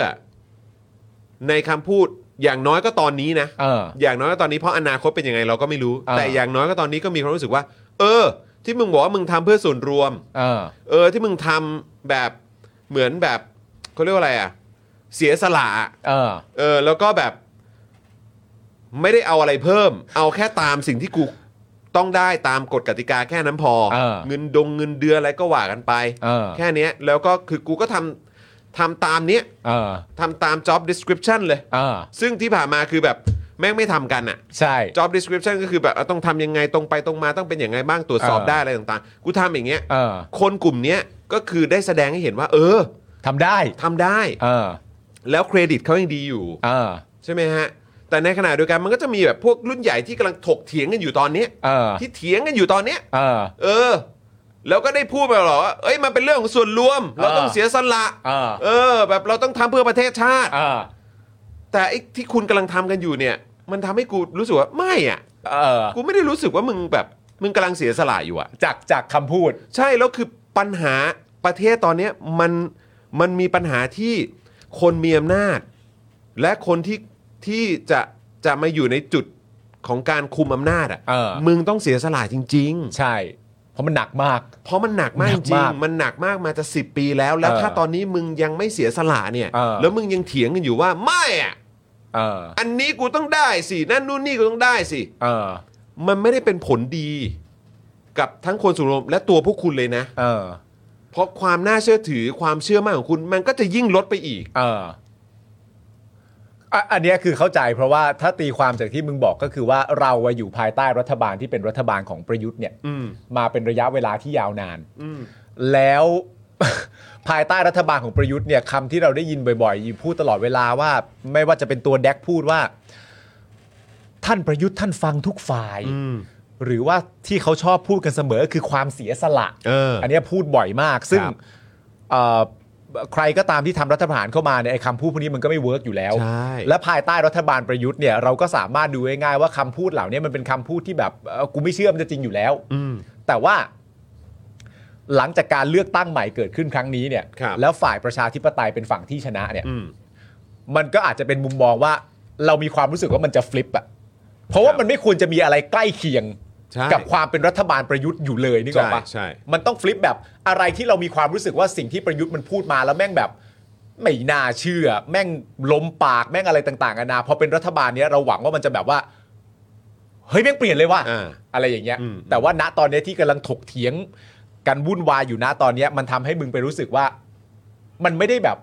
ในคำพูดอย่างน้อยก็ตอนนี้นะ
เออ
อย่างน้อยก็ตอนนี้เพราะอนาคตเป็นยังไงเราก็ไม่รู้
อ่า
แต่อย่างน้อยก็ตอนนี้ก็มีความรู้สึกว่า เออ ที่มึงบอกว่ามึงทำเพื่อส่วนรวม
เออ
เออ ที่มึงทำแบบเหมือนแบบเขาเรียกว่าอะไรอ่ะ เสียสละอะ
เออ
เออ แล้วก็แบบ ไม่ได้เอาอะไรเพิ่ม เอาแค่ตามสิ่งที่กูต้องได้ตามกฎกติกาแค่นั้นพอ
เออ
เงินดงเงินเดือนอะไรก็ว่ากันไป
เออ
แค่เนี้ย แล้วก็คือกูก็ทำทำตามเนี้ย
เออ
ทำตาม job description เลย
เออ
ซึ่งที่ผ่านมาคือแบบแม่งไม่ทำกันอ่ะ
ใช่
job description ก็คือแบบเอ่อต้องทำยังไงตรงไปตรงมาต้องเป็นอย่างไงบ้างตรวจสอบ
เออ
ได้อะไรต่างๆ กูทำอย่างเงี้ย
เออ
คนกลุ่มเนี้ยก็คือได้แสดงให้เห็นว่า เออ
ทำได้
ทำได้
เออ
แล้วเครดิตเขายังดีอยู่
เออ
ใช่ไหมฮะ แต่ในขณะเดียวกันมันก็จะมีแบบพวกรุ่นใหญ่ที่กำลังถกเถียงกันอยู่ตอนเนี้ย
เออ
ที่เถียงกันอยู่ตอนเนี้ย
เออ
เออ แล้วก็ได้พูดไปหรอดว่าเอ้ยมันเป็นเรื่องของส่วนรวม เราต้องเสียสละ
เออ
เออ แบบเราต้องทำเพื่อประเทศชาติ
เออ
แต่ไอ้ที่คุณกำลังทำกันอยู่เนี่ย มันทำให้กูรู้สึกว่าไม่อ่ะ
เออ
กูไม่ได้รู้สึกว่ามึงแบบมึงกำลังเสียสละอยู่อะ
จากจากคำพูด
ใช่แล้วคือปัญหาประเทศตอนเนี้ยมันมันมีปัญหาที่คนมีอำนาจ และคนที่ที่จะจะมาอยู่ในจุดของการคุมอำนาจอะ
เออ
มึงต้องเสียสละจริง
ใช่ เพราะมันหนักมาก
ๆ เพราะมันหนักมาก
ห
จ
นัก
ริง
มาก
มันหนักมากมาจะสิปีแล้ว แล้ว
เออ
ถ้าตอนนี้มึงยังไม่เสียสละเนี่ย
เออ
แล้วมึงยังเถียงกันอยู่ว่าไม่อะ
เออ
อันนี้กูต้องได้สินั่นนู่นนี่กูต้องได้สิ
เออ
มันไม่ได้เป็นผลดี กับทั้งคนส่วนรวมและตัวพวกคุณเลยนะ
เออ
เพราะความน่าเชื่อถือความเชื่อมั่นของคุณมันก็จะยิ่งลดไปอีก
เอออ่ะอันเนี้ยคือเข้าใจเพราะว่าถ้าตีความจากที่มึงบอกก็คือว่าเราอะอยู่ภายใต้รัฐบาลที่เป็นรัฐบาลของประยุทธ์เนี่ย
อืม
มาเป็นระยะเวลาที่ยาวนาน
อืม
แล้ว ภายใต้รัฐบาลของประยุทธ์เนี่ยคำที่เราได้ยินบ่อยๆอยู่พูดตลอดเวลาว่า ไม่ว่าจะเป็นตัวแดกพูดว่า ท่านประยุทธ์ท่านฟังทุกฝ่าย
อืม
หรือว่าที่เขาชอบพูดกันเสมอคือความเสียสละ
เออ
อันเนี้ยพูดบ่อยมาก ซึ่ง
ครับ
เอ่อใครก็ตามที่ทำรัฐประหารเข้ามาเนี่ยไอ้คำพูดพวกนี้มันก็ไม่เวิร์กอยู่แล้ว
ใช่
และภายใต้รัฐบาลประยุทธ์เนี่ยเราก็สามารถดูง่ายๆว่าคำพูดเหล่านี้มันเป็นคำพูดที่แบบเอ่อกูไม่เชื่อมันจะจริงอยู่แล้ว
อืม
แต่ว่าหลังจากการเลือกตั้งใหม่เกิดขึ้นครั้งนี้เนี่ย
ครับ
แล้วฝ่ายประชาธิปไตยเป็นฝั่งที่ชนะเนี่ย
อืม
มันก็อาจจะเป็นมุมมองว่าเรามีความรู้สึกว่ามันจะฟลิปอะเพราะว่ามันไม่ควรจะมีอะไรใกล้เคียง
ใช่
กับความเป็นรัฐบาลประยุทธ์อยู่เลยนี่ก่อนปะ
ใช่ใช่
มันต้องฟลิปแบบอะไรที่เรามีความรู้สึกว่าสิ่งที่ประยุทธ์มันพูดมาแล้วแม่งแบบ ไม่น่าเชื่อ แม่งล้มปากแม่งอะไรต่างๆนานาพอเป็นรัฐบาลเนี้ยเราหวังว่ามันจะแบบว่า เฮ้ยแม่งเปลี่ยนเลยว่ะ
อ่า
อะไรอย่างเงี้ย
อืม
แต่ว่าณตอนเนี้ยที่กำลังถกเถียงกันวุ่นวายอยู่ณตอนเนี้ยมันทำให้มึงไปรู้สึกว่า มันไม่ได้แบบ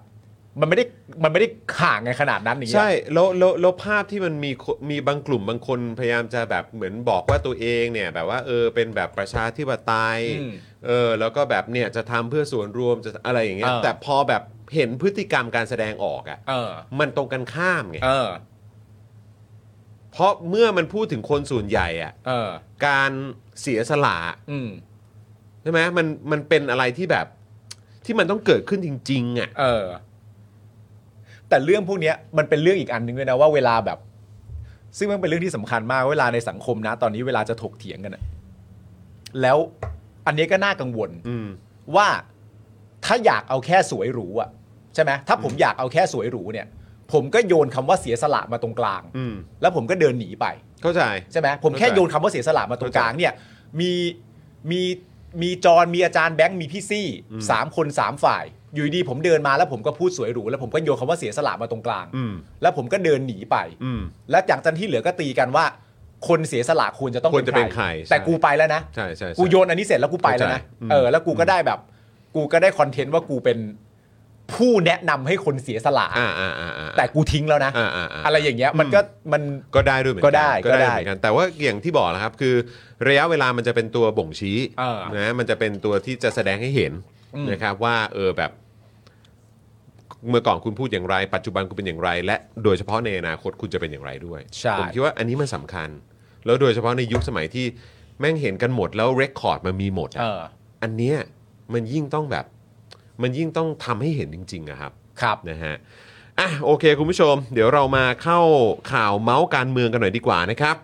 มันไม่ได้มันไม่ได้ห่างกันขนาดนั้นอย่างเงี้ย
ใช่แล้วแล้วแล้วภาพที่มันมีคมีบางกลุ่มบางคนพยายามจะแบบเหมือนบอกว่าตัวเองเนี่ยแบบว่าเออเป็นแบบประชาธิปไตย
อืม
เออแล้วก็แบบเนี่ยจะทำเพื่อส่วนรวมจะอะไรอย่างเงี้ย
เออ
แต่พอแบบเห็นพฤติกรรมการแสดงออกอะ
เออ
มันตรงกันข้ามไง
เออ
เพราะเมื่อมันพูดถึงคนส่วนใหญ่อะ
เออ
การเสียสละ
อืม
ใช่ไหมมันมันเป็นอะไรที่แบบที่มันต้องเกิดขึ้นจริง ๆอะ
เออ แต่เรื่องพวกเนี้ยมันเป็นเรื่องอีกอันหนึ่งด้วยนะว่าเวลาแบบ ซึ่งมันเป็นเรื่องที่สำคัญมาก เวลาในสังคมนะ ตอนนี้เวลาจะถกเถียงกันอะแล้วอันนี้ก็น่ากังวล
อืม
ว่าถ้าอยากเอาแค่สวยหรูอะใช่ไหมถ้าผมอยากเอาแค่สวยหรูเนี่ย ผมก็โยนคำว่าเสียสละมาตรงกลาง
อืม
แล้วผมก็เดินหนีไป
เข้าใจ
ใช่ไหมผมแค่
เข้าใจ
โยนคำว่าเสียสละมาตรงกลางเนี่ยมีมีมีจอนมีอาจารย์แบงค์มีพี่ซี่
อืม
สามคนสามฝ่าย อยู่ดีๆผมเดินมาแล้วผมก็พูดสวยหรูแล้วผมก็โยนคำว่าเสียสละมาตรงกลาง
อืม
แล้วผมก็เดินหนีไป
อืม
แล้วจากจันที่เหลือก็ตีกันว่า คนเสียสละควรจะต้อง
ควรจะเป็นใครใช่
แต่กูไปแล้วนะ
ใช่ใช่ใช่
กูโยนอันนี้เสร็จแล้วกูไปแล้วนะ
เข้าใจอืม
เออแล้วกูก็ได้แบบ กูก็ได้คอนเทนต์ว่ากูเป็นผู้แนะนำให้คนเสียสละ
อ่าอ่าอ่าอ่า
แต่กูทิ้งแล้วนะ
อ่าาา
อะไรอย่างเงี้ยมันก็มัน
ก็ได้ด้วยเหมือนกั
ก็ได้
ก็
ก็ได้
ได้เหมือนกันแต่ว่าอย่างที่บอกนะครับ คือระยะเวลามันจะเป็นตัวบ่งชี้
เออ
นะมันจะเป็นตัวที่จะแสดงให้เห็น
อืม
นะครับ ว่าเออแบบ เมื่อก่อนคุณพูดอย่างไร ปัจจุบันคุณเป็นอย่างไร และโดยเฉพาะในอนาคตคุณจะเป็นอย่างไรด้วย
ใช่
ผมคิดว่าอันนี้มันสำคัญ แล้วโดยเฉพาะในยุคสมัยที่แม่งเห็นกันหมดแล้วเรคคอร์ดมันมีหมด
เอ
อะ
อ
อันเนี้ยมันยิ่งต้องแบบ มันยิ่งต้องทำให้เห็นจริงๆอะครับ
ครับ
นะฮะ อ่ะโอเคคุณผู้ชม เดี๋ยวเรามาเข้าข่าวเมาส์การเมืองกันหน่อยดีกว่านะครับ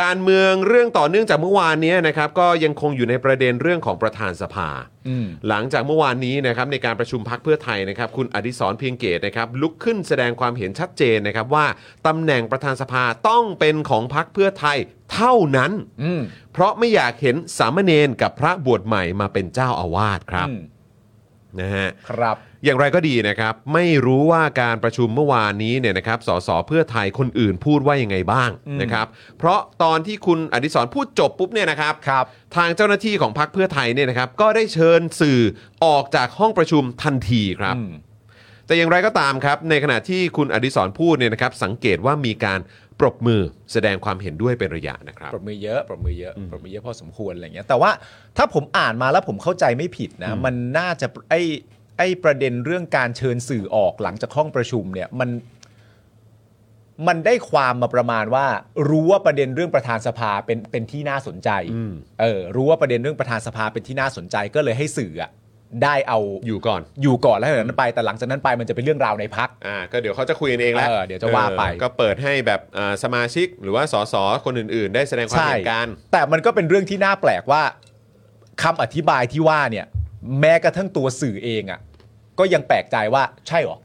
การเมืองเรื่องต่อเนื่องจากเมื่อวานเนี้ยนะครับก็ยังคงอยู่ในประเด็นเรื่องของประธานสภา
อืม
หลังจากเมื่อวานนี้นะครับในการประชุมพักเพื่อไทยนะครับคุณอดิศรเพียงเกตนะครับลุกขึ้นแสดงความเห็นชัดเจนนะครับว่าตำแหน่งประธานสภาต้องเป็นของพักเพื่อไทยเท่านั้น
อืม
เพราะไม่อยากเห็นสามเณรกับพระบวชใหม่มาเป็นเจ้าอาวาสครับ
อืม
นะฮะ
ครับ
อย่างไรก็ดีนะครับ ไม่รู้ว่าการประชุมเมื่อวานนี้เนี่ยนะครับสสเพื่อไทยคนอื่นพูดว่ายังไงบ้าง
อืม
นะครับ เพราะตอนที่คุณอดิศรพูดจบปุ๊บเนี่ยนะครับ
ครับ
ทางเจ้าหน้าที่ของพรรคเพื่อไทยเนี่ยนะครับ ก็ได้เชิญสื่อออกจากห้องประชุมทันทีครับ
อืม
แต่อย่างไรก็ตามครับ ในขณะที่คุณอดิศรพูดเนี่ยนะครับ สังเกตว่ามีการปรบมือแสดงความเห็นด้วยเป็นระยะนะครับ
ปรบมือเยอะปรบมือเยอะปรบมือเยอะพอสมควรอะไรเงี้ยแต่ว่าถ้าผมอ่านมาแล้วผมเข้าใจไม่ผิดนะ มันน่าจะไอไอประเด็นเรื่องการเชิญสื่อออกหลังจากห้องประชุมเนี่ยมัน มันได้ความมาประมาณว่า รู้ว่าประเด็นเรื่องประธานสภาเป็นเป็นที่น่าสนใจ
อืม
เออ รู้ว่าประเด็นเรื่องประธานสภาเป็นที่น่าสนใจก็เลยให้สื่ออะได้เอา
อยู่ก่อน
อยู่ก่อนแล้วจากนั้นไปแต่หลังจากนั้นไปมันจะเป็นเรื่องราวในพัก
อ่าก็เดี๋ยวเขาจะคุยกันเองแล้ว
เออเดี๋ยวจะว่าไป
เออก็เปิดให้แบบอ่าสมาชิกหรือว่าสสคนอื่นๆ ได้แสดงความ
ใช่
เห็นกัน
แต่มันก็เป็นเรื่องที่น่าแปลกว่าคำอธิบายที่ว่าเนี่ย แม้กระทั่งตัวสื่อเองอะ่ะ ก็ยังแปลกใจว่าใช่เหรอ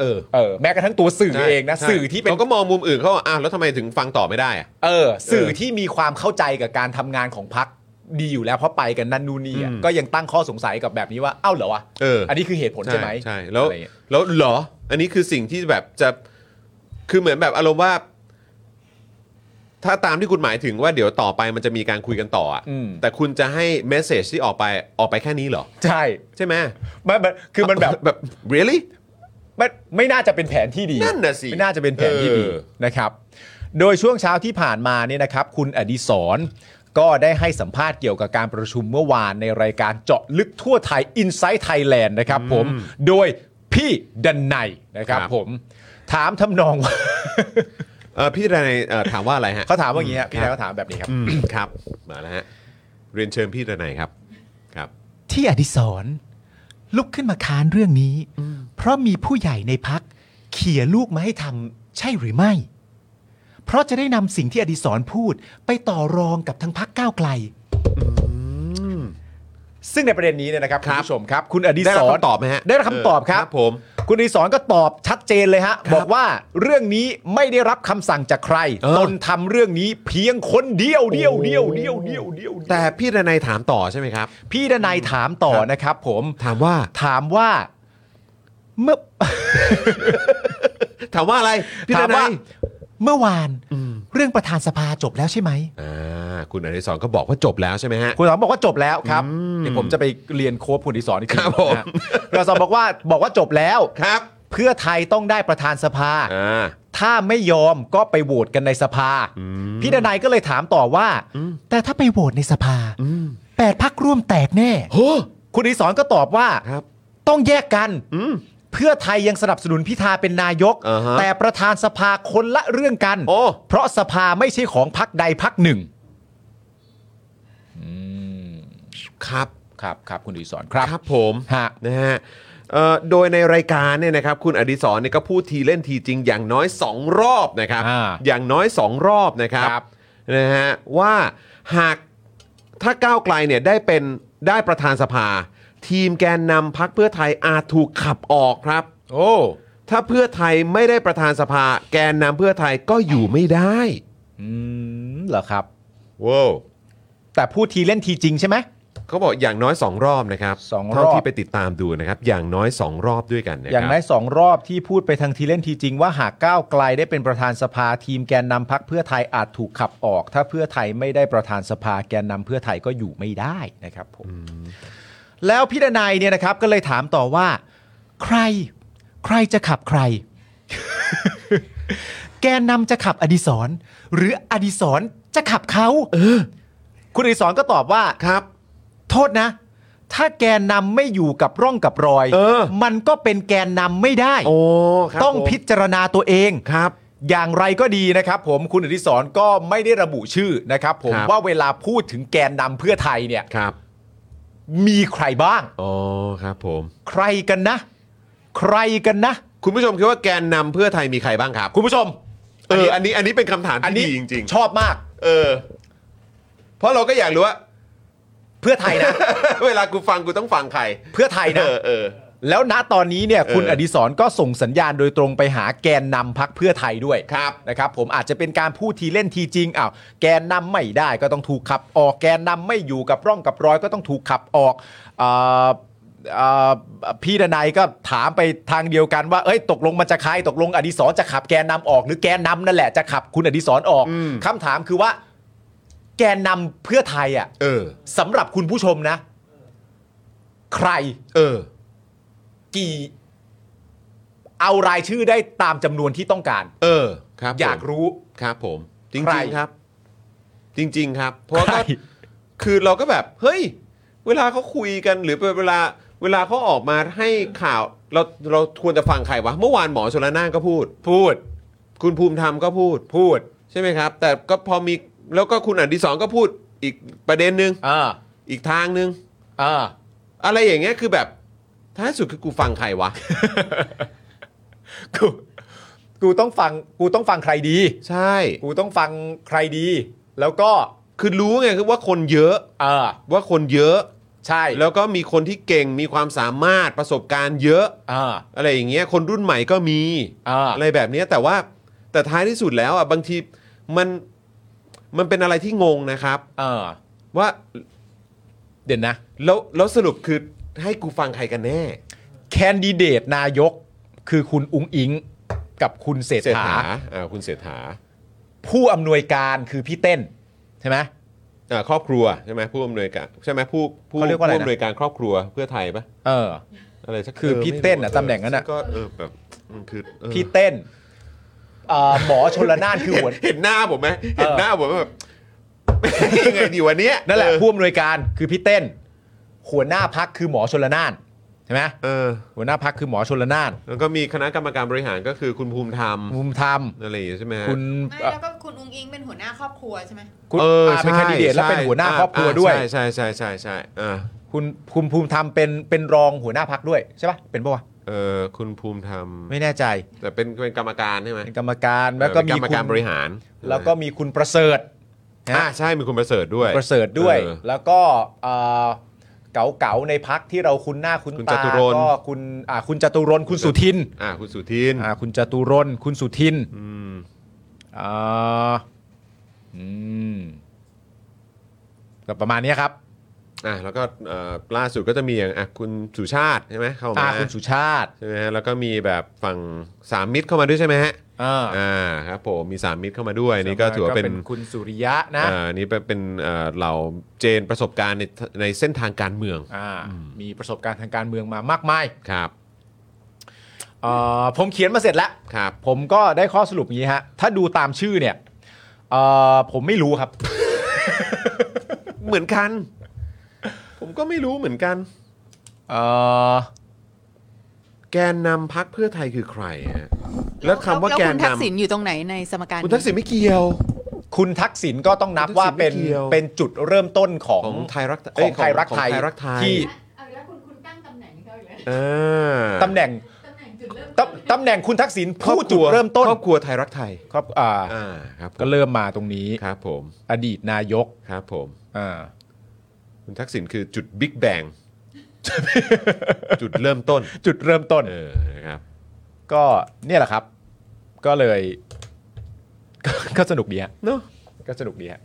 เออ
เออ แม้กระทั่งตัวสื่อ
ใช่
เองนะ
ใช่
สื่อที่เป็น
เขาก็มองมุมอื่นเขาว่าอ้าวแล้วทำไมถึงฟังต่อไม่ได้อะ
เออ สื่อ
เออ
ที่มีความเข้าใจกับการทำงานของพักดีอยู่แล้วเพราะไปกันนั่นนู่นนี่อะ
อืม
ก็ยังตั้งข้อสงสัยกับแบบนี้ว่าเอ้าเหรอวะ
เอออั
นนี้คือเหตุผลใช่ไหม
ใช่แล้ว
อะไรเงี้ย
แล้วเหรอ อันนี้คือสิ่งที่แบบจะคือเหมือนแบบอารมณ์ว่า ถ้าตามที่คุณหมายถึงว่าเดี๋ยวต่อไปมันจะมีการคุยกันต่ออะ
อืม
แต่คุณจะให้เมสเซจที่ออกไปออกไปแค่นี้เหรอ
ใช่
ใช่ไหม
ไม่ไม่คือมันแบบ
แบบ really
ไม่ไม่น่าจะเป็นแผนที่ดี
นั่นน่ะสิ
ไม่น่าจะเป็นแผนที่ดี
เออ
นะครับ โดยช่วงเช้าที่ผ่านมาเนี่ยนะครับ คุณอดิศรก็ได้ให้สัมภาษณ์เกี่ยวกับการประชุมเมื่อวานในรายการเจาะลึกทั่วไทย i n s i ซ e Thailand นะครับผมโดยพี่ดันไนนะครับผมถามทำนอง ว่า
เออพี่ดนายเอ่อถามว่าอะไรฮะ
เขาถามว่าอย่างนี้ฮะพี่ดันไนเขาถามแบบนี้ครับ
อืมครับมาแล้วฮะเรียนเชิญพี่ดนายครับครับ
ที่อดิศรลุกขึ้นมาค้านเรื่องนี้ เพราะมีผู้ใหญ่ในพักเขี่ยลูกมาให้ทำใช่หรือไม่ เพราะจะได้นำสิ่งที่อดิศรพูดไปต่อรองกับทางพักก้าวไกล
ซึ่งในประเด็นนี้เนี่ยนะครับ
ค
คุ
รั
ณ
บ
ผู้ชมครับ คุณอดิศร
ได้รับคำตอบไหมฮะ
ได้รับคำตอบครับ
ผม
คุณอดิศรก็ตอบชัดเจนเลยฮะ
ครับ
บอกว่าเรื่องนี้ไม่ได้รับคำสั่งจากใคร
เออ
ตนทำเรื่องนี้เพียงคนเดียวเดียวเดียวเดียวเดียวเดียว
แต่พี่ดนายถามต่อใช่ไหมครับ
พี่ดนายถามต่อนะครับผม
ถามว่า
ถามว่า
เมื่อ
ถามว่าอะไร พี่
ถา
ด
มว่า
นัย
เมื่อวานเรื่องประธานสภาจบแล้วใช่ไหม
อ่าคุณอนิสรก็บอกว่าจบแล้วใช่ไหมฮะ
คุณสอนบอกว่าจบแล้วครับเดี๋ยวผมจะไปเรียนโค้ดคุณดิสอนอีกที
ครับผม
นะฮะคุณดิสอนบอกว่าบอกว่าจบแล้ว
ครับ
เพื่อไทยต้องได้ประธานสภา
อ่า
ถ้าไม่ยอมก็ไปโหวตกันในสภา พี่ดนายก็เลยถามต่อว่า
แต่ถ้าไปโหวตในสภาแปดพักร่วมแตกแน่
โอ้
คุณดิสอนก็ตอบว่า
ครับ
ต้องแยกกัน
อืม
เพื่อไทยยังสนับสนุนพิธาเป็นนายก
อ่าฮะ
แต่ประธานสภาคนละเรื่องกัน
โอ้
เพราะสภาไม่ใช่ของพักใดพักหนึ่ง
ครับ
ครับครับคุณดิสอนครับ
ครับผม
ฮะ
นะฮะเอ่อโดยในรายการเนี่ยนะครับคุณอดิศรเนี่ยก็พูดทีเล่นทีจริงอย่างน้อย 2 รอบนะครับ
อ่า
อย่างน้อย 2 รอบนะครับ
ครับ
นะฮะว่าหากถ้าก้าวไกลเนี่ยได้เป็นได้ประธานสภา ทีมแกนนำพักเพื่อไทยอาจถูกขับออกครับ
โอ้
ถ้าเพื่อไทยไม่ได้ประธานสภา แกนนำเพื่อไทยก็อยู่ไม่ได้
อืมเหรอครับ
ว้าว
แต่พูดทีเล่นทีจริงใช่ไหม
เขาบอกอย่างน้อย 2 รอบนะครับ
สองรอบ
เท่าที่ไปติดตามดูนะครับอย่างน้อย 2 รอบด้วยกันนะครับ
อย่างน้อยสองรอบที่พูดไปทางทีเล่นทีจริงว่าหากก้าวไกลได้เป็นประธานสภาทีมแกนนำพักเพื่อไทยอาจถูกขับออก ถ้าเพื่อไทยไม่ได้ประธานสภาแกนนำเพื่อไทยก็อยู่ไม่ได้นะครับผมแล้วพี่ดนายเนี่ยนะครับก็เลยถามต่อว่า
ใคร ใครจะขับ ใคร แกนนำจะขับอดิศรหรืออดิศรจะขับเขา
คุณอดิศรก็ตอบว่า
ครับ
โทษนะ ถ้าแกนนำไม่อยู่กับร่องกับรอย
เออ
มันก็เป็นแกนนำไม่ได้
โอ้
ต้องพิจารณาตัวเอง
ครับ
อย่างไรก็ดีนะครับผมคุณอดิศรก็ไม่ได้ระบุชื่อนะครับผม
ครับ
ว่าเวลาพูดถึงแกนนำเพื่อไทยเนี่ย
ครับ
มีใครบ้าง
อ๋อครับผม
ใครกันนะ ใครกันนะ
คุณผู้ชมคิดว่าแกนนำเพื่อไทยมีใครบ้างครับ
คุณผู้ชม
เอออันนี้อันนี้เป็นคำถาม
อัน
ที่
นี้
ดีจริง
ชอบมาก
ๆเออ เพราะเราก็อยากรู้ ว่า
เพื่อไทยนะ
เวลากูฟังกูต้องฟังใคร
เพื่อไทย
เอ
นะ
อเออ
แล้วณตอนนี้เนี่ย
เออ
คุณอดิศรก็ส่งสัญญาณโดยตรงไปหาแกนนำพักเพื่อไทยด้วย
ครับ
นะครับ ผมอาจจะเป็นการพูดทีเล่นทีจริงอ้าวแกนนำไม่ได้ก็ต้องถูกขับออกแกนนำไม่อยู่กับร่องกับรอยก็ต้องถูกขับออกเอ่อเอ่อพี่ดนัยก็ถามไปทางเดียวกันว่าเอ้ยตกลงมันจะใครตกลงอดิศรจะขับแกนนำออกหรือแกนนำนั่นแหละจะขับคุณอดิศรออกคำถามคือว่า แกนนำเพื่อไทยอ่ะ
เออ
สำหรับคุณผู้ชมนะ ใคร
เออ
กี่ เอารายชื่อได้ตามจำนวนที่ต้องการ
เออ ครับผม
อยากรู้
ครับ ผม จริ
ใคร
งๆครับ จริง ๆ ครับ เพราะว่า
ใคร
ก็ คือเราก็แบบเฮ้ย เวลาเขาคุยกันหรือเวลา เวลาเขาออกมาให้ข่าวเราเราควรจะฟังใครวะเมื่อวานหมอชลน่านก็พูด
พูด
คุณภูมิธรรมก็พูด
พูด
ใช่ไหมครับ แต่ก็พอมีแล้วก็คุณอดิศรก็พูดอีกประเด็นหนึ่ง
อ่า
อีกทางหนึ่ง
อ่า
อะไรอย่างเงี้ยคือแบบท้ายสุดคือกูฟังใครวะ
กูกูต้องฟัง กูต้องฟังใครดี
ใช่
กูต้องฟังใครดี แล้วก็
คือรู้ไงคือว่าคนเยอะ
เออ
ว่าคนเยอะ
ใช่
แล้วก็มีคนที่เก่งมีความสามารถประสบการณ์เยอะ
อ่า
อะไรอย่างเงี้ยคนรุ่นใหม่ก็มี
อ่า
อะไรแบบเนี้ยแต่ว่าแต่ท้ายที่สุดแล้วอ่ะบางทีมันมันเป็นอะไรที่งงนะครับ
อ่า
ว่า
เดี๋ยวนะ
แล้วแล้วสรุปคือให้กูฟังใครกันแน่
แคนดิเดตนายกคือคุณอุ้งอิงกับคุณเศรษ
เศรษ
ฐา
ฐาอ่าคุณเศรษฐา
ผู้อำนวยการคือพี่เต้น ใช่ไหม
อ่าครอบครัวใช่ไหมผู้อำนวยการใช่ไหมผู้ผู้
เขาเรียกว่าอะไรนะ
ผู้อำนวยการครอบครัวเพื่อไทยปะ
เออ
อะไรสัก
คือพี่เต้นน่ะ
ไม่รู้
ตำแหน่งนั้นน่ะ
ก็เออแบบมันคือเออ
พี่เต้นเอ่อหมอชนละนานคือ
เห็น
หัว
เห็นหน้าผมไหม
เออ
เห็นหน้าผมไหมแบบ ยังไงดีวันเนี้ย
นั่นแหละ
เออ
ผู้อำนวยการคือพี่เต้น หัวหน้าพักคือหมอชนละนานใช่ไหม
เออ
หัวหน้าพักคือหมอชนละนาน
แล้วก็มีคณะกรรมการบริหารก็คือคุณภูมิธรรม
มุมธรรม
อะไรอย่างเงี้ยใช่ไหมฮะ
คุณ
ไม่
เอ่อ
แล้วก็คุณอุ้งอิงเป็นหัวหน้าครอบครัวใช่ไหม
คุณ
เออ
เป็น
ใช่
แคนดิเดตแล้วเป็นหัวหน้า
ใช่
ครอบครัว
า
ด้วย
ใช่ใช่ใช่ใช่ใช่อ่า
คุณภูมิภูมิธรรมเป็นเป็นรองหัวหน้าพักด้วยใช่ปะเป็นปะวะ
เออคุณภูมิธรรม
ไม่แน่ใจ
แต่เป็นเป็นกรรมการใช่ไหม
เป็นกรรมการแล้วก็
เป็น
มี
กรรม
คุ
การ
ณ
บริหาร
แล้วก็มีคุณประเสริฐนะ
อ่าใช่มีคุณประเสริฐด้วย
ประเสริฐด้วย
เออ
แล้วก็เอ่อเก๋าๆในพักที่เราคุ้นหน้าคุ้น
คุณจ
ตา
ตุรนต์
ก็คุณอ่าคุณจตุรนต์คุณสุทิน
อ่าคุณสุทิน
อ่าคุณจตุรนต์คุณสุทิน
อืม
อ่าอืมก็ประมาณเนี้ยครับ
อ่ะแล้วก็เอ่อล่าสุดก็จะมีอย่างอ่ะคุณสุชาติใช่ไหมเข้า
อา
มา
คุณสุชาติ
ใช่ไหมฮะแล้วก็มีแบบฝั่งสามมิตรเข้ามาด้วยใช่ไหมฮะ
อ่า
อ่าครับผมมีสามมิตรเข้ามาด้วยนี่ก็ถือว่าเป็น
คุณสุริยะนะ
อ่าอันนี่เป็นเอ่อเหล่าเจนประสบการณ์ในในเส้นทางการเมือง
อ่ามีประสบการณ์ทางการเมืองมามากมาย
ครับ
เอ่อผมเขียนมาเสร็จแล้ว
ครับ
ผมก็ได้ข้อสรุปอย่างนี้ฮะ ถ้าดูตามชื่อเนี่ยเอ่อผมไม่รู้ครับ
เหมือนกัน ผมก็ไม่รู้เหมือนกัน
เอ่อ
แกนนำพักเพื่อไทยคือใครฮะแล้วคำว่า
แล้ว
แก
คุ
น
ณทักษิณ
นำ
อยู่ตรงไหนในสมการ
คุณทักษิณไม่เกี่ยว
คุณทักษิณก็ต้องนับว่าเป็น
คุณทักษิณไม่เกี่ยว
เป็นจุดเริ่มต้นของ
ของไทยรัก
ข
เอ้
องไทยรัก
ของ
ไทย
ไทยรักไทย
ที่
เอาอีกแล้วคุณคุณตั้งตำแหน่งให้เขาอีกแล้ว
อ่า
ตำแหน่ง
ตำแหน่งจุดเริ่ม
ต
ต้น
ำตำแหน่งคุณทักษิณ
ครอ
ผู้
บค
จุด
ว
เริ่มต้น
ครอบครัวไทยรักไทย
ครับอ่า
อ่าครับผม
ก็เริ่มมาตรงนี้
ครับผม
อดีตนายก
ครับผม
อ่า
คุณทักษิณคือจุดบิ๊กแบ ง จุดเริ่มต้น
จุดเริ่มต้น
เออนะครับ
ก็เนี่ยแหละครับ ก็เลย ก็ก็สนุกดีฮะ
เนอะ
ก็สนุกดีฮะ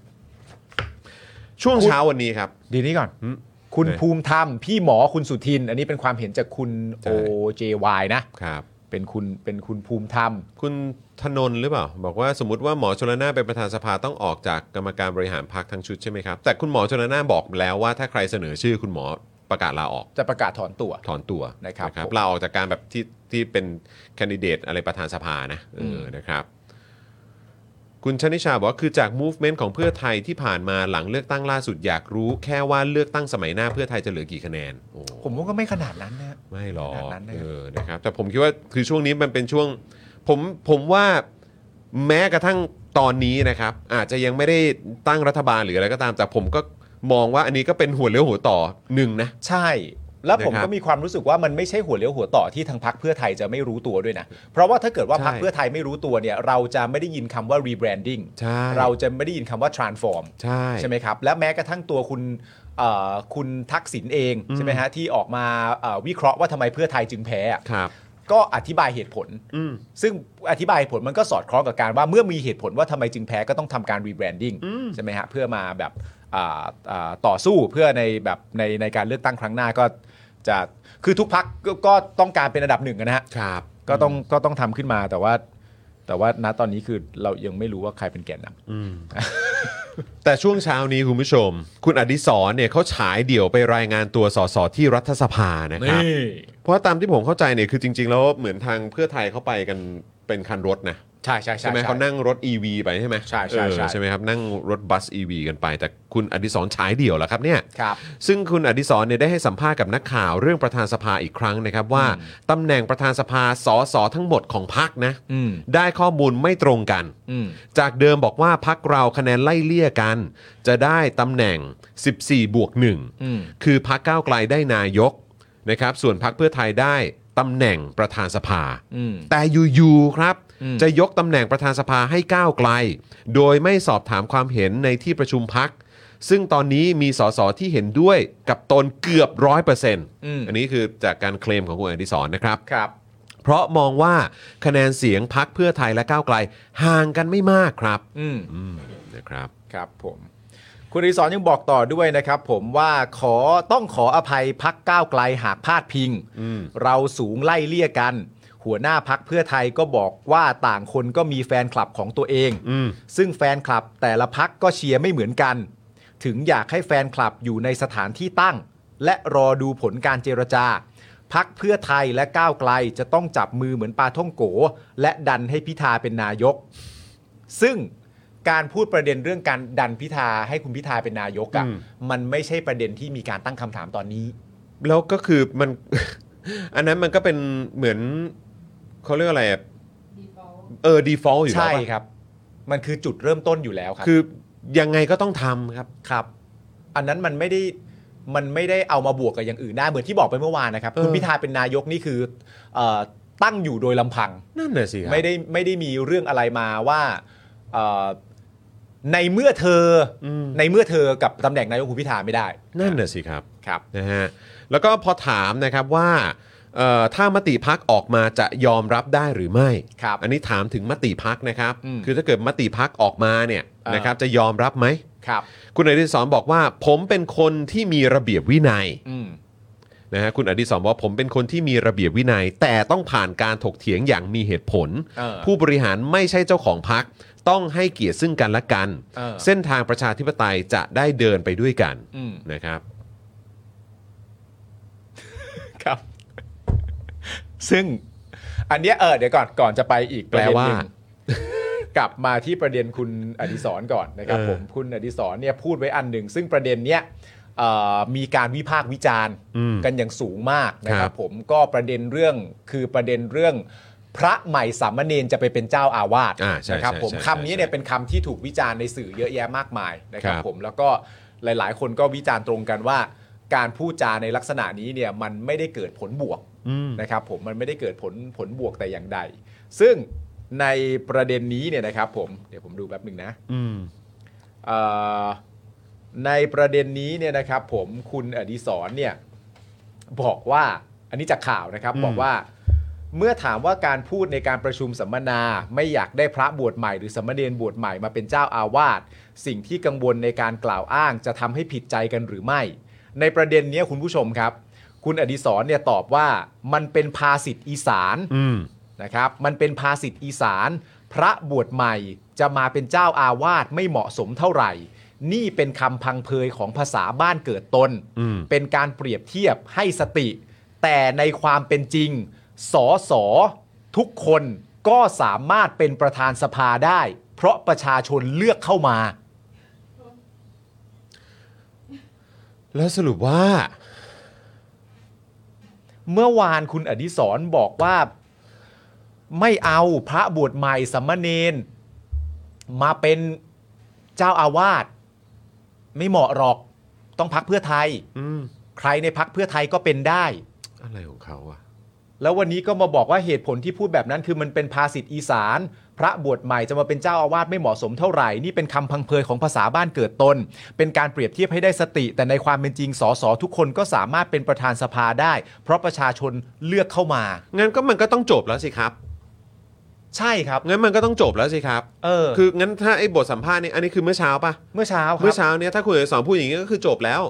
ช่วง
คุณ
เช้าวันนี้ครับ
เดียวนี้ก่อน
หืม
คุณ
เอ่ย
ภูมิธรรม พี่หมอคุณสุทิน อันนี้เป็นความเห็นจากคุณ
ใช่
โอเจวายนะ
ครับ
เป็นคุณเป็นคุณภูมิธรรม
คุณธนนท์หรือเปล่า บอกว่าสมมติว่าหมอชลน่านเป็นประธานสภาต้องออกจากกรรมการบริหารพรรคทั้งชุดใช่ไหมครับ แต่คุณหมอชลน่านบอกแล้วว่าถ้าใครเสนอชื่อคุณหมอประกาศลาออก
จะประกาศถอนตัว
ถอนตัว
นะครับผม
ลาออกจากการแบบที่ที่เป็นแคนดิเดตอะไรประธานสภานะเออ
ม
นะครับ คุณชนิชาบอกว่าคือจาก movement ของเพื่อไทยที่ผ่านมาหลังเลือกตั้งล่าสุดอยากรู้ แค่ว่าเลือกตั้งสมัยหน้าเพื่อไทยจะเหลือกี่คะแนนโอ้
ผมว่าก็ไม่ขนาดนั้นนะ
ไม่หรอ
ข
ก
นาดนั้นเลย
เออนะครับแต่ผมคิดว่าคือช่วงนี้มันเป็นช่วง ผมผมว่าแม้กระทั่งตอนนี้นะครับ อาจจะยังไม่ได้ตั้งรัฐบาลหรืออะไรก็ตาม แต่ผมก็มองว่าอันนี้ก็เป็นหัวเลี้ยวหัวต่อหนึ่งนะ
ใช่ แล้วผม
นะครับ
ก็มีความรู้สึกว่ามันไม่ใช่หัวเลี้ยวหัวต่อที่ทางพักเพื่อไทยจะไม่รู้ตัวด้วยนะ เพราะว่าถ้าเกิดว่า
ใช่
พักเพื่อไทยไม่รู้ตัวเนี่ย เราจะไม่ได้ยินคำว่า rebranding
ใช่
เราจะไม่ได้ยินคำว่า transform
ใช่
ใช่ไหมครับ และแม้กระทั่งตัวคุณเอ่อคุณทักษิณเองใช่ไหมฮะที่ออกมาเอ่อวิเคราะห์ว่าทำไมเพื่อไทยจึงแพ้อะ
ครับ
ก็อธิบายเหตุผล
อืม
ซึ่งอธิบายเหตุผลมันก็สอดคล้องกับการว่าเมื่อมีเหตุผลว่าทำไมจึงแพ้ก็ต้องทำการรีแบรนดิ้งใช่ไหมฮะเพื่อมาแบบอ่าอ่าต่อสู้เพื่อในแบบในในการเลือกตั้งครั้งหน้าก็จะคือทุกพักก็ต้องการเป็นอันดับหนึ่งอะนะฮะ
ครับ
ก็ต้องก็ต้องทำขึ้นมาแต่ว่า แต่ว่าณตอนนี้คือเรายังไม่รู้ว่าใครเป็นแกนนำ
แต่ช่วงเช้านี้คุณผู้ชม คุณอดิศรเนี่ยเขาฉายเดี่ยวไปรายงานตัวสสที่รัฐสภานะครับ เพราะตามที่ผมเข้าใจเนี่ยคือจริง ๆ แล้วเหมือนทางเพื่อไทยเขาไปกันเป็นคันรถนะ
ใช่ใช่ใช่
ใช่ไหมเขานั่งรถ EV ไปใช่ไหม
ใช่ใช่
เออ
ใช่
ใช่ไหมครับนั่งรถบัส EV กันไป แต่คุณอดิศรฉายเดี่ยวแล้วครับเนี่ย
ครับ
ซึ่งคุณอดิศรเนี่ยได้ให้สัมภาษณ์กับนักข่าวเรื่องประธานสภาอีกครั้งนะครับว่าตำแหน่งประธานสภาสสทั้งหมดของพักนะ
อืม
ได้ข้อมูลไม่ตรงกัน
อืม
จากเดิมบอกว่าพักเราคะแนนไล่เลี่ยกัน จะได้ตำแหน่ง 14 บวก
อืม
1 คือพักก้าวไกลได้นายกนะครับส่วนพักเพื่อไทยได้ตำแหน่งประธานสภา
อืม
แต่อยู่ๆครับ
อืม
จะยกตำแหน่งประธานสภาให้ก้าวไกล โดยไม่สอบถามความเห็นในที่ประชุมพัก ซึ่งตอนนี้มีสสที่เห็นด้วยกับตนเกือบร้อยเปอร์เซ็นต์อันนี้คือจากการเคลมของคุณอดิศรนะครับ
ครับ
เพราะมองว่าคะแนนเสียงพักเพื่อไทยและก้าวไกล ห่างกันไม่มากครับ
อืม
อืมนะครับ
ครับผมคุณอดิศรยังบอกต่อด้วยนะครับ ผมว่าขอต้องขออภัยพักก้าวไกลหากพลาดพิง เราสูงไล่เลี่ยกัน หัวหน้าพักเพื่อไทยก็บอกว่าต่างคนก็มีแฟนคลับของตัวเอง ซึ่งแฟนคลับแต่ละพักก็เชียร์ไม่เหมือนกัน ถึงอยากให้แฟนคลับอยู่ในสถานที่ตั้ง และรอดูผลการเจรจา พักเพื่อไทยและก้าวไกลจะต้องจับมือเหมือนปลาท่องโก และดันให้พิธาเป็นนายก ซึ่งการพูดประเด็นเรื่องการดันพิธาให้คุณพิธาเป็นนายกอะ่ะมันไม่ใช่ประเด็นที่มีการตั้งคำถามตอนนี้
แล้วก็คือมัน อันนั้นมันก็เป็นเหมือนเขาเรียกอะไรอะเออ default อยู่แล้ว
ใช่
ปะ
ครับ มันคือจุดเริ่มต้นอยู่แล้วครับ
คือยังไงก็ต้องทำครับ
ครับ อันนั้นมันไม่ได้มันไม่ได้เอามาบวกกับอย่างอื่นได้เหมือนที่บอกไปเมื่อวานนะครับ คุณ
เออ
พิธาเป็นนายกนี่คือเออตั้งอยู่โดยลำพัง
นั่นน่ะสิครับ
ไม่ได้ไม่ได้มีเรื่องอะไรมาว่าเอ่อในเมื่อเธออ
ม
ในเมื่อเธอกับตำแหน่งนายกคุณพิธาไม่ได้
นั่นน่ะสิครับ
ครับ
นะฮะแล้วก็พอถามนะครับว่าเอ่อถ้ามติพักออกมาจะยอมรับได้หรือไม่
ครับ
อันนี้ถามถึงมติพักนะครับ
อืม
คือถ้าเกิดมติพักออกมาเนี่ย
อ่าน
นะครับจะยอมรับไหม
ครับ
คุณอดิศรบอกว่า ผมเป็นคนที่มีระเบียบวินัย
อืม
นะฮะคุณอดิศรบอกว่าผมเป็นคนที่มีระเบียบวินัย แต่ต้องผ่านการถกเถียงอย่างมีเหตุผล
เออ
ผู้บริหารไม่ใช่เจ้าของพัก ต้องให้เกียรติซึ่งกันและกัน
เออ
เส้นทางประชาธิปไตยจะได้เดินไปด้วยกัน
อืม
นะครับ
ครับ ซึ่ง อันเนี้ยเออเดี๋ยวก่อนก่อนจะไปอีกประเด็นหนึ่ง
แปลว่า
กลับมาที่ประเด็นคุณอดิศรก่อนนะครับ
เออ
ผมคุณอดิศรเนี่ยพูดไว้อันหนึ่ง ซึ่งประเด็นเนี้ยเอ่อมีการวิพากษ์วิจารณ์
อืม
กันอย่างสูงมากนะค
ครั
รับบ ผมก็ประเด็นเรื่องคือประเด็นเรื่อง พระใหม่สามเณรจะไปเป็นเจ้าอาวาส
อ่าใช่
นะครับ
ใช่
ผม
ใช่
คำนี้เนี่ย
ใช่
เป็นคำที่ถูกวิจารณ์ในสื่อเยอะแยะมากมายนะครับ
ครับ
ผมแล้วก็หลาย ๆ คนก็วิจารณ์ตรงกันว่า การพูดจาในลักษณะนี้เนี่ยมันไม่ได้เกิดผลบวก
อืม
นะครับผมมันไม่ได้เกิดผลผลบวกแต่อย่างใด ซึ่งในประเด็นนี้เนี่ยนะครับผมเดี๋ยวผมดูแป๊บหนึ่งนะ
อืม
เอ่อในประเด็นนี้เนี่ยนะครับผมคุณอดิศรเนี่ยบอกว่าอันนี้จากข่าวนะครับ
อืม
บอกว่า เมื่อถามว่าการพูดในการประชุมสัมมนา ไม่อยากได้พระบวชใหม่หรือสามเณรบวชใหม่มาเป็นเจ้าอาวาสสิ่งที่กังวลในการกล่าวอ้างจะทำให้ผิดใจกันหรือไม่ ในประเด็นเนี้ยคุณผู้ชมครับ คุณอดิศรเนี่ยตอบว่ามันเป็นภาษิตอีสาน
อืม
นะครับ มันเป็นภาษิตอีสาน พระบวชใหม่จะมาเป็นเจ้าอาวาสไม่เหมาะสมเท่าไหร่ นี่เป็นคำพังเพยของภาษาบ้านเกิดตน
อืม
เป็นการเปรียบเทียบให้สติ แต่ในความเป็นจริง สอสอทุกคนก็สามารถเป็นประธานสภาได้ เพราะประชาชนเลือกเข้ามา
แล้วสรุปว่า
เมื่อวานคุณอดิศรบอกว่า ไม่เอาพระบวชใหม่สัมมาเนนมาเป็นเจ้าอาวาสไม่เหมาะหรอกต้องพักเพื่อไทย
อืม
ใครในพักเพื่อไทยก็เป็นได้
อะไรของเขาอะ
แล้ววันนี้ก็มาบอกว่าเหตุผลที่พูดแบบนั้น คือมันเป็นภาษิตอีสาน พระบวชใหม่จะมาเป็นเจ้าอาวาสไม่เหมาะสมเท่าไหร่ นี่เป็นคำพังเพยของภาษาบ้านเกิดตน เป็นการเปรียบเทียบให้ได้สติ แต่ในความเป็นจริงสสทุกคนก็สามารถเป็นประธานสภาได้ เพราะประชาชนเลือกเข้ามา
งั้นก็มันก็ต้องจบแล้วสิครับ
ใช่ครับ
งั้นมันก็ต้องจบแล้วสิครับ
เออ
คืองั้นถ้าไอ้บทสัมภาษณ์นี่อันนี้คือเมื่อเช้าปะ
เมื่อเช้าค
เมื่อ
รับ
เช้าเนี้ยถ้าคุณอดิศรพูดอย่างนี้ก็คือจบแล้ว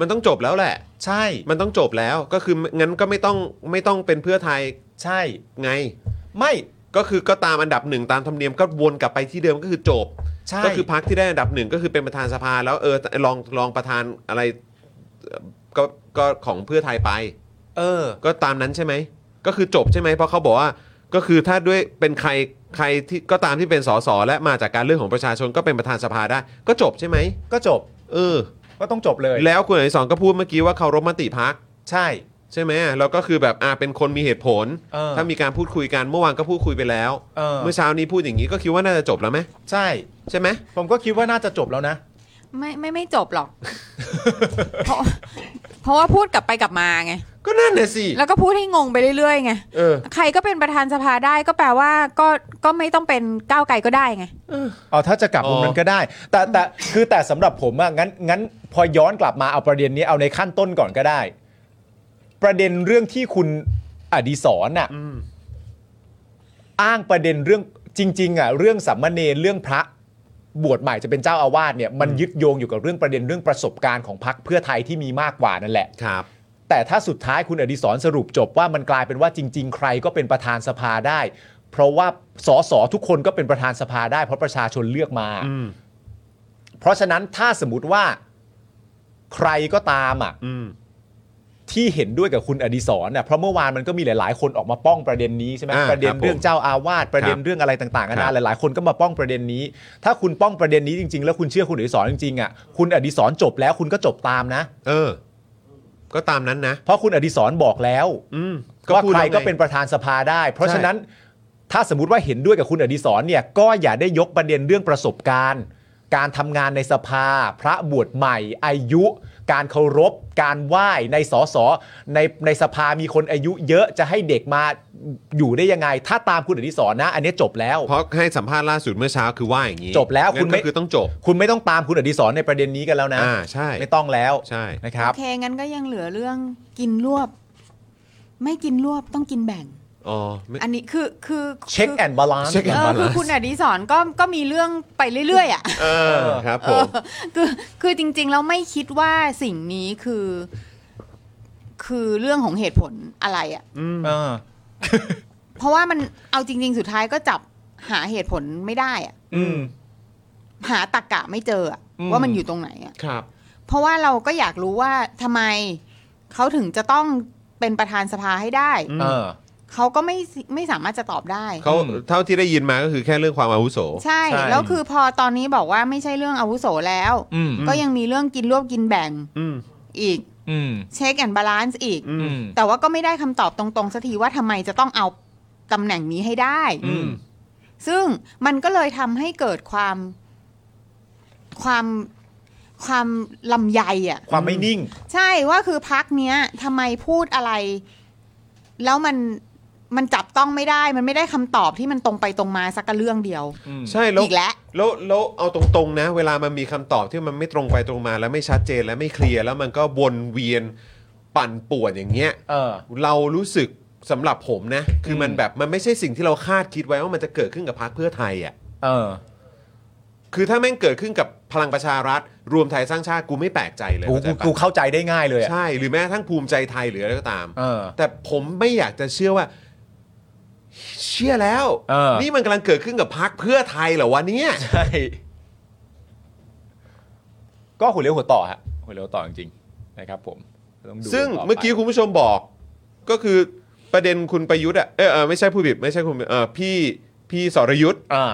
มันต้องจบแล้วแหละ
ใช่
มันต้องจบแล้วก็คืองั้นก็ไม่ต้องไม่ต้องเป็นเพื่อไทย
ใช่
ไง
ไม่
ก็คือก็ตามอันดับหนึ่งตามธรรมเนียมก็วนกลับไปที่เดิมก็คือจบ
ใช่
ก็คือพักที่ได้อันดับหนึ่งก็คือเป็นประธานสภาแล้วเออลองลองประธานอะไรเอ่อก็ก็ของเพื่อไทยไป
เออ
ก็ตามนั้นใช่ไหม ก็คือจบใช่ไหมเพราะเขาบอกว่า ก็คือถ้าด้วยเป็นใครใครที่ก็ตามที่เป็นสสและมาจากการเลือกของประชาชนก็เป็นประธานสภาได้ ก็จบใช่ไหม
ก็จบ
เออ
ก็ต้องจบเลย
แล้วคุณอนิสรก็พูดเมื่อกี้ว่าเคารพมติพัก
ใช่
ใช่ไหมแล้วก็คือแบบอ่าเป็นคนมีเหตุผล
เออ
ถ้ามีการพูดคุยกันเมื่อวานก็พูดคุยไปแล้ว
เออ
อเช้านี้พูดอย่างนี้ก็คิดว่าน่าจะจบแล้วไหม
ใช่
ใช่ไหม
ผมก็คิดว่าน่าจะจบแล้วนะ
ไม่ไม่ไม่จบ หรอก เพราะเพราะว่าพูดกลับไปกลับมาไง
ก็นั่นน่ะสิ
แล้วก็พูดให้งงไปเรื่อยๆไง
เออ
ใครก็เป็นประธานสภาได้ก็แปลว่าก็ก็ไม่ต้องเป็นก้าวไกลก็ได้ไง
อ๋อถ้าจะกลับ
อ๋อ
มุมนั้นก็ได้ แต่แต่คือแต่สำหรับผมอะงั้นงั้นพอย้อนกลับมาเอาประเด็นนี้เอาในขั้นต้นก่อนก็ได้ ประเด็นเรื่องที่คุณอดีศรน่ะอ้างประเด็นเรื่องจริง ๆอะเรื่องสัมมเนรเรื่องพระบวชใหม่จะเป็นเจ้าอาวาสเนี่ยมันยึดโยงอยู่กับเรื่องประเด็นเรื่องประสบการณ์ของพรรคเพื่อไทยที่มีมากกว่านั่นแหละ
ครับ
แต่ถ้าสุดท้ายคุณอดิศรสรุปจบว่ามันกลายเป็นว่าจริง ๆ ใครก็เป็นประธานสภาได้ เพราะว่าสสทุกคนก็เป็นประธานสภาได้ เพราะประชาชนเลือกมา
อืม
เพราะฉะนั้นถ้าสมมติว่าใครก็ตามอ่ะ
อืม
ที่เห็นด้วยกับคุณอดิศรน่ะเพราะเมื่อวานมันก็มีหลาย ๆ คนออกมาป้องประเด็นนี้ใช่ไหม
อ่า
ประเด็
ครับ
น
ผม
เรื่องเจ้าอาวาสประเด็น
ครับ
เรื่องอะไรต่างๆ
ค
กั
รั
นา
บ
หลาย ๆ คนก็มาป้องประเด็นนี้ ถ้าคุณป้องประเด็นนี้จริง ๆ แล้วคุณเชื่อคุณอดิศรจริงๆอ่ะคุณอดิศรจบแล้วคุณก็จบตามนะ
เออ ก็ตามนั้นนะ
เพราะคุณอดิศรบอกแล้ว
อืม
ว่า
พูด
ใคร
แล้วไง
ก็เป็นประธานสภาได้ เพราะ
ใช่
ฉะนั้นถ้าสมมติว่าเห็นด้วยกับคุณอดิศรเนี่ยก็อย่าได้ยกประเด็นเรื่องประสบการณ์ การทำงานในสภา พระบวชใหม่ อายุ การเคารพ การไหว้ในสสในในสภามีคนอายุเยอะจะให้เด็กมาอยู่ได้ยังไง ถ้าตามคุณอดิศรนะ อันนี้จบแล้ว
เพราะให้สัมภาษณ์ล่าสุดเมื่อเช้าคือว่าอย่างนี้
จบแล้ว
งั้น
คุณไม่
ก็คือต้องจบ
คุณไม่ต้องตามคุณอดิศรในประเด็นนี้กันแล้วนะ
อ่าใช่
ไม่ต้องแล้ว
ใช่
นะครับ
โอเค งั้นก็ยังเหลือเรื่องกินรวบ ไม่กินรวบต้องกินแบ่ง
อ๋อไม่
อันนี้คือคือ
เช็คแอนด์บาลานซ์
check
เอ
and
อคือคุณอดีศรก็ก็มีเรื่องไปเรื่อยๆอ่ะ
เออครับผม
คือคือจริงๆแล้วไม่คิดว่าสิ่งนี้คือ คือเรื่องของเหตุผลอะไรอ่ะ เพราะว่ามันเอาจริง ๆ สุดท้ายก็จับหาเหตุผลไม่ได้อ่ะ
อืม
หาตรกกะไม่เจออะ
อืม
ว่ามันอยู่ตรงไหนอ่ะ
ครับ
เพราะว่าเราก็อยากรู้ว่าทำไมเขาถึงจะต้องเป็นประธานสภาให้ได้
เออ
เขาก็ไม่ไม่สามารถจะตอบได้
เขา
อืม
เท่าที่ได้ยินมาก็คือแค่เรื่องความอาวุโส
ใช่
ใช่
แล้วคือพอตอนนี้บอกว่าไม่ใช่เรื่องอาวุโสแล้ว
อืม
ก็ยังมีเรื่องกินรวบกินแบ่ง
อืม
อีก
อืม
เช็คแอนบาลานซ์อีก
อืม
แต่ว่าก็ไม่ได้คำตอบตรงๆสักทีว่าทำไมจะต้องเอาตำแหน่งนี้ให้ได้
อืม
ซึ่งมันก็เลยทำให้เกิดความ ความความลำใยอ่ะ
ความไม่นิ่ง
ใช่ว่าคือพักเนี้ยทำไมพูดอะไร แล้วมันมันจับต้องไม่ได้ มันไม่ได้คำตอบที่มันตรงไปตรงมาสักกะเรื่องเดียว
ใช่แล้ว
อีกแล้ว
แล้วแล้วเอาตรงๆนะ เวลามันมีคำตอบที่มันไม่ตรงไปตรงมา แล้วไม่ชัดเจนและไม่เคลียร์แล้วมันก็วนเวียนปั่นป่วนอย่างเงี้ย
เออ
เรารู้สึกสำหรับผมนะ คืออ
ม
มันแบบมันไม่ใช่สิ่งที่เราคาดคิดไว้ว่ามันจะเกิดขึ้นกับพรรคเพื่อไทยอ่ะ
เออ
คือถ้าแม่งเกิดขึ้นกับพลังประชารัฐ รวมไทยสร้างชาติกูไม่แปลกใจเลย
กู
เข้าใจ
กู
ปะ
กูเข้าใจได้ง่ายเลยอะ
ใช่หรือแม้กระทั้งภูมิใจไทยหรืออะไรก็ตาม
เออ
แต่ผมไม่อยากจะเชื่อว่า เชื่อแล้ว
เออ
นี่มันกำลังเกิดขึ้นกับพรรคเพื่อไทยเหรอวะเนี่ย
ใช่ ก็หัวเลี้ยวหัวต่อฮะหัวเลี้ยวหัวต่อจริงๆนะครับ ผมต้องดู
ซึ่ง
ต่ไป
เมื่อกี้คุณผู้ชมบอก ก็คือประเด็นคุณประยุทธ์อ่ะเออเออไม่ใช่ผู้บิดไม่ใช่คุณเออพี่พี่สรยุทธ์
อ่า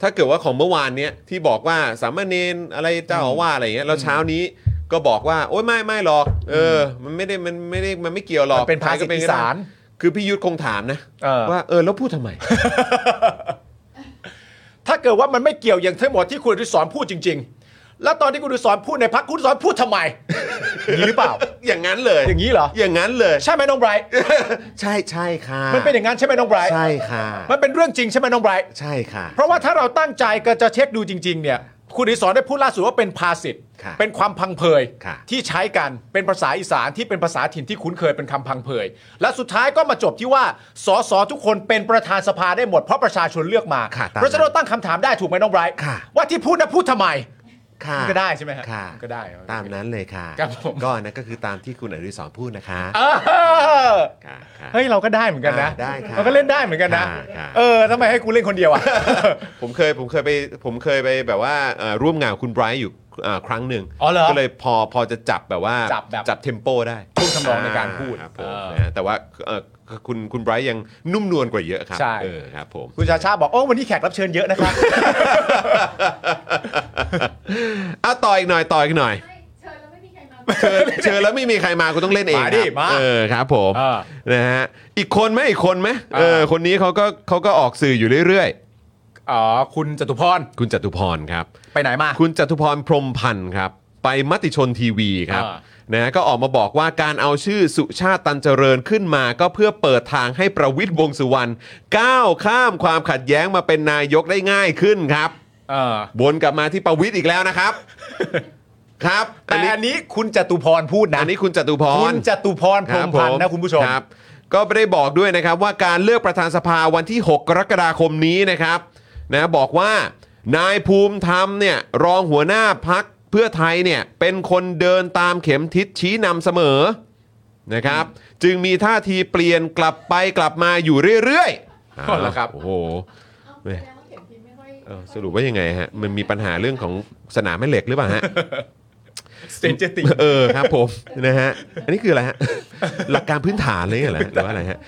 ถ้าเกิดว่าของเมื่อวานเนี้ยที่บอกว่าสามเณรอะไรเจ้าอาวาสอะไรอย่างเงี้ยแล้วเช้านี้ก็บอกว่า โอ้ยไม่ไม่หรอก เออ มันไม่ได้มันไม่ได้มันไม่เกี่ยวหรอก
มันเป็นภา
ใคร
ษี
ก็
อี
ได้
สาน
คือพี่ยุทธคงถามนะ
เออ
ว่าเออแล้วพูดทำไม
ถ้าเกิดว่ามันไม่เกี่ยวอย่างทั้งหมดที่คุณอดุสรพูดจริง ๆ แล้วตอนที่คุณอดุสรพูดในพักคุณอดุสรพูดทำไมอย่างนี้หรือเปล่า
อย่างนั้นเลย
อย่างนี้เหรอ
อย่างนั้นเลย
ใช่ไหมน้องไบรท์
ใช่ใช่ค่ะ
มันเป็นอย่างนั้นใช่ไหมน้องไบรท์
ใช่ค่ะ
มันเป็นเรื่องจริงใช่ไหมน้องไบรท์
ใช่ค่ะ
เพราะว่าถ้าเราตั้งใจก็จะเช็คดูจริง ๆ เนี่ย คุณอดุสรได้พูดล่าสุดว่าเป็นภาษิต
ค่ะ
เป็นความพังเพย
ค่ะ
ที่ใช้กันเป็นภาษาอีสานที่เป็นภาษาถิ่นที่คุ้นเคยเป็นคำพังเพยและสุดท้ายก็มาจบที่ว่าสสทุกคนเป็นประธานสภาได้หมดเพราะประชาชนเลือกมา
ค่ะตามนั้น
เพราะฉะนั้นเราตั้งคำถามได้ถูกไหมน้องไบรท์
ค่ะ
ว่าที่พูดนะพูดทำไม
ค่ะ
มันก็ได้ใช่ไหมฮะ
ค่ะ
มันก็ได้
ตามนั้นเลยค่ะ
ครับผม
ก็อันนั้นก็คือตามที่คุณอริสรพูดนะคะ
เออ
ค่ะค่ะ
เฮ้ยเราก็ได้เหมือนกันนะ
อ่าได้ครับ
เราก็เล่นได้เหมือนกันนะ
ครับ
เออทำไมให้กูเล่นคนเดียวอ่ะ
ผมเคยผมเคยไปผมเคยไปแบบว่าเอ่อร่วมงานกับคุณไบรท์อยู่เอ่อครั้งหนึ่ง
อ๋อเหรอ
ก็เลยพอพอจะจับแบบว่า
จับแบบ
เทมโปได้
ท่วงทำนองในการพูด
อ่ครับผม
เออ
นะแต่ว่าเอ่อคุณคุณไบรท์ยังนุ่มนวลกว่าเยอะครับ
ใช่
เออครับผม
คุณชาชาบอกโอ้วันนี้แขกรับเชิญเยอะนะครับ
เอาต่ออีกหน่อยต่ออีกหน่อย
ไม่เชิญแล้วไม่มีใครมา
เชิญเชิญแล้วไม่มีใครมาคุณต้องเล่นเอง
มาดิ
ครับ
มา
เอ อครับผม
เออ
นะฮะอีกคนไหมอีกคนไหม
อ่า
เออคนนี้เขาก็เขาก็ออกสื่ออยู่เรื่อย
อ๋อคุณจตุพร
ๆ คุณจตุพรครับ
ไปไหนมา
คุณจตุพรพรหมพันธ์ครับ ไปมติชนทีวีครับ
อ่า
นะก็ออกมาบอกว่าการเอาชื่อสุชาติตันเจริญขึ้นมา ก็เพื่อเปิดทางให้ประวิทย์วงษ์สุวรรณก้าวข้ามความขัดแย้งมาเป็นนายกได้ง่ายขึ้นครับ
เออ
วนกลับมาที่ประวิทย์อีกแล้วนะครับ ครับ
แต่อันนี้คุณจตุพรพูดนะ
อันนี้คุณจตุพร
คุณจตุพรพรหมพันธ์
รั
นะ
บ
คุณผู้ชม
ครับก็ไม่ได้บอกด้วยนะครับว่าการเลือกประธานสภาวันที่ 6 กรกฎาคมนี้นะครับนะบอกว่านายภูมิธรรมเนี่ยรองหัวหน้าพักเพื่อไทยเนี่ยเป็นคนเดินตามเข็มทิศชี้นำเสมอนะครับจึงมีท่าทีเปลี่ยนกลับไปกลับมาอยู่เรื่อยๆ
อ๋อเหรอครับ
โอ้โห
เอา
เว้ย
แสดงว่าเข็มทิศไม่ค่อย
เออสรุปว่ายังไงฮะมันมีปัญหาเรื่องของสนามแม่เหล็กหรือเปล่าฮะ
สเตนเจติ
เออครับผม นะฮะ อันนี้คืออะไรฮะ หลักการพื้นฐานเลยเหรอฮะหรือว่าอะไรฮะ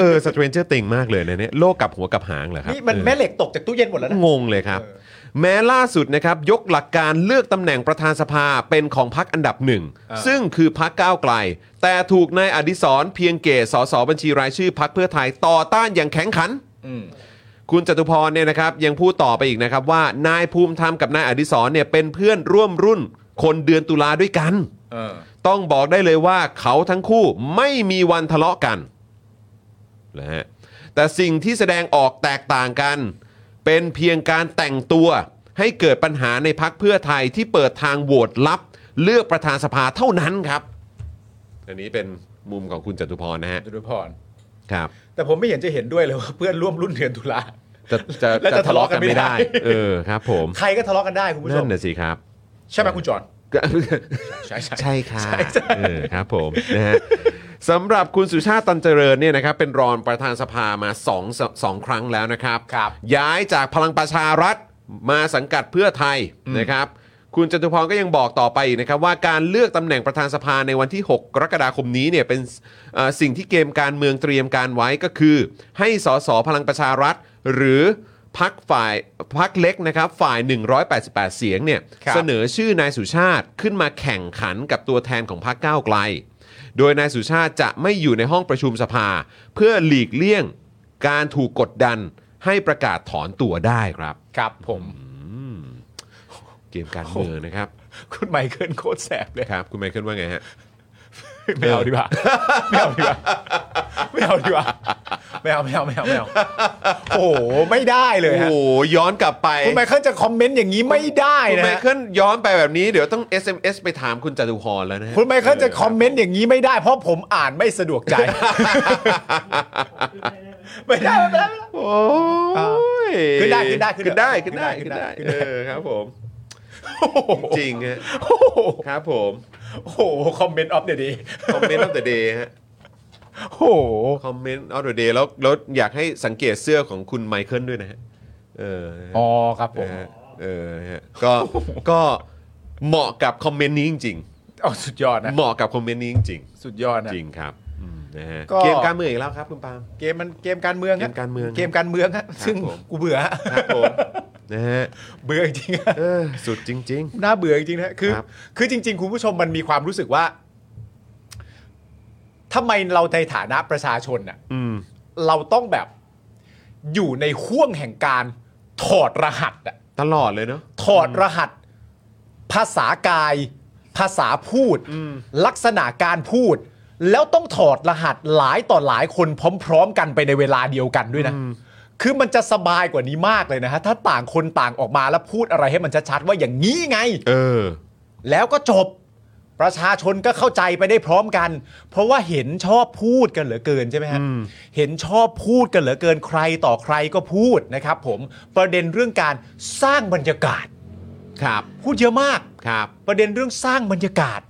เออสเตรนเจอร์ติงมากเลยนะเนี่ยโลกกลับหัวกลับหางเหรอครับ
นี่มัน
เออ
แม่เหล็กตกจากตู้เย็นหมดแล้วนะ
งงเลยครับ แม้ล่าสุดนะครับ ยกหลักการเลือกตำแหน่งประธานสภาเป็นของพักอันดับหนึ่ง
อ่า
ซึ่งคือพักก้าวไกล แต่ถูกนายอดิศรเพียงเกศสสบัญชีรายชื่อพักเพื่อไทยต่อต้านอย่างแข็งขัน
อืม
คุณจตุพรเนี่ยนะครับยังพูดต่อไปอีกนะครับว่านายภูมิธรรมกับนายอดิศรเนี่ยเป็นเพื่อนร่วมรุ่น คนเดือนตุลาด้วยกัน
เออ
ต้องบอกได้เลยว่าเขาทั้งคู่ไม่มีวันทะเลาะกันนะฮะแต่สิ่งที่แสดงออกแตกต่างกัน เป็นเพียงการแต่งตัว ให้เกิดปัญหาในพักเพื่อไทยที่เปิดทางโหวตลับ เลือกประธานสภาเท่านั้นครับ อันนี้เป็นมุมของคุณจตุพรนะฮะ
จตุพร
ครับ
แต่ผมไม่เห็นจะเห็นด้วยเลยว่าเพื่อนร่วมรุ่นเดือนตุลา
จะจะ
และจะทะเลาะกันไม่ได้
เออครับ ผม
ใครก็ทะเลาะกันได้คุณผู้ช
นั่
ม
นน่ะสิครับ
ใช่ไหมคุณจอนใช่ใช่
ใช่ค่ะ
ใช่ใช่
เออครับผมนะฮะสำหรับคุณสุชาติตันเจริญเนี่ยนะครับเป็นรองประธานสภามา2องสสองครั้งแล้วนะครับ
ครับ
ย้ายจากพลังประชารัฐมาสังกัดเพื่อไทยนะครับ คุณจตุพรก็ยังบอกต่อไปอีกนะครับ ว่าการเลือกตำแหน่งประธานสภาในวันที่ 6 กรกฎาคมนี้เนี่ยเป็นเอ่อสิ่งที่เกมการเมืองเตรียมการไว้ก็คือ ให้สสพลังประชารัฐ หรือพักฝ่ายพักเล็กนะครับฝ่าย 188 เสียงเนี่ย
ครับ
เสนอชื่อนายสุชาติขึ้นมาแข่งขันกับตัวแทนของพรรคก้าวไกล โดยนายสุชาติจะไม่อยู่ในห้องประชุมสภา เพื่อหลีกเลี่ยงการถูกกดดันให้ประกาศถอนตัวได้ครับ
ครับผม
เกมการเมืองนะครับ
คุณไมเคิลโคตรแสบเลย
ครับ คุณไมเคิลว่าไงฮะ
ไม่เอาดีกว่า ไม่เอาดีกว่า ไม่เอาดีกว่า ไม่เอาไม่เอาไม่เอาไม่เอา โอ้โหไม่ได้เลย
โอ้
ฮะ
โหย้อนกลับไป
คุณไมเคิลจะคอมเมนต์อย่างนี้ไม่ได้
คุณ
นะ
ไม
ฮะ
เคิลย้อนไปแบบนี้เดี๋ยวต้อง SMS ไปถามคุณจตุพรแล้วนะฮะ
คุณไมเคิลจะคอมเมนต์อย่างนี้ไม่ได้ เพราะผมอ่านไม่สะดวกใจ ไม่ได้ไม่ได้
โอ้ย
ขึ้นได้ขึ้นได้ขึ้
ขึ้น
นได้
ได้ขึ้นได้
ขึ้
ขึ้น
นได้
ได้
ขึ้น
เอ
ได้
อครับผม
โอ้โห
จริงฮะ
โอ้โห
ครับผม
โอ้โหคอมเมนต์ออฟเดอะเดย์
คอมเมนต์ตั้งแต่เดย์ฮะ
โอ้โห
คอมเมนต์ออเดอร์เดย์แล้วแล้วอยากให้สังเกตเสื้อของคุณไมเคิลด้วยนะฮะ เออ
อ๋อครับผม
นะฮะเออนะฮะก็ก็เหมาะกับคอมเมนต์นี้จริง
อ๋อสุดยอดนะ
ๆ เหมาะกับคอมเมนต์นี้จริง
สุดยอดนะ
ๆจริงครับอืมนะฮะ
ก็
เกมการเมืองอีกแล้วครับคุณปาล์ม
เกมมันเกมการเมืองฮะ
เกมการเมือง
เกมการเมืองฮะซึ่ง
ผม
กูเบื่อฮะ
ครับผม นะฮะ
เบื่อจริงๆฮะ
เออสุดจริง
น่าเบื่อจริงๆนะคือ
ครับ
คือจริง ๆ คุณผู้ชมมันมีความรู้สึกว่าทำไมเราในฐานะประชาชนน่ะ
ๆ อืม
เราต้องแบบอยู่ในห่วงแห่งการถอดรหัสอะ
ตลอดเลยเนาะ
ถอดรหัส ภาษากาย ภาษาพูด ลักษณะการพูด แล้วต้องถอดรหัสหลายต่อหลายคนพร้อม ๆ กันไปในเวลาเดียวกันด้วยนะ คือมันจะสบายกว่านี้มากเลยนะฮะถ้าต่างคนต่างออกมาแล้วพูดอะไรให้มันชัดๆว่าอย่างนี้ไง
เออ
แล้วก็จบประชาชนก็เข้าใจไปได้พร้อมกัน เพราะว่าเห็นชอบพูดกันเหลือเกินใช่ไหมฮะเห็นชอบพูดกันเหลือเกินใครต่อใครก็พูดนะครับ ผมประเด็นเรื่องการสร้างบรรยากาศ
ครับ
พูดเยอะมาก
ครับ
ประเด็นเรื่องสร้างบรรยากาศ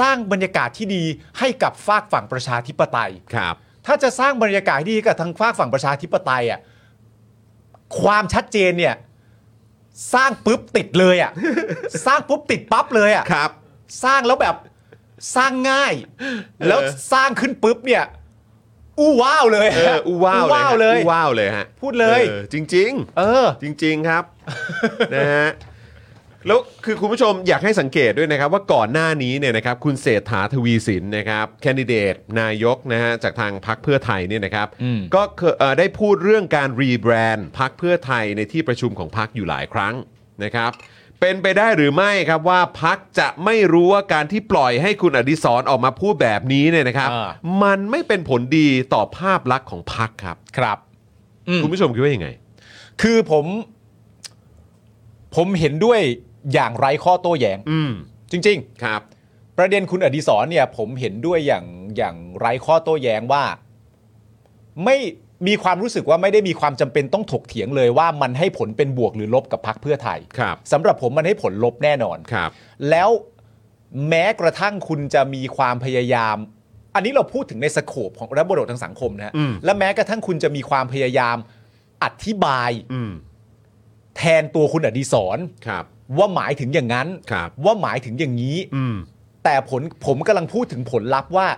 สร้างบรรยากาศที่ดีให้กับฝากฝั่งประชาธิปไตย
ครับ
ถ้าจะสร้างบรรยากาศที่ดีกับทางฝากฝั่งประชาธิปไตยอ่ะความชัดเจนเนี่ย สร้างปุ๊บติดเลยอ่ะ สร้างปุ๊บติดปั๊บเลย อ่ะ
ครับ
สร้างแล้วแบบสร้างง่าย แล้วสร้างขึ้นปุ๊บเนี่ย อู้ว้าวเลย
เอ ออู้ว้าวเลยฮะ
เลย
อู้ว้าวเลยฮะ
พูดเลย
ออจริง ๆ
เออ
จริง ๆ ครับ นะฮะแล้วคือคุณผู้ชมอยากให้สังเกตด้วยนะครับ ว่าก่อนหน้านี้เนี่ยนะครับคุณเศรษฐาทวีสินนะครับแคนดิเดตนายกนะฮะจากทางพรรคเพื่อไทยเนี่ยนะครับก็เคยเอ่อได้พูดเรื่องการรีแบรนด์พรรคเพื่อไทยในที่ประชุมของพรรคอยู่หลายครั้งนะครับ เป็นไปได้หรือไม่ครับว่าพักจะไม่รู้ว่าการที่ปล่อยให้คุณอดิศรออกมาพูดแบบนี้เนี่ยนะครับ
อ่า
มันไม่เป็นผลดีต่อภาพลักษณ์ของพักครับ
ครับ
คุณผู้ชมคิดว่ายังไง
คือผม ผมเห็นด้วยอย่างไร้ข้อโต้แย้ง
อืม
จริง ๆ
ครับ
ประเด็นคุณอดิศรเนี่ย ผมเห็นด้วยอย่างอย่างไร้ข้อโต้แย้งว่า ไม่มีความรู้สึกว่าไม่ได้มีความจำเป็นต้องถกเถียงเลยว่ามันให้ผลเป็นบวกหรือลบกับพักเพื่อไทย
ครับ
สำหรับผมมันให้ผลลบแน่นอน
ครับ
แล้วแม้กระทั่งคุณจะมีความพยายาม อันนี้เราพูดถึงในสโคปของระบบทางสังคมนะฮะ
อืม
และแม้กระทั่งคุณจะมีความพยายามอธิบาย
อืม
แทนตัวคุณอดีศร
ครับ
ว่าหมายถึงอย่างนั้น
ครับ
ว่าหมายถึงอย่างนี้
อืม
แต่ผลผมกำลังพูดถึงผลลัพธ์ว่า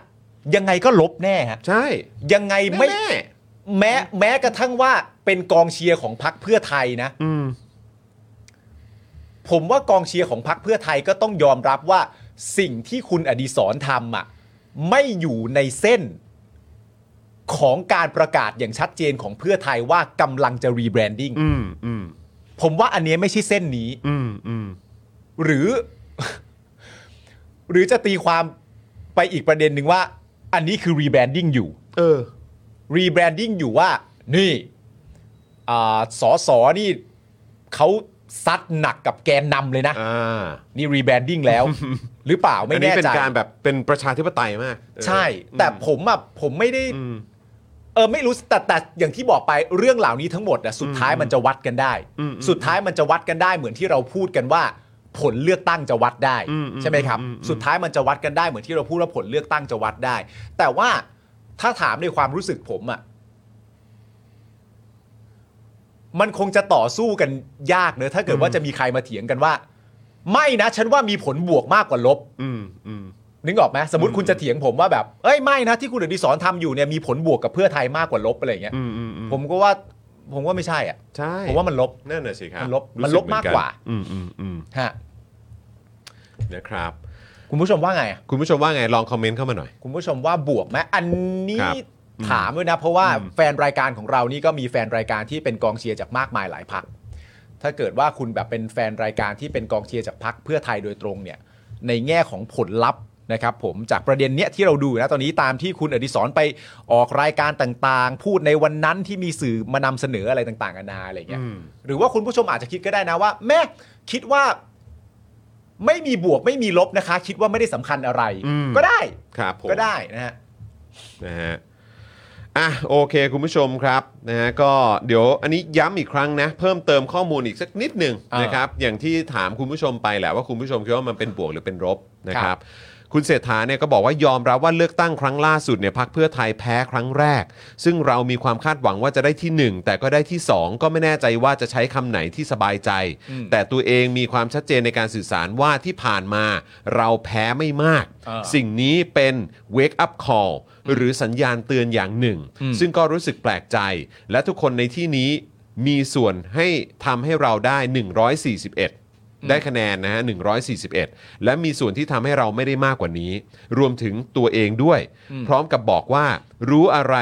ยังไงก็ลบแน่ฮะ
ใช่
ยังไงไม่แม้แม้กระทั่งว่าเป็นกองเชียร์ของพักเพื่อไทยนะ
อืม
ผมว่ากองเชียร์ของพักเพื่อไทยก็ต้องยอมรับว่าสิ่งที่คุณอดีศรทำอ่ะไม่อยู่ในเส้นของการประกาศอย่างชัดเจนของเพื่อไทยว่ากำลังจะรีแบรนดิ้ง
อืม อืม
ผมว่าอันเนี้ยไม่ใช่เส้นนี้
อืม อืม
หรือ หรือจะตีความไปอีกประเด็นหนึ่งว่า อันนี้คือรีแบรนดิ้งอยู่
เออ
รีแบรนดิ้งอยู่ว่า นี่อ่าสอสอนี่เขาซัดหนักกับแกนนำเลยนะ
อ่า
นี่รีแบรนดิ้ง แล้ว หรือเปล่าไม่
อันนี้
แน่
เป็น
ใจ
การแบบเป็นประชาธิปไตยมากเออ
ใช่ แต่
อืม
ผมอ่ะผมไม่ได้
อืม
เออไม่รู้แต่แต่อย่างที่บอกไปเรื่องเหล่านี้ทั้งหมดอะสุดท้ายมันจะวัดกันได้
อืมอืม
สุดท้ายมันจะวัดกันได้เหมือนที่เราพูดกันว่า ผลเลือกตั้งจะวัดได้
อืมอืม
ใช่ไหมครับ
อืมอืม
สุดท้ายมันจะวัดกันได้เหมือนที่เราพูดว่าผลเลือกตั้งจะวัดได้ แต่ว่าถ้าถามในความรู้สึกผมอะมันคงจะต่อสู้กันยากเนอะถ้าเกิดว่าจะมีใครมาเถียงกันว่า ไม่นะ ฉันว่ามีผลบวกมากกว่าลบ
อืมอืม
นึกออกไหมสมมติคุณจะเถียงผมว่าแบบ เอ้ยไม่นะที่คุณอดิศรทำอยู่เนี่ยมีผลบวกกับเพื่อไทยมากกว่าลบอะไรอย่างเงี้ย
อืมอืมอืม
ผมก็ว่าผมว่าไม่ใช่อ่ะ
ใช่
ผมว่ามันลบ
นั่นน่ะสิครับ
มันลบ
รู้สึ
มันลบมากกว่า
เหมือนนอืมอืมอืม
ฮะ
นะครับ
คุณผู้ชมว่าไงอะ
คุณผู้ชมว่าไงลองคอมเมนต์เข้ามาหน่อย
คุณผู้ชมว่าบวกไหมอัน
ค
นี้
รับอืม
ถามด้วยนะ เพราะว่า
อืม
แฟนรายการของเรานี่ก็มีแฟนรายการที่เป็นกองเชียร์จากมากมายหลายพักถ้าเกิดว่าคุณแบบเป็นแฟนรายการที่เป็นกองเชียร์จากพักเพื่อไทยโดยตรงเนี่ย ในแง่ของผลลัพธ์นะครับผมจากประเด็นเนี้ยที่เราดูนะตอนนี้ตามที่คุณอดิศรไปออกรายการต่างๆ พูดในวันนั้นที่มีสื่อมานำเสนออะไรต่างๆนานาอะไรเงี้ยหรือว่าคุณผู้ชมอาจจะคิดก็ได้นะว่า แม่คิดว่าไม่มีบวกไม่มีลบนะคะ คิดว่าไม่ได้สำคัญอะไร
อืม
ก็ได้
ครับผม
ก็ได้นะฮะ
นะฮะ อ่ะโอเคคุณผู้ชมครับนะฮะก็เดี๋ยวอันนี้ย้ำอีกครั้งนะ เพิ่มเติมข้อมูลอีกสักนิดหนึ่ง
อ่าน
นะครับ อย่างที่ถามคุณผู้ชมไปแหละว่าคุณผู้ชมคิดว่ามันเป็นบวกหรือเป็นลบนะค
ครั
รับ
บ
คุณเศรษฐาเนี่ยก็บอกว่ายอมรับว่าเลือกตั้งครั้งล่าสุดเนี่ยพักเพื่อไทยแพ้ครั้งแรก ซึ่งเรามีความคาดหวังว่าจะได้ที่หนึ่งแต่ก็ได้ที่สองก็ไม่แน่ใจว่าจะใช้คำไหนที่สบายใจ แต่ตัวเองมีความชัดเจนในการสื่อสารว่าที่ผ่านมา เราแพ้ไม่มาก
เออ
สิ่งนี้เป็น wake up call หรือสัญญาณเตือนอย่างหนึ่ง ซึ่งก็รู้สึกแปลกใจ และทุกคนในที่นี้มีส่วนให้ทำให้เราได้ 141 ได้คะแนนนะฮะ 141 และมีส่วนที่ทำให้เราไม่ได้มากกว่านี้ รวมถึงตัวเองด้วย พร้อมกับบอกว่า รู้อะไร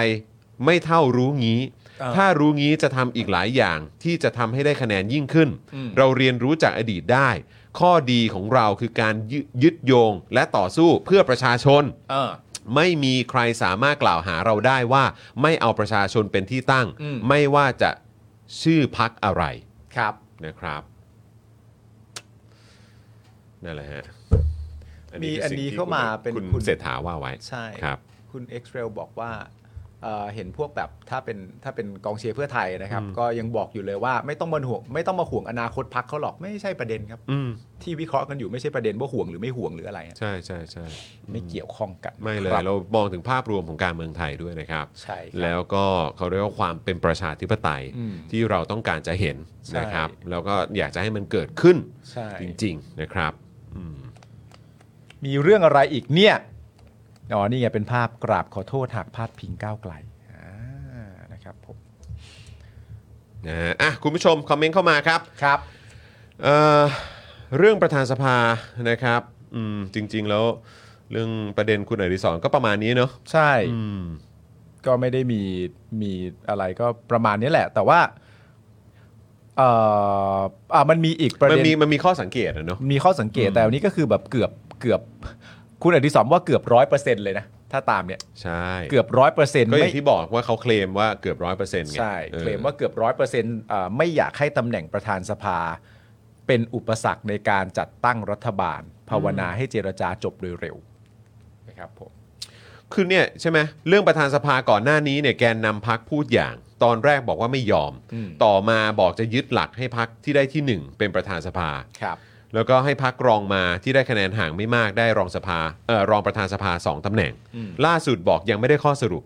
ไม่เท่ารู้งี้
อ่า
ถ้ารู้งี้จะทำอีกหลายอย่างที่จะทำให้ได้คะแนนยิ่งขึ้น เราเรียนรู้จากอดีตได้ ข้อดีของเราคือการยึยึดโยงและต่อสู้เพื่อประชาชน
เออ
ไม่มีใครสามารถกล่าวหาเราได้ว่า ไม่เอาประชาชนเป็นที่ตั้ง
อืม
ไม่ว่าจะชื่อพักอะไร
ครับ
นะครับนั่นแหละฮะ
มี
คื
อันนี้
สิ่งที่
เข้ามาเป็น
คุณ
คุณ
เศรษฐาว่าไว้
ใช่
ครับ
คุณ x r a i l บอกว่าเอ่อเห็นพวกแบบถ้าเป็นถ้าเป็นกองเชียร์เพื่อไทยนะครับ ก็ยังบอกอยู่เลยว่าไม่ต้องมาห่วงไม่ต้องมาห่วงอนาคตพักเขาหรอกไม่ใช่ประเด็นครับ
อืม
ที่วิเคราะห์กันอยู่ไม่ใช่ประเด็นว่าห่วงหรือไม่ห่วงหรืออะไรอะ
ใช่ใช่ใช่
ไม่เกี่ยวข้องกัน
ไม่เลย
ครับ
เรามองถึงภาพรวมของการเมืองไทยด้วยนะครับ
ใช่ครับ
แล้วก็เขาเรียกว่าความเป็นประชาธิปไตย
อืม
ที่เราต้องการจะเห็น
ใช่
นะครับ แล้วก็อยากจะให้มันเกิดขึ้น
ใช่
จริง ๆ นะครับ
มีเรื่องอะไรอีกเนี่ยอ๋อนี่ไงเป็นภาพกราบขอโทษหากพาดพิงก้าวไกลอ่านะครับผม
นะฮะอ่ะคุณผู้ชม คอมเมนต์เข้ามาครับ
ครับ
เอ่อเรื่องประธานสภานะครับอืมจริง ๆ แล้วเรื่องประเด็นคุณอดิศรก็ประมาณนี้เนาะ
ใช่
อืม
ก็ไม่ได้มีมีอะไรก็ประมาณนี้แหละ แต่ว่าเอ่ออ่ะมันมีอีกประ
มัน
เด็น
มีมันมีข้อสังเกตอะเนาะ
มีข้อสังเกตแต่อันนี้ก็คือแบบเกือบเกือบ คุณอดิศรว่าเกือบร้อยเปอร์เซ็นต์เลยนะ ถ้าตามเนี่ย
ใช่
เกือบร้อยเปอร์เซ็นต์
ก็อ
ไม่
ย่างที่บอกว่าเขาเคลมว่าเกือบร้อยเปอร์เซ็นต์ไง
ใช่
ออ
เคลมว่าเกือบร้อยเปอร์เซ็นต์ไม่อยากให้ตำแหน่งประธานสภา เป็นอุปสรรคในการจัดตั้งรัฐบาล ภาวนาให้เจรจาจบโดยเร็วนะครับผม
คือเนี่ยใช่ไหมเรื่องประธานสภาก่อนหน้านี้เนี่ยแกนนำพักพูดอย่าง ตอนแรกบอกว่าไม่ยอม
อืม
ต่อมาบอกจะยึดหลักให้พักที่ได้ที่หนึ่งเป็นประธานสภา
ครับ
แล้วก็ให้พักรองมาที่ได้คะแนนห่างไม่มากได้รองสภาเอ่อรองประธานสภา 2ตำแหน่ง
อืม
ล่าสุดบอกยังไม่ได้ข้อสรุป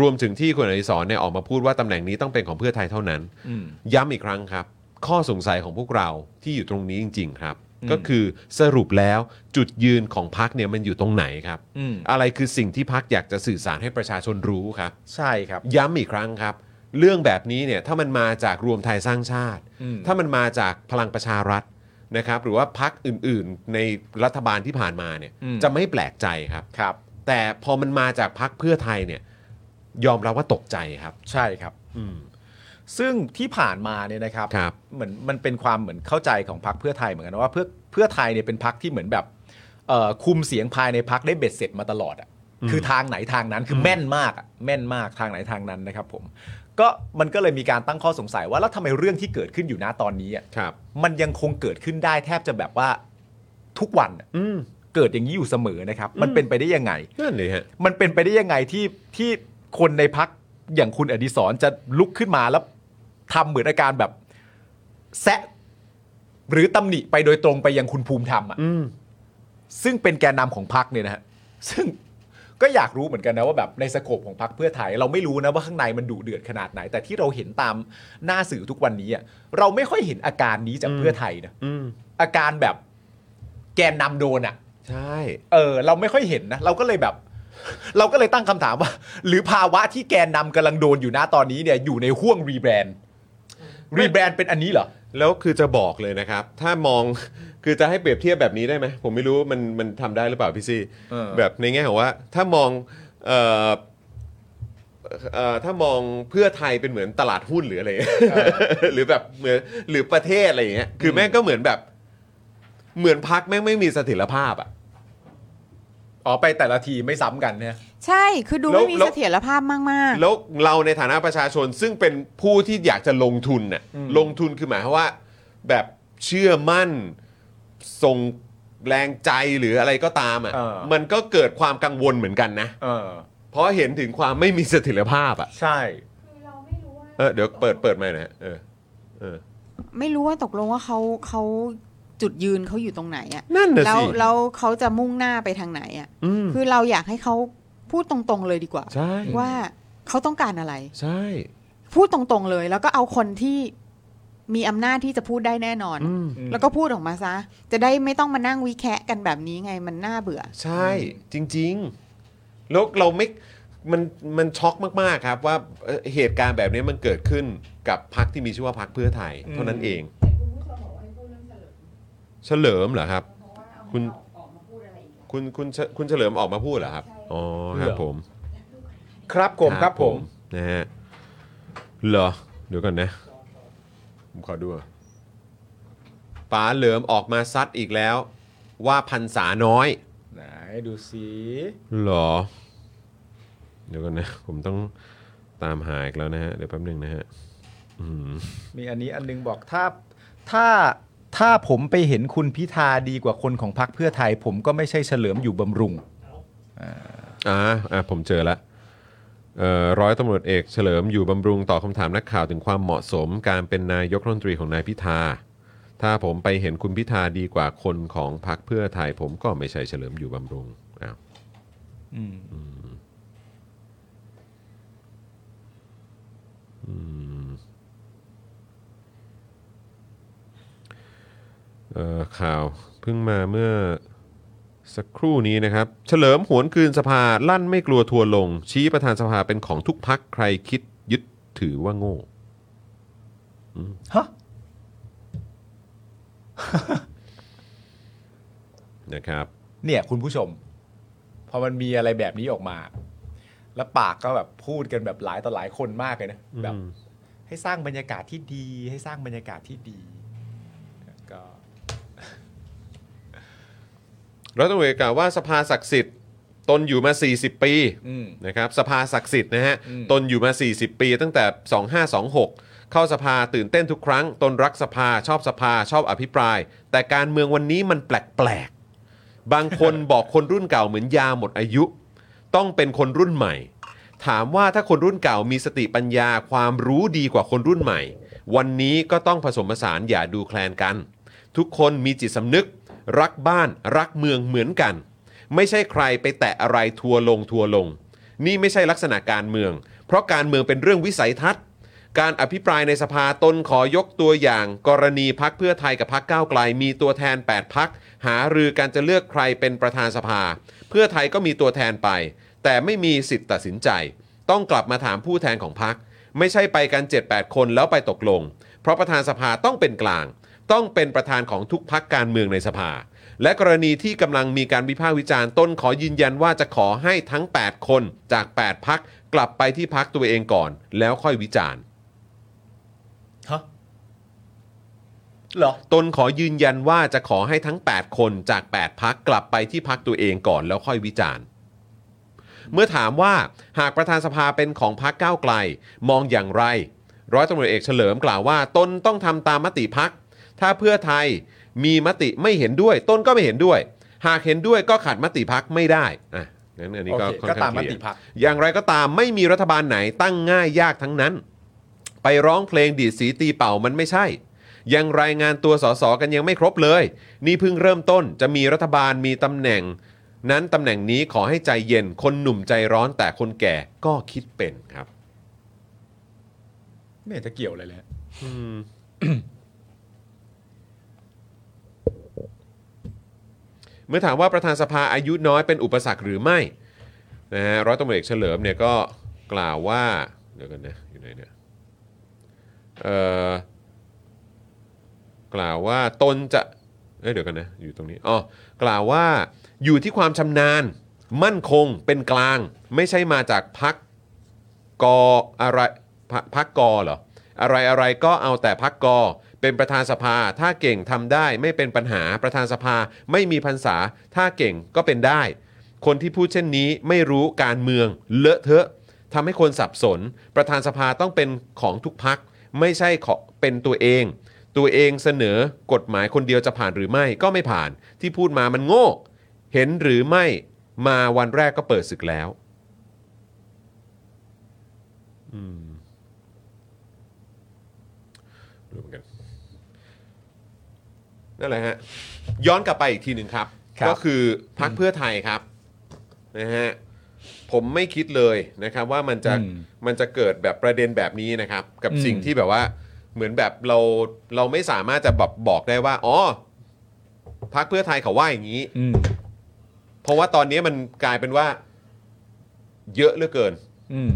รวมถึงที่คุณอนิสรเนี่ยออกมาพูดว่าตำแหน่งนี้ต้องเป็นของเพื่อไทยเท่านั้น
อืม
ย้ำอีกครั้งครับ ข้อสงสัยของพวกเราที่อยู่ตรงนี้จริง ๆ ครับ
อืม
ก็คือสรุปแล้วจุดยืนของพักเนี่ยมันอยู่ตรงไหนครับ
อืม
อะไรคือสิ่งที่พักอยากจะสื่อสารให้ประชาชนรู้ครับ
ใช่ครับ
ย้ำอีกครั้งครับ เรื่องแบบนี้เนี่ยถ้ามันมาจากรวมไทยสร้างชาติ
อืม
ถ้ามันมาจากพลังประชารัฐนะครับ หรือว่าพักอื่นๆ ในรัฐบาลที่ผ่านมาเนี่ยจะไม่แปลกใจครับ
ครับ
แต่พอมันมาจากพักเพื่อไทยเนี่ยยอมรับว่าตกใจครับ
ใช่ครับ
อืม
ซึ่งที่ผ่านมาเนี่ยนะครับ
ครับ
เหมือนมันเป็นความเหมือนเข้าใจของพรรคเพื่อไทยเหมือนกันนะว่าเพื่อเพื่อไทยเนี่ยเป็นพรรคที่เหมือนแบบเอ่อคุมเสียงภายในพรรคได้เบ็ดเสร็จมาตลอดอะ่ะคือทางไหนทางนั้นคือแม่นมากอะแม่นมากทางไหนทางนั้นนะครับ ผมก็มันก็เลยมีการตั้งข้อสงสัยว่าแล้วทำไมเรื่องที่เกิดขึ้นอยู่ณตอนนี้อะ
ครับ
มันยังคงเกิดขึ้นได้แทบจะแบบว่าทุกวันอะ
อืม
เกิดอย่างนี้อยู่เสมอนะครับ มันเป็นไปได้ยังไง
นั่นเลยฮะ
มันเป็นไปได้ยังไงที่ที่คนในพัก อย่างคุณอดิศรจะลุกขึ้นมาแล้วทำเหมือนอาการแบบแซะหรือตำหนิไปโดยตรงไปยังคุณภูมิธรรมอ่ะซึ่งเป็นแกนนำของพรรคเนี่ยนะฮะซึ่งก็อยากรู้เหมือนกันนะว่าแบบในสโคปของพรรคเพื่อไทย เราไม่รู้นะว่าข้างในมันดุเดือดขนาดไหน แต่ที่เราเห็นตามหน้าสื่อทุกวันนี้อ่ะเราไม่ค่อยเห็นอาการนี้จากเพื่อไทยนะอาการแบบแกนนำโดนอ่ะ
ใช่
เออเราไม่ค่อยเห็นนะ เราก็เลยแบบ เราก็เลยตั้งคำถามว่า หรือภาวะที่แกนนำกำลังโดนอยู่นะตอนนี้เนี่ยอยู่ในห่วงรีแบรนด์รีแบรนด์เป็นอันนี้เหรอ
แล้วคือจะบอกเลยนะครับ ถ้ามอง คือจะให้เปรียบเทียบแบบนี้ได้ไหม ผมไม่รู้มันมันทำได้หรือเปล่าพี่ซี่
เออ
แบบในแง่ของว่า ถ้ามองเอ่อเอ่อถ้ามองเพื่อไทยเป็นเหมือนตลาดหุ้นหรืออะไรอย่างเงี้ย หรือแบบเหมือนหรือประเทศอะไรอย่างเงี้ยคือแม่งก็เหมือนแบบเหมือนพักแม่งไม่มีเสถียรภาพอ่ะ
อ๋อไปแต่ละทีไม่ซ้ำกันเนี่ย
ใช่คือดูไม่มี
แล้วแล้ว
เสถียรภาพมาก
แล้วเราในฐานะประชาชนซึ่งเป็นผู้ที่อยากจะลงทุนน่ะลงทุนคือหมายความว่า แบบเชื่อมั่นส่งแรงใจหรืออะไรก็ตาม
เออ
อะ่ะมันก็เกิดความกังวลเหมือนกันนะ
เออ
เพราะเห็นถึงความไม่มีเสถียรภาพอะ่ะ
ใช่
คือเราไม่รู้ว่า
เออเดี๋ยวเปิดเปิดใหม่หนะฮะเออเออ
ๆ ไม่รู้ว่าตกลงว่าเขาเขาจุดยืนเขาอยู่ตรงไหนอะ
นั่นน่ะ
แล้ว
สิ
แล้วเขาจะมุ่งหน้าไปทางไหนอะ
อืม
คือเราอยากให้เขาพูดตรงๆเลยดีกว่า
ใช่
ว่าเขาต้องการอะไร
ใช่
พูดตรงๆเลย แล้วก็เอาคนที่มีอำนาจที่จะพูดได้แน่นอน
อืม
แล้วก็พูดออกมาซะ จะได้ไม่ต้องมานั่งวิแคะกันแบบนี้ไงมันน่าเบื่อ
ใช่ จริงๆแล้วเราไม่มันมันช็อกมากๆครับ ว่าเอ่อเหตุการณ์แบบนี้มันเกิดขึ้นกับพรรคที่มีชื่อว่าพรรคเพื่อไทย เท่านั้นเอง
เห็นคุณผู้ชมบอกว่าให้พูดเรื่องเฉลิม
เฉลิมเหรอครับ
เพราะว่าเอา
คุณ
ออกออกมาพูดอะไรอีก
คุณคุณเฉคุณเฉลิมออกมาพูดเหรอครับ อ๋อครับผม
ครับผมครับผม
นะฮะเหรอ เดี๋ยวก่อนนะ ผมขอดูก่อนป๋าเหลิมออกมาซัดอีกแล้ว ว่าพันษาน้อย
ไหนดูสิ
เหรอ เดี๋ยวก่อนนะ ผมต้องตามหาอีกแล้วนะฮะ เดี๋ยวแป๊บหนึงนะฮะอืม
มีอันนี้อันนึงบอกถ้าถ้าถ้าผมไปเห็นคุณพิธาดีกว่าคนของพรรคเพื่อไทย ผมก็ไม่ใช่เฉลิมอยู่บำรุง
อ่าอ่าผมเจอละเอ่อร้อยตำรวจเอกเฉลิมอยู่บำรุงตอบคำถามนักข่าวถึงความเหมาะสมการเป็นนายกรัฐมนตรีของนายพิธา ถ้าผมไปเห็นคุณพิธาดีกว่าคนของพรรคเพื่อไทย ผมก็ไม่ใช่เฉลิมอยู่บำรุงอ้าวอืมอืมเอ่อข่าวเพิ่งมาเมื่อสักครู่นี้นะครับ เฉลิมหวนคืนสภาลั่นไม่กลัวทัวร์ลง ชี้ประธานสภาเป็นของทุกพักใครคิดยึดถือว่าโง่
ฮะ
นะครับ
เนี่ยคุณผู้ชม พอมันมีอะไรแบบนี้ออกมา แล้วปากก็แบบพูดกันแบบหลายต่อหลายคนมากเลยนะแบบ ให้สร้างบรรยากาศที่ดี ให้สร้างบรรยากาศที่ดีก็
รัฐมนตรีกล่าวว่าสภาศักดิ์สิทธิ์ตนอยู่มา 40 ปี
อืม
นะครับสภาศักดิ์สิทธิ์นะฮะ
อืม
ตนอยู่มา 40 ปีตั้งแต่ 2526 เข้าสภาตื่นเต้นทุกครั้ง ตนรักสภาชอบสภาชอบอภิปราย แต่การเมืองวันนี้มันแปลกๆ บางคน บอกคนรุ่นเก่าเหมือนยาหมดอายุ ต้องเป็นคนรุ่นใหม่ ถามว่าถ้าคนรุ่นเก่ามีสติปัญญาความรู้ดีกว่าคนรุ่นใหม่ วันนี้ก็ต้องผสมผสานอย่าดูแคลนกัน ทุกคนมีจิตสำนึก รักบ้านรักเมืองเหมือนกัน ไม่ใช่ใครไปแตะอะไรทัวร์ลงทัวร์ลง นี่ไม่ใช่ลักษณะการเมือง เพราะการเมืองเป็นเรื่องวิสัยทัศน์ การอภิปรายในสภาตนขอยกตัวอย่าง กรณีพักเพื่อไทยกับพักก้าวไกล มีตัวแทน 8 พัก หารือการจะเลือกใครเป็นประธานสภา เพื่อไทยก็มีตัวแทนไป แต่ไม่มีสิทธิ์ตัดสินใจ ต้องกลับมาถามผู้แทนของพัก ไม่ใช่ไปกัน 7-8 คนแล้วไปตกลง เพราะประธานสภาต้องเป็นกลาง ต้องเป็นประธานของทุกพักการเมืองในสภา และกรณีที่กำลังมีการวิพากษ์วิจารณ์ต้นขอยืนยันว่าจะขอให้ทั้ง 8 คนจาก 8 พักกลับไปที่พักตัวเองก่อน แล้วค่อยวิจารณ์
ฮะเหรอ
ตนขอยืนยันว่าจะขอให้ทั้ง 8 คนจาก 8 พักกลับไปที่พักตัวเองก่อนแล้วค่อยวิจารณ์ เมื่อถามว่าหากประธานสภาเป็นของพักก้าวไกล มองอย่างไร ร้อยตำรวจเอกเฉลิมกล่าวว่า ตนต้องทำตามมติพัก ถ้าเพื่อไทยมีมติไม่เห็นด้วย ตนก็ไม่เห็นด้วย หากเห็นด้วยก็ขัดมติพักไม่ได้อ่ะ งั้นอันนี้
โอ
ก็
เค
ค่อน
ก็
ข้า
ตาง ม
เค
ม
ลีย
ติ
ร์
พัก
อย่างไรก็ตามไม่มีรัฐบาลไหนตั้งง่ายยากทั้งนั้น ไปร้องเพลงดีดสีตีเป่ามันไม่ใช่ ยังรายงานตัวสสกันยังไม่ครบเลย นี่เพิ่งเริ่มต้นจะมีรัฐบาลมีตำแหน่ง นั้นตำแหน่งนี้ขอให้ใจเย็นคนหนุ่มใจร้อนแต่คนแก่ก็คิดเป็นครับ
ไม่เห็นจะเกี่ยวอะไรเลยฮะ
เมื่อถามว่าประธานสภาอายุน้อยเป็นอุปสรรคหรือไม่นะฮะร้อยตำรวจเอกเฉลิมเนี่ยก็กล่าวว่า เดี๋ยวกันนะ อยู่ไหนเนี่ยเอ่อกล่าวว่าตนจะเอ้ยเดี๋ยวกันนะ อยู่ตรงนี้อ๋อกล่าวว่าอยู่ที่ความชำนาญ มั่นคงเป็นกลาง ไม่ใช่มาจากพักกออะไรพรรคพักกอเหรอ อะไรอะไรก็เอาแต่พักกอ เป็นประธานสภา ถ้าเก่งทำได้ไม่เป็นปัญหาประธานสภาไม่มีพรรษา ถ้าเก่งก็เป็นได้ คนที่พูดเช่นนี้ไม่รู้การเมือง เลอะเทอะทำให้คนสับสน ประธานสภาต้องเป็นของทุกพัก ไม่ใช่ขอเป็นตัวเอง ตัวเองเสนอกฎหมายคนเดียวจะผ่านหรือไม่ก็ไม่ผ่าน ที่พูดมามันโง่ เห็นหรือไม่มาวันแรกก็เปิดศึกแล้ว ดูเหมือนกันนั่นแหละฮะย้อนกลับไปอีกทีหนึ่งครับ ก็คือพักเพื่อไทยครับนะฮะผมไม่คิดเลยนะครับ ว่ามันจะมันจะเกิดแบบประเด็นแบบนี้นะครับ กับสิ่งที่แบบว่า เหมือนแบบเราเราไม่สามารถจะแบบบอกได้ว่าอ๋อพักเพื่อไทยเขาว่าอย่างนี้
อืม
เพราะว่าตอนนี้มันกลายเป็นว่า เยอะเหลือเกิน
อืม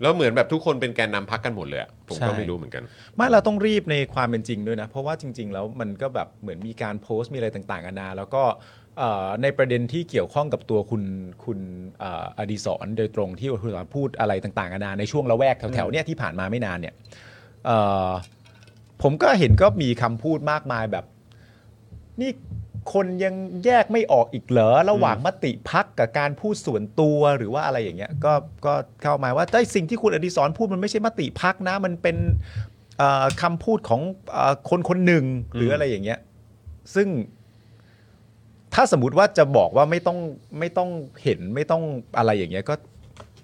แล้วเหมือนแบบทุกคนเป็นแกนนำพักกันหมดเลยอะผมก็
ใช่
ไม่รู้เหมือนกัน
ไม่เราต้องรีบในความเป็นจริงด้วยนะ เพราะว่าจริง ๆ แล้วมันก็แบบเหมือนมีการโพสต์มีอะไรต่างๆนานาแล้วก็เอ่อในประเด็นที่เกี่ยวข้องกับตัวคุณคุณเอ่ออดีศรโดยตรงที่คุณอดีศรพูดอะไรต่างๆนานาในช่วงละแวกแถวๆเนี่ยที่ผ่านมาไม่นานเนี่ยเอ่อผมก็เห็นก็มีคำพูดมากมายแบบ นี่คนยังแยกไม่ออกอีกเหรอระหว่างมติพักกับการพูดส่วนตัวหรือว่าอะไรอย่างเงี้ยก็ก็เข้ามาว่าได้ยสิ่งที่คุณอดิศรพูดมันไม่ใช่มติพักนะ มันเป็นเอ่อคำพูดของเอ่อคนคนหนึ่งหรืออะไรอย่างเงี้ย ซึ่ง ถ้าสมมติว่าจะบอกว่าไม่ต้องไม่ต้องเห็นไม่ต้องอะไรอย่างเงี้ยก็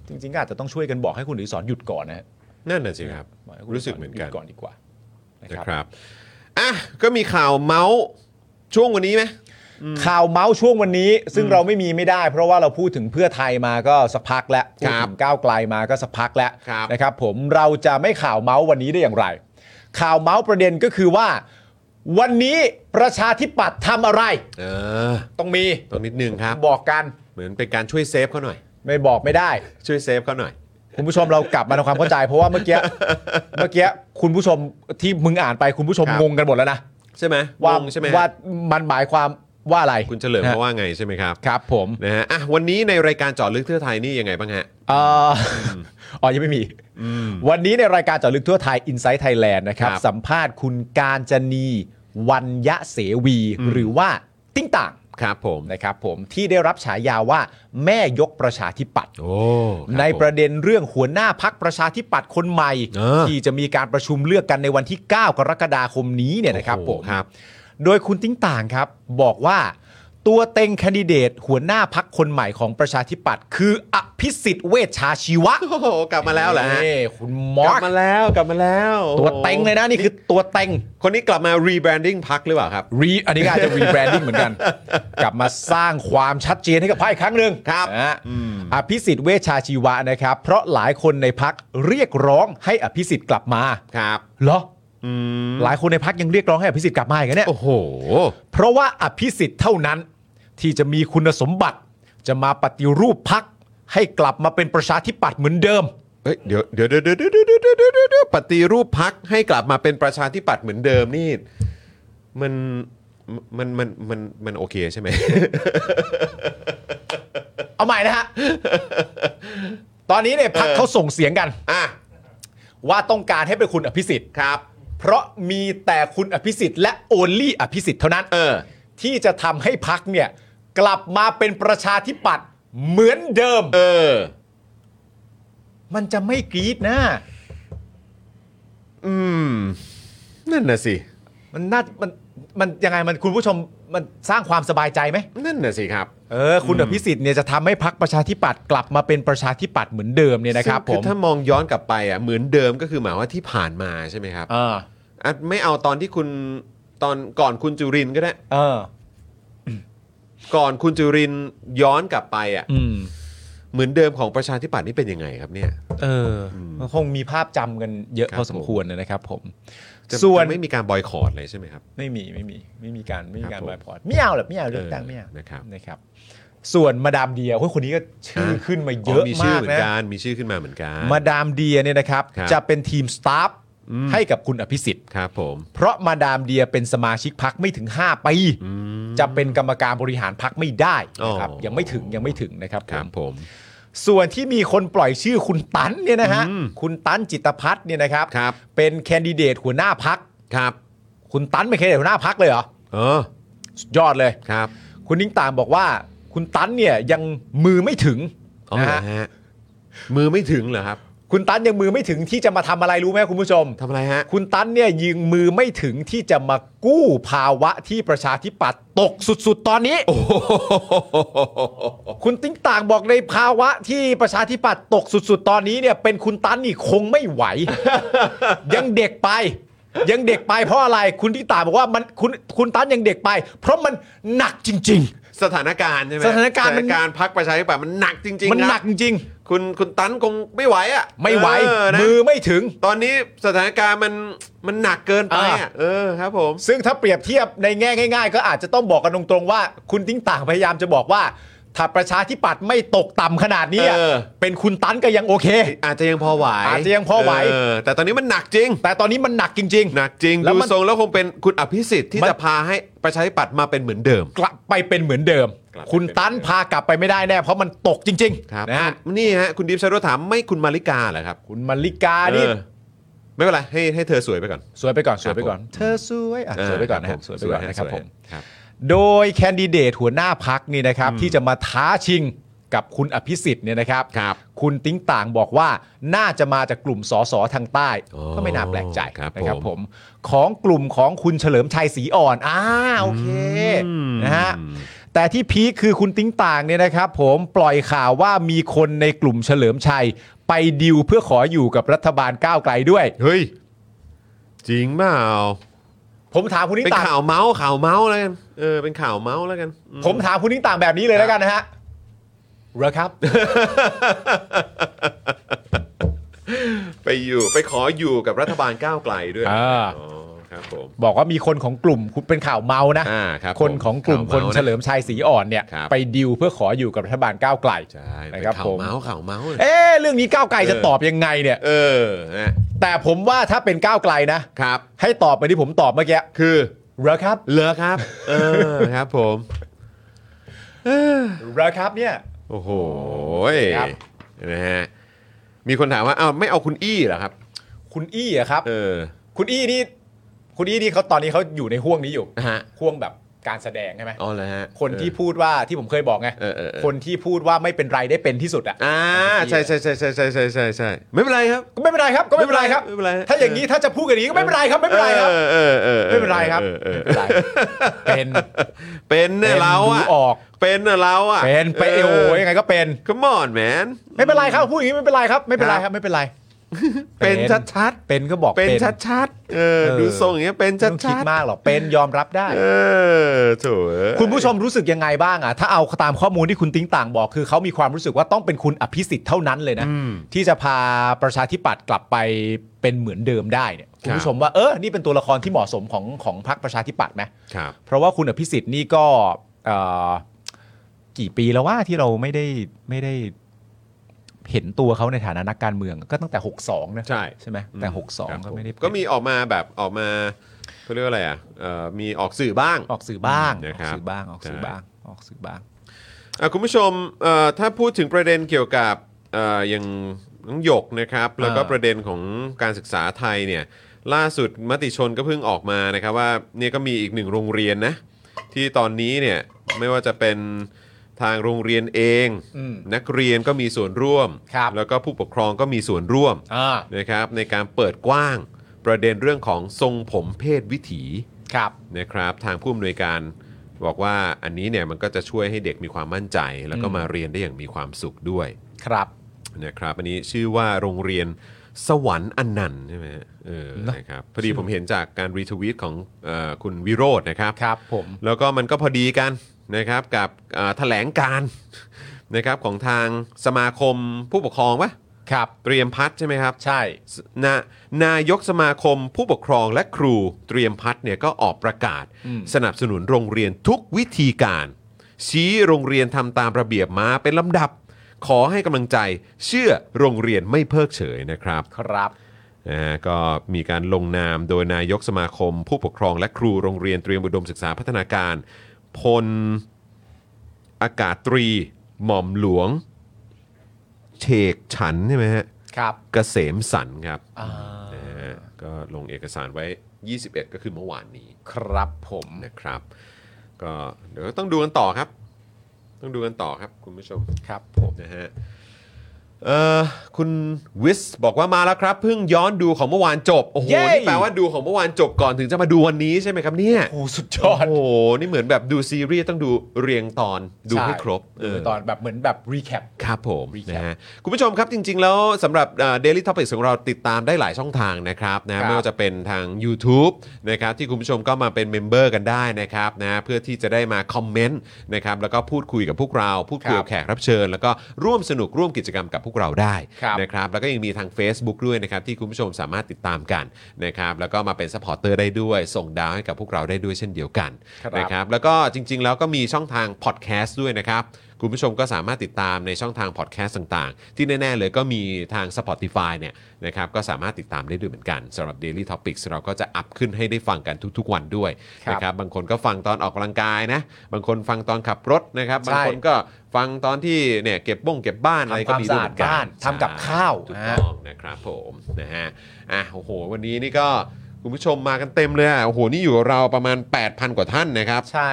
จริงๆก็อาจจะต้องช่วยกันบอกให้คุณอดิศรหยุดก่อนนะฮะ
นั่นน่ะสิครับ
บอให้คุณ
รู้สึกเหมือนกัน
ยุดก่อนดีกว่านะ
นะครับ ครับอ่ะก็มีข่าวเมาส์ช่วงวันนี้ไหม
ข่าวเมาส์ช่วงวันนี้ ซึ่งเราไม่มีไม่ได้ เพราะว่าเราพูดถึงเพื่อไทยมาก็สักพักแล้วพูดถึงก้าวไกลมาก็สักพักแล้ว
ครับ
นะครับ ผมเราจะไม่ข่าวเมาส์วันนี้ได้อย่างไร ข่าวเมาส์ประเด็นก็คือว่า วันนี้ประชาธิปัตย์ทำอะไร
เออ
ต้องมี
ต้องนิดนึงครับ
บอกกัน
เหมือนเป็นการช่วยเซฟเขาหน่อย
ไม่บอกไม่ได้
ช่วยเซฟเขาหน่อย
คุณผู้ชมเรากลับมาทำความเข้าใจ เพราะว่าเมื่อกี้เมื่อกี้คุณผู้ชมที่มึงอ่านไปคุณผู้ชม
ครับ
งงกันหมดแล้วนะ
ใช่ไหม
ว่าง
งใช่ไหม
ว่ามันหมายความว่าอะไร
คุณเฉลิมเขาว่าไงใช่ไหมครับ
ครับผม
นะฮะอ่ะวันนี้ในรายการเจอดลึกเทื่อไทยนี่ยังไงบ้างฮะ
เอ่อออ๋อ ยังไม่มี วันนี้ในรายการเจาะลึกทั่วไทย Inside Thailand นะครับ
ครับ
สัมภาษณ์คุณการจนีวันยะเสวี
อืม
หรือว่าติ้งต่าง
ครับผม
นะครับผมที่ได้รับฉายาว่าแม่ยกประชาธิปัตย์
โอ้ครับ
ในประ
ผม
เด็นเรื่องหัวหน้าพักประชาธิปัตย์คนใหม่
เออ
ที่จะมีการประชุมเลือกกันในวันที่ 9 กรกฎาคมนี้เนี่ยนะครับ
โอ้
ผ
โห
ม
ครับ
โดยคุณติ้งต่างครับ บอกว่าตัวเต็งแคนดิเดต หัวหน้าพักคนใหม่ของประชาธิปัตย์คืออภิสิทธิ์เวชชาชีวะ
โอ้โหกลับมาแล้วเหรอฮะ
นี่คุณม
ก
อ
ลั
ส
บมาแล้วกลับมาแล้ว
ตัวเต็งเลยนะ นี่คือตัวเต็ง
คนนี้กลับมารีแบรนดิ้งพักหรือเปล่าครับ
รีอันนี้ก็อาจจะรีแบรนดิ้งเหมือนกัน กลับมาสร้างความชัดเจนให้กับพรรคอีกครั้งหนึ่ง
ครับ
นะฮะ
อืม
อภิสิทธิ์เวชชาชีวะนะครับ เพราะหลายคนในพักเรียกร้องให้อภิสิทธิ์กลับมา
ครับ
เหรอ
อืม
หลายคนในพักยังเรียกร้องให้อภิสิทธิ์กลับมาอีกเหรอเนี่ย
โอ้โห
เพราะว่าอภิสิทธิ์เท่านั้นที่จะมีคุณสมบัติ จะมาปฏิรูปพักให้กลับมาเป็นประชาธิปัตย์เหมือนเดิม
เอ้ยเดี๋ยวเดี๋ยวเดี๋ยวเดี๋ยวเดี๋ยวเดี๋ยวเดี๋ยวเดี๋ยวเดี๋ยวเดี๋ยวปฏิรูปพักให้กลับมาเป็นประชาธิปัตย์เหมือนเดิมนี่ มันมันมันมันมันโอเคใช่ไหม
เอาใหม่ นะฮะ ตอนนี้เนี่ยพักเขาส่งเสียงกัน
อ่ะ
ว่าต้องการให้เป็นคุณอภิสิทธิ์
ครับ
เพราะมีแต่คุณอภิสิทธิ์และโอลี่อภิสิทธิ์เท่านั้น
เออ
ที่จะทำให้พักเนี่ยกลับมาเป็นประชาธิปัตย์เหมือนเดิม
เออ
มันจะไม่กรี๊ดนะ
อืม นั่นน่ะสิ
มันน่ามันมันยังไงมันคุณผู้ชมมันสร้างความสบายใจไหม
นั่นน่ะสิครับ
เ เออคุณอภิสิทธิ์เนี่ยจะทำให้พักประชาธิปัตย์กลับมาเป็นประชาธิปัตย์เหมือนเดิมเนี่ยนะครับผ
ซึ่ง
ม
อถ้ามองย้อนกลับไปอ่ะเหมือนเดิมก็คือหมายว่าที่ผ่านมาใช่ไหมครับ
เออ
อ่ะไม่เอาตอนที่คุณตอนก่อนคุณจุรินทร์ก็ได้
เออ
ก่อนคุณจุรินทร์ย้อนกลับไปอ่ะ
อืม
เหมือนเดิมของประชาธิปัตย์นี่เป็นยังไงครับเนี่ย
เอออ
ม
มันคงมีภาพจำกันเยอะ
ครับ
พอสมควรนะครับผม
จะ
ส่วน
จะไม่มีการบอยคอรดเลยใช่ไหมครับ
ไม่มีไม่มีไม่มีการไม่มีการ
ครับผม
บอยพอตไม่เอาหรอกไม่เอาเลือกตั้งไม่เอา
เออนะครับ
นะครับ ส่วนมาดามเดียโอ้ยคนนี้ก็ชื่อขึ้นมาเยอะ
มีชื่อ
มาก
เหมือ
นะ
นกันมีชื่อขึ้นมาเหมือนกัน
มาดามเดียเนี่ยนะครับ
ครับ
จะเป็นทีมสตาฟ
อืม
ให้กับคุณอภิสิทธิ์
ครับผม
เพราะมาดามเดียเป็นสมาชิกพักไม่ถึง 5 ปี
อืม
จะเป็นกรรมการบริหารพักไม่ได้นะครับ
อ๋อ
ยังไม่ถึงยังไม่ถึงนะครับผ
ครั
ม
บผม
ส่วนที่มีคนปล่อยชื่อคุณตันเนี่ยนะฮะ
อืม
คุณตันจิตพัฒน์เนี่ยนะครับ
ครับ
เป็นแคนดิเดตหัวหน้าพัก
ครับ
คุณตันเป็นแคนดิเดตหัวหน้าพักเลยเหรอ
เออ
สุดยอดเลย
ครับ
คุณนิ้งต่างบอกว่าคุณตันเนี่ยยังมือไม่ถึง
อ๋อ
นะ
เหร
ฮะ
อฮะมือไม่ถึงเหรอครับ
คุณตันยังมือไม่ถึงที่จะมาทำอะไรรู้ไหมคุณผู้ชม
ทำอะไรฮะ
คุณตันเนี่ยยิงมือไม่ถึงที่จะมากู้ภาวะที่ประชาธิปัตย์ตกสุดๆ ตอนนี้ คุณติ้งต่างบอกในภาวะที่ประชาธิปัตย์ตกสุดๆ ตอนนี้เนี่ยเป็นคุณตันนี่คงไม่ ไหว ยังเด็กไป ยังเด็กไปเพราะอะไร คุณติ้งต่างบอกว่ามันคุณคุณตันยังเด็กไป เพราะมันหนักจริง
สถานการณ์ใช่ไหม
สถานการณ์
ส
มั
ถาน นการณ์พักประชาธิปัตย์มันหนักจริงๆ
ๆ มันหนั
ค
กจ
รับ
ริง
คุณคุณตันคงไม่ไหวอ่ะ
ๆ ไม่ไหว
เออนะ
มือไม่ถึง
ตอนนี้สถานการณ์มันมันหนักเกินไปอ่ะเออครับผม
ซึ่งถ้าเปรียบเทียบในแง่ง่าย ๆ ก็อาจจะต้องบอกกันตรงๆว่า คุณติ้งต่างพยายามจะบอกว่า ถ้าประชาธิปัตย์ไม่ตกต่ำขนาดนี้อะ
เออ
เป็นคุณตันก็ยังโอเค
อาจจะยังพอไหว
อาจจะยังพอไหว
เแต่ตอนนี้มันหนักจริง
แต่ตอนนี้มันหนักจริง
หนักจริง
แล้ว
ดู
มัน
ทรงแล้วคงเป็นคุณอภิสิทธิ์ที่
มัน
จะพาให้ประชาธิปัตย์มาเป็นเหมือนเดิม
ๆ กลับไปเป็นเหมือนเดิม
กลับไป
คุณตันพากลับไปไม่ได้แน่ เพราะมันตกจริง
ครับ
ๆนะฮะ
นี่ฮะคุณดิฟชารุถามไม่คุณมาริกาเหรอครับ
คุณมาริกานี่
เออไม่เป็นไรให้ให้เธอสวยไปก่อน
สวยไปก่อนสวยไปก่อน
ครับผม
เธอสวยอ่ะสวยไปก่อนนะครับสวยไปก่อนนะครับผม
ครับ
โดยแคนดิเดตหัวหน้าพักนี่นะครับ ที่จะมาท้าชิงกับคุณอภิสิทธิ์เนี่ยนะครับ
ครับ
คุณติ้งต่างบอกว่าน่าจะมาจากกลุ่มสสทางใต้
อ๋อ
ก็ไม่น่าแปลกใจ
ครับ
นะครั
ผ
บ
ม
ผมของกลุ่มของคุณเฉลิมชัยศรีอ่อนอ่าโอเคนะฮะแต่ที่พีคคือคุณติ้งต่างเนี่ยนะครับ ผมปล่อยข่าวว่ามีคนในกลุ่มเฉลิมชัย ไปดิวเพื่อขออยู่กับรัฐบาลก้าวไกลด้วย
เฮ้ย จริงเปล่า
ผมถามคุณ
เป็
ติ้
น
งต่าง
ข่าวเมาส์ข่าวเมาส์แล้วกันเออเป็นข่าวเมาส์แล้วกันอื
ผมถามคุณติ้งต่างแบบนี้เลยแล้วกันนะฮะเหรอครับ
ไปอยู่ไปขออยู่กับรัฐบาลก้าวไกลด้วย
อ่า
อ๋อครับผม
บอกว่ามีคนของกลุ่มคุณเป็นข่าวเมานะ
อ่าครับ
คนของกลุ่ม
ข่าว
คน
มาส์ะ
เฉลิมชัยศรีอ่อนเนี่ย
ครับ
ไปดิวเพื่อขออยู่กับรัฐบาลก้าวไกล
ใช่เป็
นะ
น
ครับ
ข่า
ผ
ว
ม
เมาส์ข่าวเมาส์
เอ๊ะเรื่องนี้ก้าวไกลจะ
เออ
ตอบยังไงเนี่ย
เออฮะ
แต่ผมว่าถ้าเป็นก้าวไกลนะ
ครับ
ให้ตอบไปที่ผมตอบเมื่อกี้
คือ
เหรอครับ
เหลือครับ เออครับผม
เหรอครับเนี่ย
โอ้โห
ครับ
นะฮะมีคนถามว่าอ้าวไม่เอาคุณอี้เหรอครับ
คุณอี้อะครับ
เออ
คุณอี้นี่ คุณอี้นี่เขาตอนนี้เขาอยู่ในห่วงนี้อยู่
นะฮะ
ห่วงแบบการแสดงใช่ไหม
อ๋อเหรอฮะ
คนที่
เออ
พูดว่าที่ผมเคยบอกไง
เออเออเออ
คนที่พูดว่าไม่เป็นไรได้เป็นที่สุดอะ
อ่าใช่ใช่ใช่ใช่ใช่ใช่ใช่ใช่ไม่เป็นไรครับ
ก็ไม่เป็นไรครับก็ไม่เป็นไรครับ
ไม่เป็นไร
ถ้าอย่างนี้ถ้าจะพูดกันอย่างนี้ก็ไม่เป็นไรครับไม่เป็นไรครับ
เออเออเออออ
ไม่เป็นไรครับ
ออเออ
ไม่เป็นไรเป็น
เป็นเนี่ยเรา
ดู
อะ
ออก
เป็นเนี่ยเราอะ
เป็นไปเอโอยังไงก็เป็น
ก็มอนแมน
ไม่เป็นไรครับพูดอย่างนี้ไม่เป็นไรครับ ไม่เป็นไร
ค
ค
รั
รับ บไม่เป็นไร
เป็น
เป็น
ชัด
เป็นก็บอก
ๆ เป็นชัดๆเออดูทรงอย่างเงี้ยเป็น
ไม่
ชั
ต้องคิด
ด
มากหรอกเป็นยอมรับได้
ๆเออโถเอ้ย
คุณผู้ชมรู้สึกยังไงบ้างอ่ะถ้าเอาตามข้อมูลที่คุณติ้งต่างบอกคือเขามีความรู้สึกว่าต้องเป็นคุณอภิสิทธิ์เท่านั้นเลยนะ ที่จะพาประชาธิปัตย์กลับไปเป็นเหมือนเดิมได้เนี่ยคุณผู้ชมว่าเออนี่เป็นตัวละครที่เหมาะสมของของพรรคประชาธิปัตย์ไหม
ครับ
เพราะว่าคุณอภิสิทธิ์นี่ก็เอ่อกี่ปีแล้วว่าที่เราไม่ได้ไม่ได้เห็นตัวเขาในฐานะนักการเมือง ก็ตั้งแต่ 62 นะ
ใช่
ใช่ไหมแต่
ครับ
62 ก็ไม่ได้
ผมก็มีออกมาแบบออกมาเขาเรียกว่าอะไรอ่ะเอ่อมีออกสื่อบ้าง
ออกสื่อบ้างอ
นะ
อ
ครั
ก
บ
สื่อบ้างออกสื่อบ้างออกสื่อบ้าง
อ่ะคุณผู้ชมเอ่อถ้าพูดถึงประเด็นเกี่ยวกับเอ่ออย่างน้องหยกนะครับ แล้วก็
อ่า
ประเด็นของการศึกษาไทยเนี่ยล่าสุดมติชนก็เพิ่งออกมานะครับว่าเนี่ยก็มีอีกหนึ่งโรงเรียนนะที่ตอนนี้เนี่ยไม่ว่าจะเป็นทางโรงเรียนเอง
อืม
นักเรียนก็มีส่วนร่วม
ครับ
แล้วก็ผู้ปกครองก็มีส่วนร่วม
อ่า
นะครับในการเปิดกว้างประเด็นเรื่องของทรงผมเพศวิถี
ครับ
นะครับทางผู้อำนวยการ บอกว่าอันนี้เนี่ยมันก็จะช่วยให้เด็กมีความมั่นใจ แล้วก็มาเรียนได้อย่างมีความสุขด้วย
ครับ
นะครับ อันนี้ชื่อว่าโรงเรียนสวรรค์อันนันต์ใช่ไหมฮะเออนะครับพอดีผมเห็นจากการรีทวีตของเออคุณวิโรจน์นะครับ
ครับผม
แล้วก็มันก็พอดีกันนะครับกับเอ่อแถลงการณ์ นะครับของทางสมาคมผู้ปกครองปะ
ครับ
เตรียมพัฒน์ใช่ไหมครับ
ใช่
นานายกสมาคมผู้ปกครองและครูเตรียมพัฒน์เนี่ยก็ออกประกาศ
อืม
สนับสนุนโรงเรียนทุกวิธีการ ชี้โรงเรียนทำตามระเบียบมาเป็นลำดับ ขอให้กำลังใจเชื่อโรงเรียนไม่เพิกเฉยนะครับ
ครับ
นะฮะก็มีการลงนามโดยนายกสมาคม ผู้ปกครองและครูโรงเรียนเตรียมอุดมศึกษาพัฒนาการ พลอากาศตรี หม่อมหลวงเชกฉันใช่ไหมฮะ
ครับ
เกษมสันครับนะฮะก็ลงเอกสารไว้ 21 ก็คือเมื่อวานนี้
ครับผม
นะครับ ก็เดี๋ยวต้องดูกันต่อครับ ต้องดูกันต่อครับคุณผู้ชม
ครับผม
นะฮะเอ่อคุณวิสบอกว่ามาแล้วครับ เพิ่งย้อนดูของเมื่อวานจบ โอ้โห
เย้
นี่แปลว่าดูของเมื่อวานจบก่อนถึงจะมาดูวันนี้ใช่ไหมครับเนี่ย
โอ้สุดยอ
โอ้
ด
โห นี่เหมือนแบบดูซีรีส์ต้องดูเรียงตอนดูให้ครบ
ดู
เ
ตอนแบบเหมือนแบบรีแคป
ครับผม
รีแคป
นะฮะคุณผู้ชมครับจริง ๆ แล้วสำหรับเดลิท o p ปิกของเราติดตามได้หลายช่องทางนะครับ
ครั
นะ
บ
ไม่ว่าจะเป็นทาง YouTube นะครับที่คุณผู้ชมก็มาเป็นเมมเบอร์กันได้นะครับนะเพื่อที่จะได้มาคอมเมนต์นะครับแล้วก็พูดคุยกับพวกเรา พูดคุยกับ
ครับ
แขกรับเชิญ แล้วก็ร่วมสนุกร่วมกิจกรรมกับพวกเราได้
ครับ
นะครับแล้วก็ยังมีทาง Facebook ด้วยนะครับที่คุณผู้ชมสามารถติดตามกันนะครับแล้วก็มาเป็นสปอร์เตอร์ได้ด้วย ส่งดาวให้กับพวกเราได้ด้วยเช่นเดียวกัน
ครับ
นะครับ ครับแล้วก็จริง ๆ แล้วก็มีช่องทางพอดแคสต์ด้วยนะครับ คุณผู้ชมก็สามารถติดตามในช่องทางพอดแคสต์ต่างๆ ที่แน่ ๆ เลยก็มีทาง Spotify เนี่ยนะครับก็สามารถติดตามได้ด้วยเหมือนกันสำหรับ Daily Topics เราก็จะอัพขึ้นให้ได้ฟังกันทุก ๆ วันด้วย
ครับ
นะครับบางคนก็ฟังตอนออกกำลังกายนะ บางคนฟังตอนขับรถนะครับ
ใช่
บางคนก็ฟังตอนที่เนี่ยเก็บบ้งเก็บบ้านอะไร
ทำค
ก็
วาม
มี
สะ
ด้วยเห
อาด
มือนกัน
บ้านทำกับข้าว
ถูก
นะ
ต้
ฮะ
องนะครับผมนะฮะอ่ะโอ้โห วันนี้นี่ก็คุณผู้ชมมากันเต็มเลยอ่ะโอ้โหนี่อยู่กับเราประมาณ 8,000 กว่าท่านนะครับ
ใช่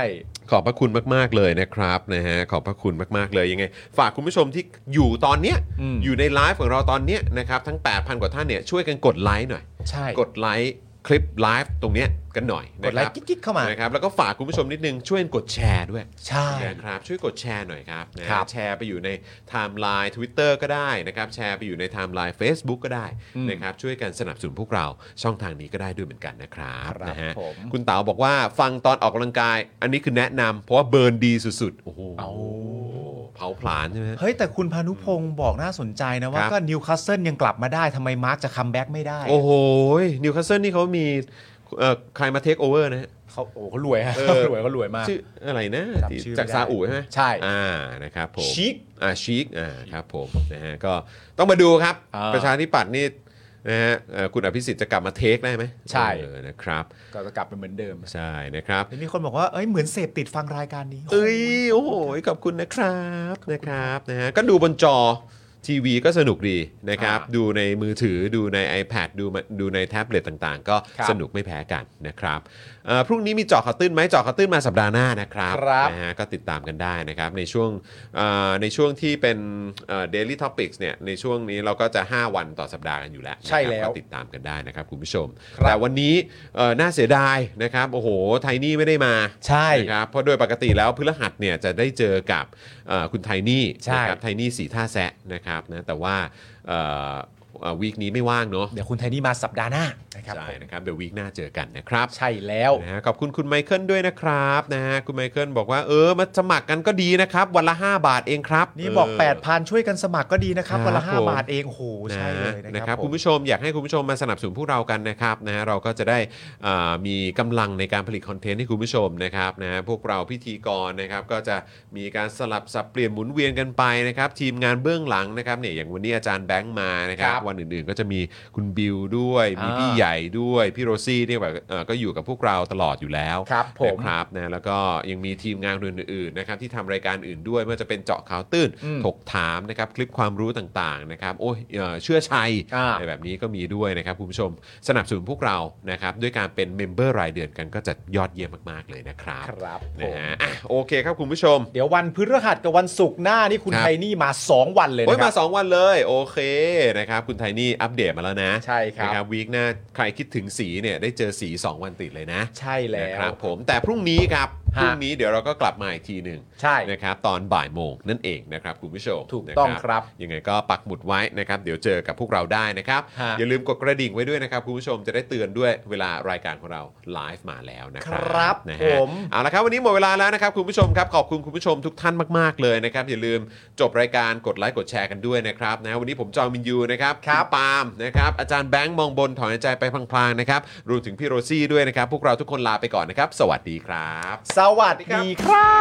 ขอบพระคุณมาก ๆ เลยนะครับนะฮะขอบพระคุณมาก ๆ เลยยังไง ฝากคุณผู้ชมที่อยู่ตอนเนี้ย
อืม
ยู่ในไลฟ์ของเราตอนเนี้ยนะครับทั้ง 8,000 กว่าท่านเนี่ยช่วยกันกดไลค์หน่อย
ใช่
กดไลค์คลิปไลฟ์ตรงเนี้ยกันหน่อย
กด
นะ
ไล
ครั
ค์กิ๊กๆเข้ามา
นะครับแล้วก็ฝากคุณผู้ชมนิดนึงช่วยกดแชร์ด้วย
ใช่
นะครับช่วยกดแชร์หน่อยครับนะฮะ
ครับ
แชร์ไปอยู่ในไทม์ไลน์ Twitter ก็ได้นะครับแชร์ไปอยู่ในไทม์ไลน์ Facebook ก็ได้
อืม
นะครับช่วยกันสนับสนุนพวกเราช่องทางนี้ก็ได้ด้วยเหมือนกันนะครับ
ครับ
นะฮะ
ผม
คุณเต๋าบอกว่าฟังตอนออกกำลังกาย อันนี้คือแนะนำเพราะว่าเบิร์นดีสุดๆ โอ้โห
เอา
เผาผลาญใช่ไหม
เฮ้ย แต่คุณพานุพงศ์บอกน่าสนใจนะว่า
ครับ
ก็นิวคาสเซิลยังกลับมาได้ทำไมมาร์กจะคัมแบ็กไม่ได้
โอ้โหนิวคาสเซิลนี่เขามีเอ่อใครมาเทคโอเวอร์นะฮะ
เขาโอ้เขารวยฮะ
เออ
เขารวยเขารวยมาก
ชื่ออะไรนะ
จำชื่อไม่ได้
จากซาอุใช่ไหม
ใช่
อ่านะครับผม
ชิค
อ่าชิคอ่าครับผมนะฮะก็ต้องมาดูครับ
อ่า
ประชาธิปัตย์นี่นะฮะเอ่อคุณอภิสิทธิ์จะกลับมาเทคได้ไหม
ใช่
เออนะครับ
ก็จะกลับไปเหมือนเดิม
ใช่นะครับ
แล้วมีคนบอกว่าเอ้ยเหมือนเสพติดฟังรายการนี้
เอ้ยโอ้โหขอบคุณนะครับนะครับนะฮะก็ดูบนจอทีวีก็สนุกดีนะครับ
อ่า
ดูในมือถือดูใน iPad ดูมาดูในแท็บเล็ตต่างๆ ก็
ครับ
สนุกไม่แพ้กันนะครับเอ่อพรุ่งนี้มีเจาะข่าวตื้นไหมเจาะข่าวตื้นมาสัปดาห์หน้านะครับ
ครับ
นะฮะก็ติดตามกันได้นะครับ ในช่วงเอ่อในช่วงที่เป็นเดลิทอพิกส์เนี่ยในช่วงนี้เราก็จะ 5 วันต่อสัปดาห์กันอยู่แล้ว
ใช่แล้ว
นะครับก็ติดตามกันได้นะครับคุณผู้ชม
ครับ
แต่วันนี้เอ่อน่าเสียดายนะครับโอ้โหไทนี่ไม่ได้มา
ใช่
นะครับเพราะโดยปกติแล้วพฤหัสเนี่ยจะได้เจอกับเอ่อคุณไทนี่
ใช่
นะครับไทนี่สีท่าแซะนะครับนะแต่ว่าวีคนี้ไม่ว่างเนาะ
เดี๋ยวคุณไทนี่มาสัปดาห์หน้านะครับ
ใช่
ผม
นะครับเดี๋ยววีคหน้าเจอกันนะครับ
ใช่แล้ว
นะฮะขอบคุณคุณไมเคิลด้วยนะครับนะฮะคุณไมเคิลบอกว่าเออมาสมัครกันก็ดีนะครับ วันละ 5 บาทเองครับ
นี่บอก
เ
8,000 ช่วยกันสมัครก็ดีนะครับวันละ
ครับผม
5บาทเองโอ้โหใช่เลย
นะ
นะ
ค
ค
รั
รั
บบ คุณผู้ชมอยากให้คุณผู้ชมมาสนับสนุนพวกเรากันนะครับนะฮะเราก็จะได้อ่ามีกำลังในการผลิตคอนเทนต์ให้คุณผู้ชมนะครับนะฮะพวกเราพิธีกรนะครับก็จะมีการสลับสับเปลี่ยนหมุนเวียนกันไปนะครับทีมงานเบื้องหลังนะครับเนี่ยอย่างวันนี้อาจารย์แบงค์มานะครับวันอื่นๆ ก็จะมีคุณบิวด้วย มีพี่ใหญ่ด้วยพี่โรซี่เนี่ยแบบเอ่อก็อยู่กับพวกเราตลอดอยู่แล้ว
ครับผม
นะครับนะแล้วก็ยังมีทีมงานอื่นๆนะครับที่ทำรายการอื่นด้วยไม่ว่าจะเป็นเจาะข่าวตื้น
อืม
ถกถามนะครับคลิปความรู้ต่างๆนะครับโอ้ยเอ่อเชื่อชัย
อ่า
อะไรแบบนี้ก็มีด้วยนะครับคุณผู้ชมสนับสนุนพวกเรานะครับด้วยการเป็นเมมเบอร์รายเดือนกันก็จะยอดเยี่ยมมากๆเลยนะครับ
ครับผ
นะ
ม
ฮะอ่ะโอเคครับคุณผู้ชม
เดี๋ยววันพฤหัสกับวันศุกร์หน้านี่คุณ
ครับ
ไทนี่มา 2 วันเลย
โอ้ย
นะค
มา
รับ
2 วันเลยโอเคนะครับคุณไทนี่อัปเดตมาแล้วนะ
ใช่ครับ
นะวีคหน้าใครคิดถึงสีเนี่ยได้เจอสี 2 วันติดเลยนะ
ใช่แล้
นะ
ว
ครับผมแต่พรุ่งนี้ครับ พรุ่งนี้เดี๋ยวเราก็กลับมาอีกทีหนึ่ง
ใช่
นะครับตอนบ่ายโมงนั่นเองนะครับคุณผู้ชม
ถูกต้อง
นะครับ ยังไงก็ปักหมุดไว้นะครับ เดี๋ยวเจอกับพวกเราได้นะครับ
ฮะ
อย่าลืมกดกระดิ่งไว้ด้วยนะครับคุณผู้ชมจะได้เตือนด้วยเวลารายการของเราไลฟ์มาแล้วนะ
ครับ
นะ
ผ
ฮะ
ม
เอาละครับวันนี้หมดเวลาแล้วนะครับคุณผู้ชมครับขอบคุณคุณผู้ชมทุกท่านมากๆเลยนะครับอย่าลืมจบรายการกดไลค์กดแชร์กันด้วยนะครับนะวันนี้ผมจอมินยูนะครับครับปาล์มนะครับอาจารย์แบงค์มองบนถอนหายใจไปพลางๆนะครับรวมถึงพี่โรซี่ด้วยนะครับ พวกเราทุกคนลาไปก่อนนะครับ สวัสดีครับ
สวัสดีครับ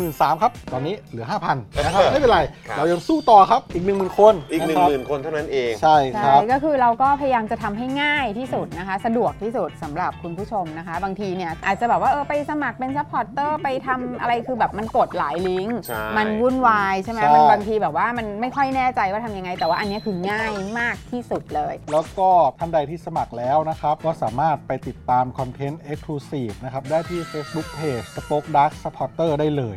มื่นสามครับ ตอนนี้เหลือ 5,000นะครับ ไม่เป็นไร
ครับ
เรายังสู้ต่อครับ อีก 1 0,000 คน
อีก 1
ะครับ
0,000 คนเท่านั้นเอง
ใช่ค
ใช่
รับ
ก็คือเราก็พยายามจะทำให้ง่ายที่สุดนะคะ สะดวกที่สุดสำหรับคุณผู้ชมนะคะ บางทีเนี่ยอาจจะแบบว่าเออไปสมัครเป็นซัพพอร์ตเตอร์ไปทำอะไรคือแบบมันกดหลายลิงก์
ใช่
มันวุ่นวายใช่ไหม
ใช่
มันบางทีแบบว่ามันไม่ค่อยแน่ใจว่าทำยังไง แต่ว่าอันเนี้ยคือง่ายมากที่สุดเลย
แล้วก็ท่านใดที่สมัครแล้วนะครับ ก็สามารถไปติดตามคอนเทนต์ Exclusive นะครับ ได้ที่ Facebook Page Spoke Dark Supporter ได้เลย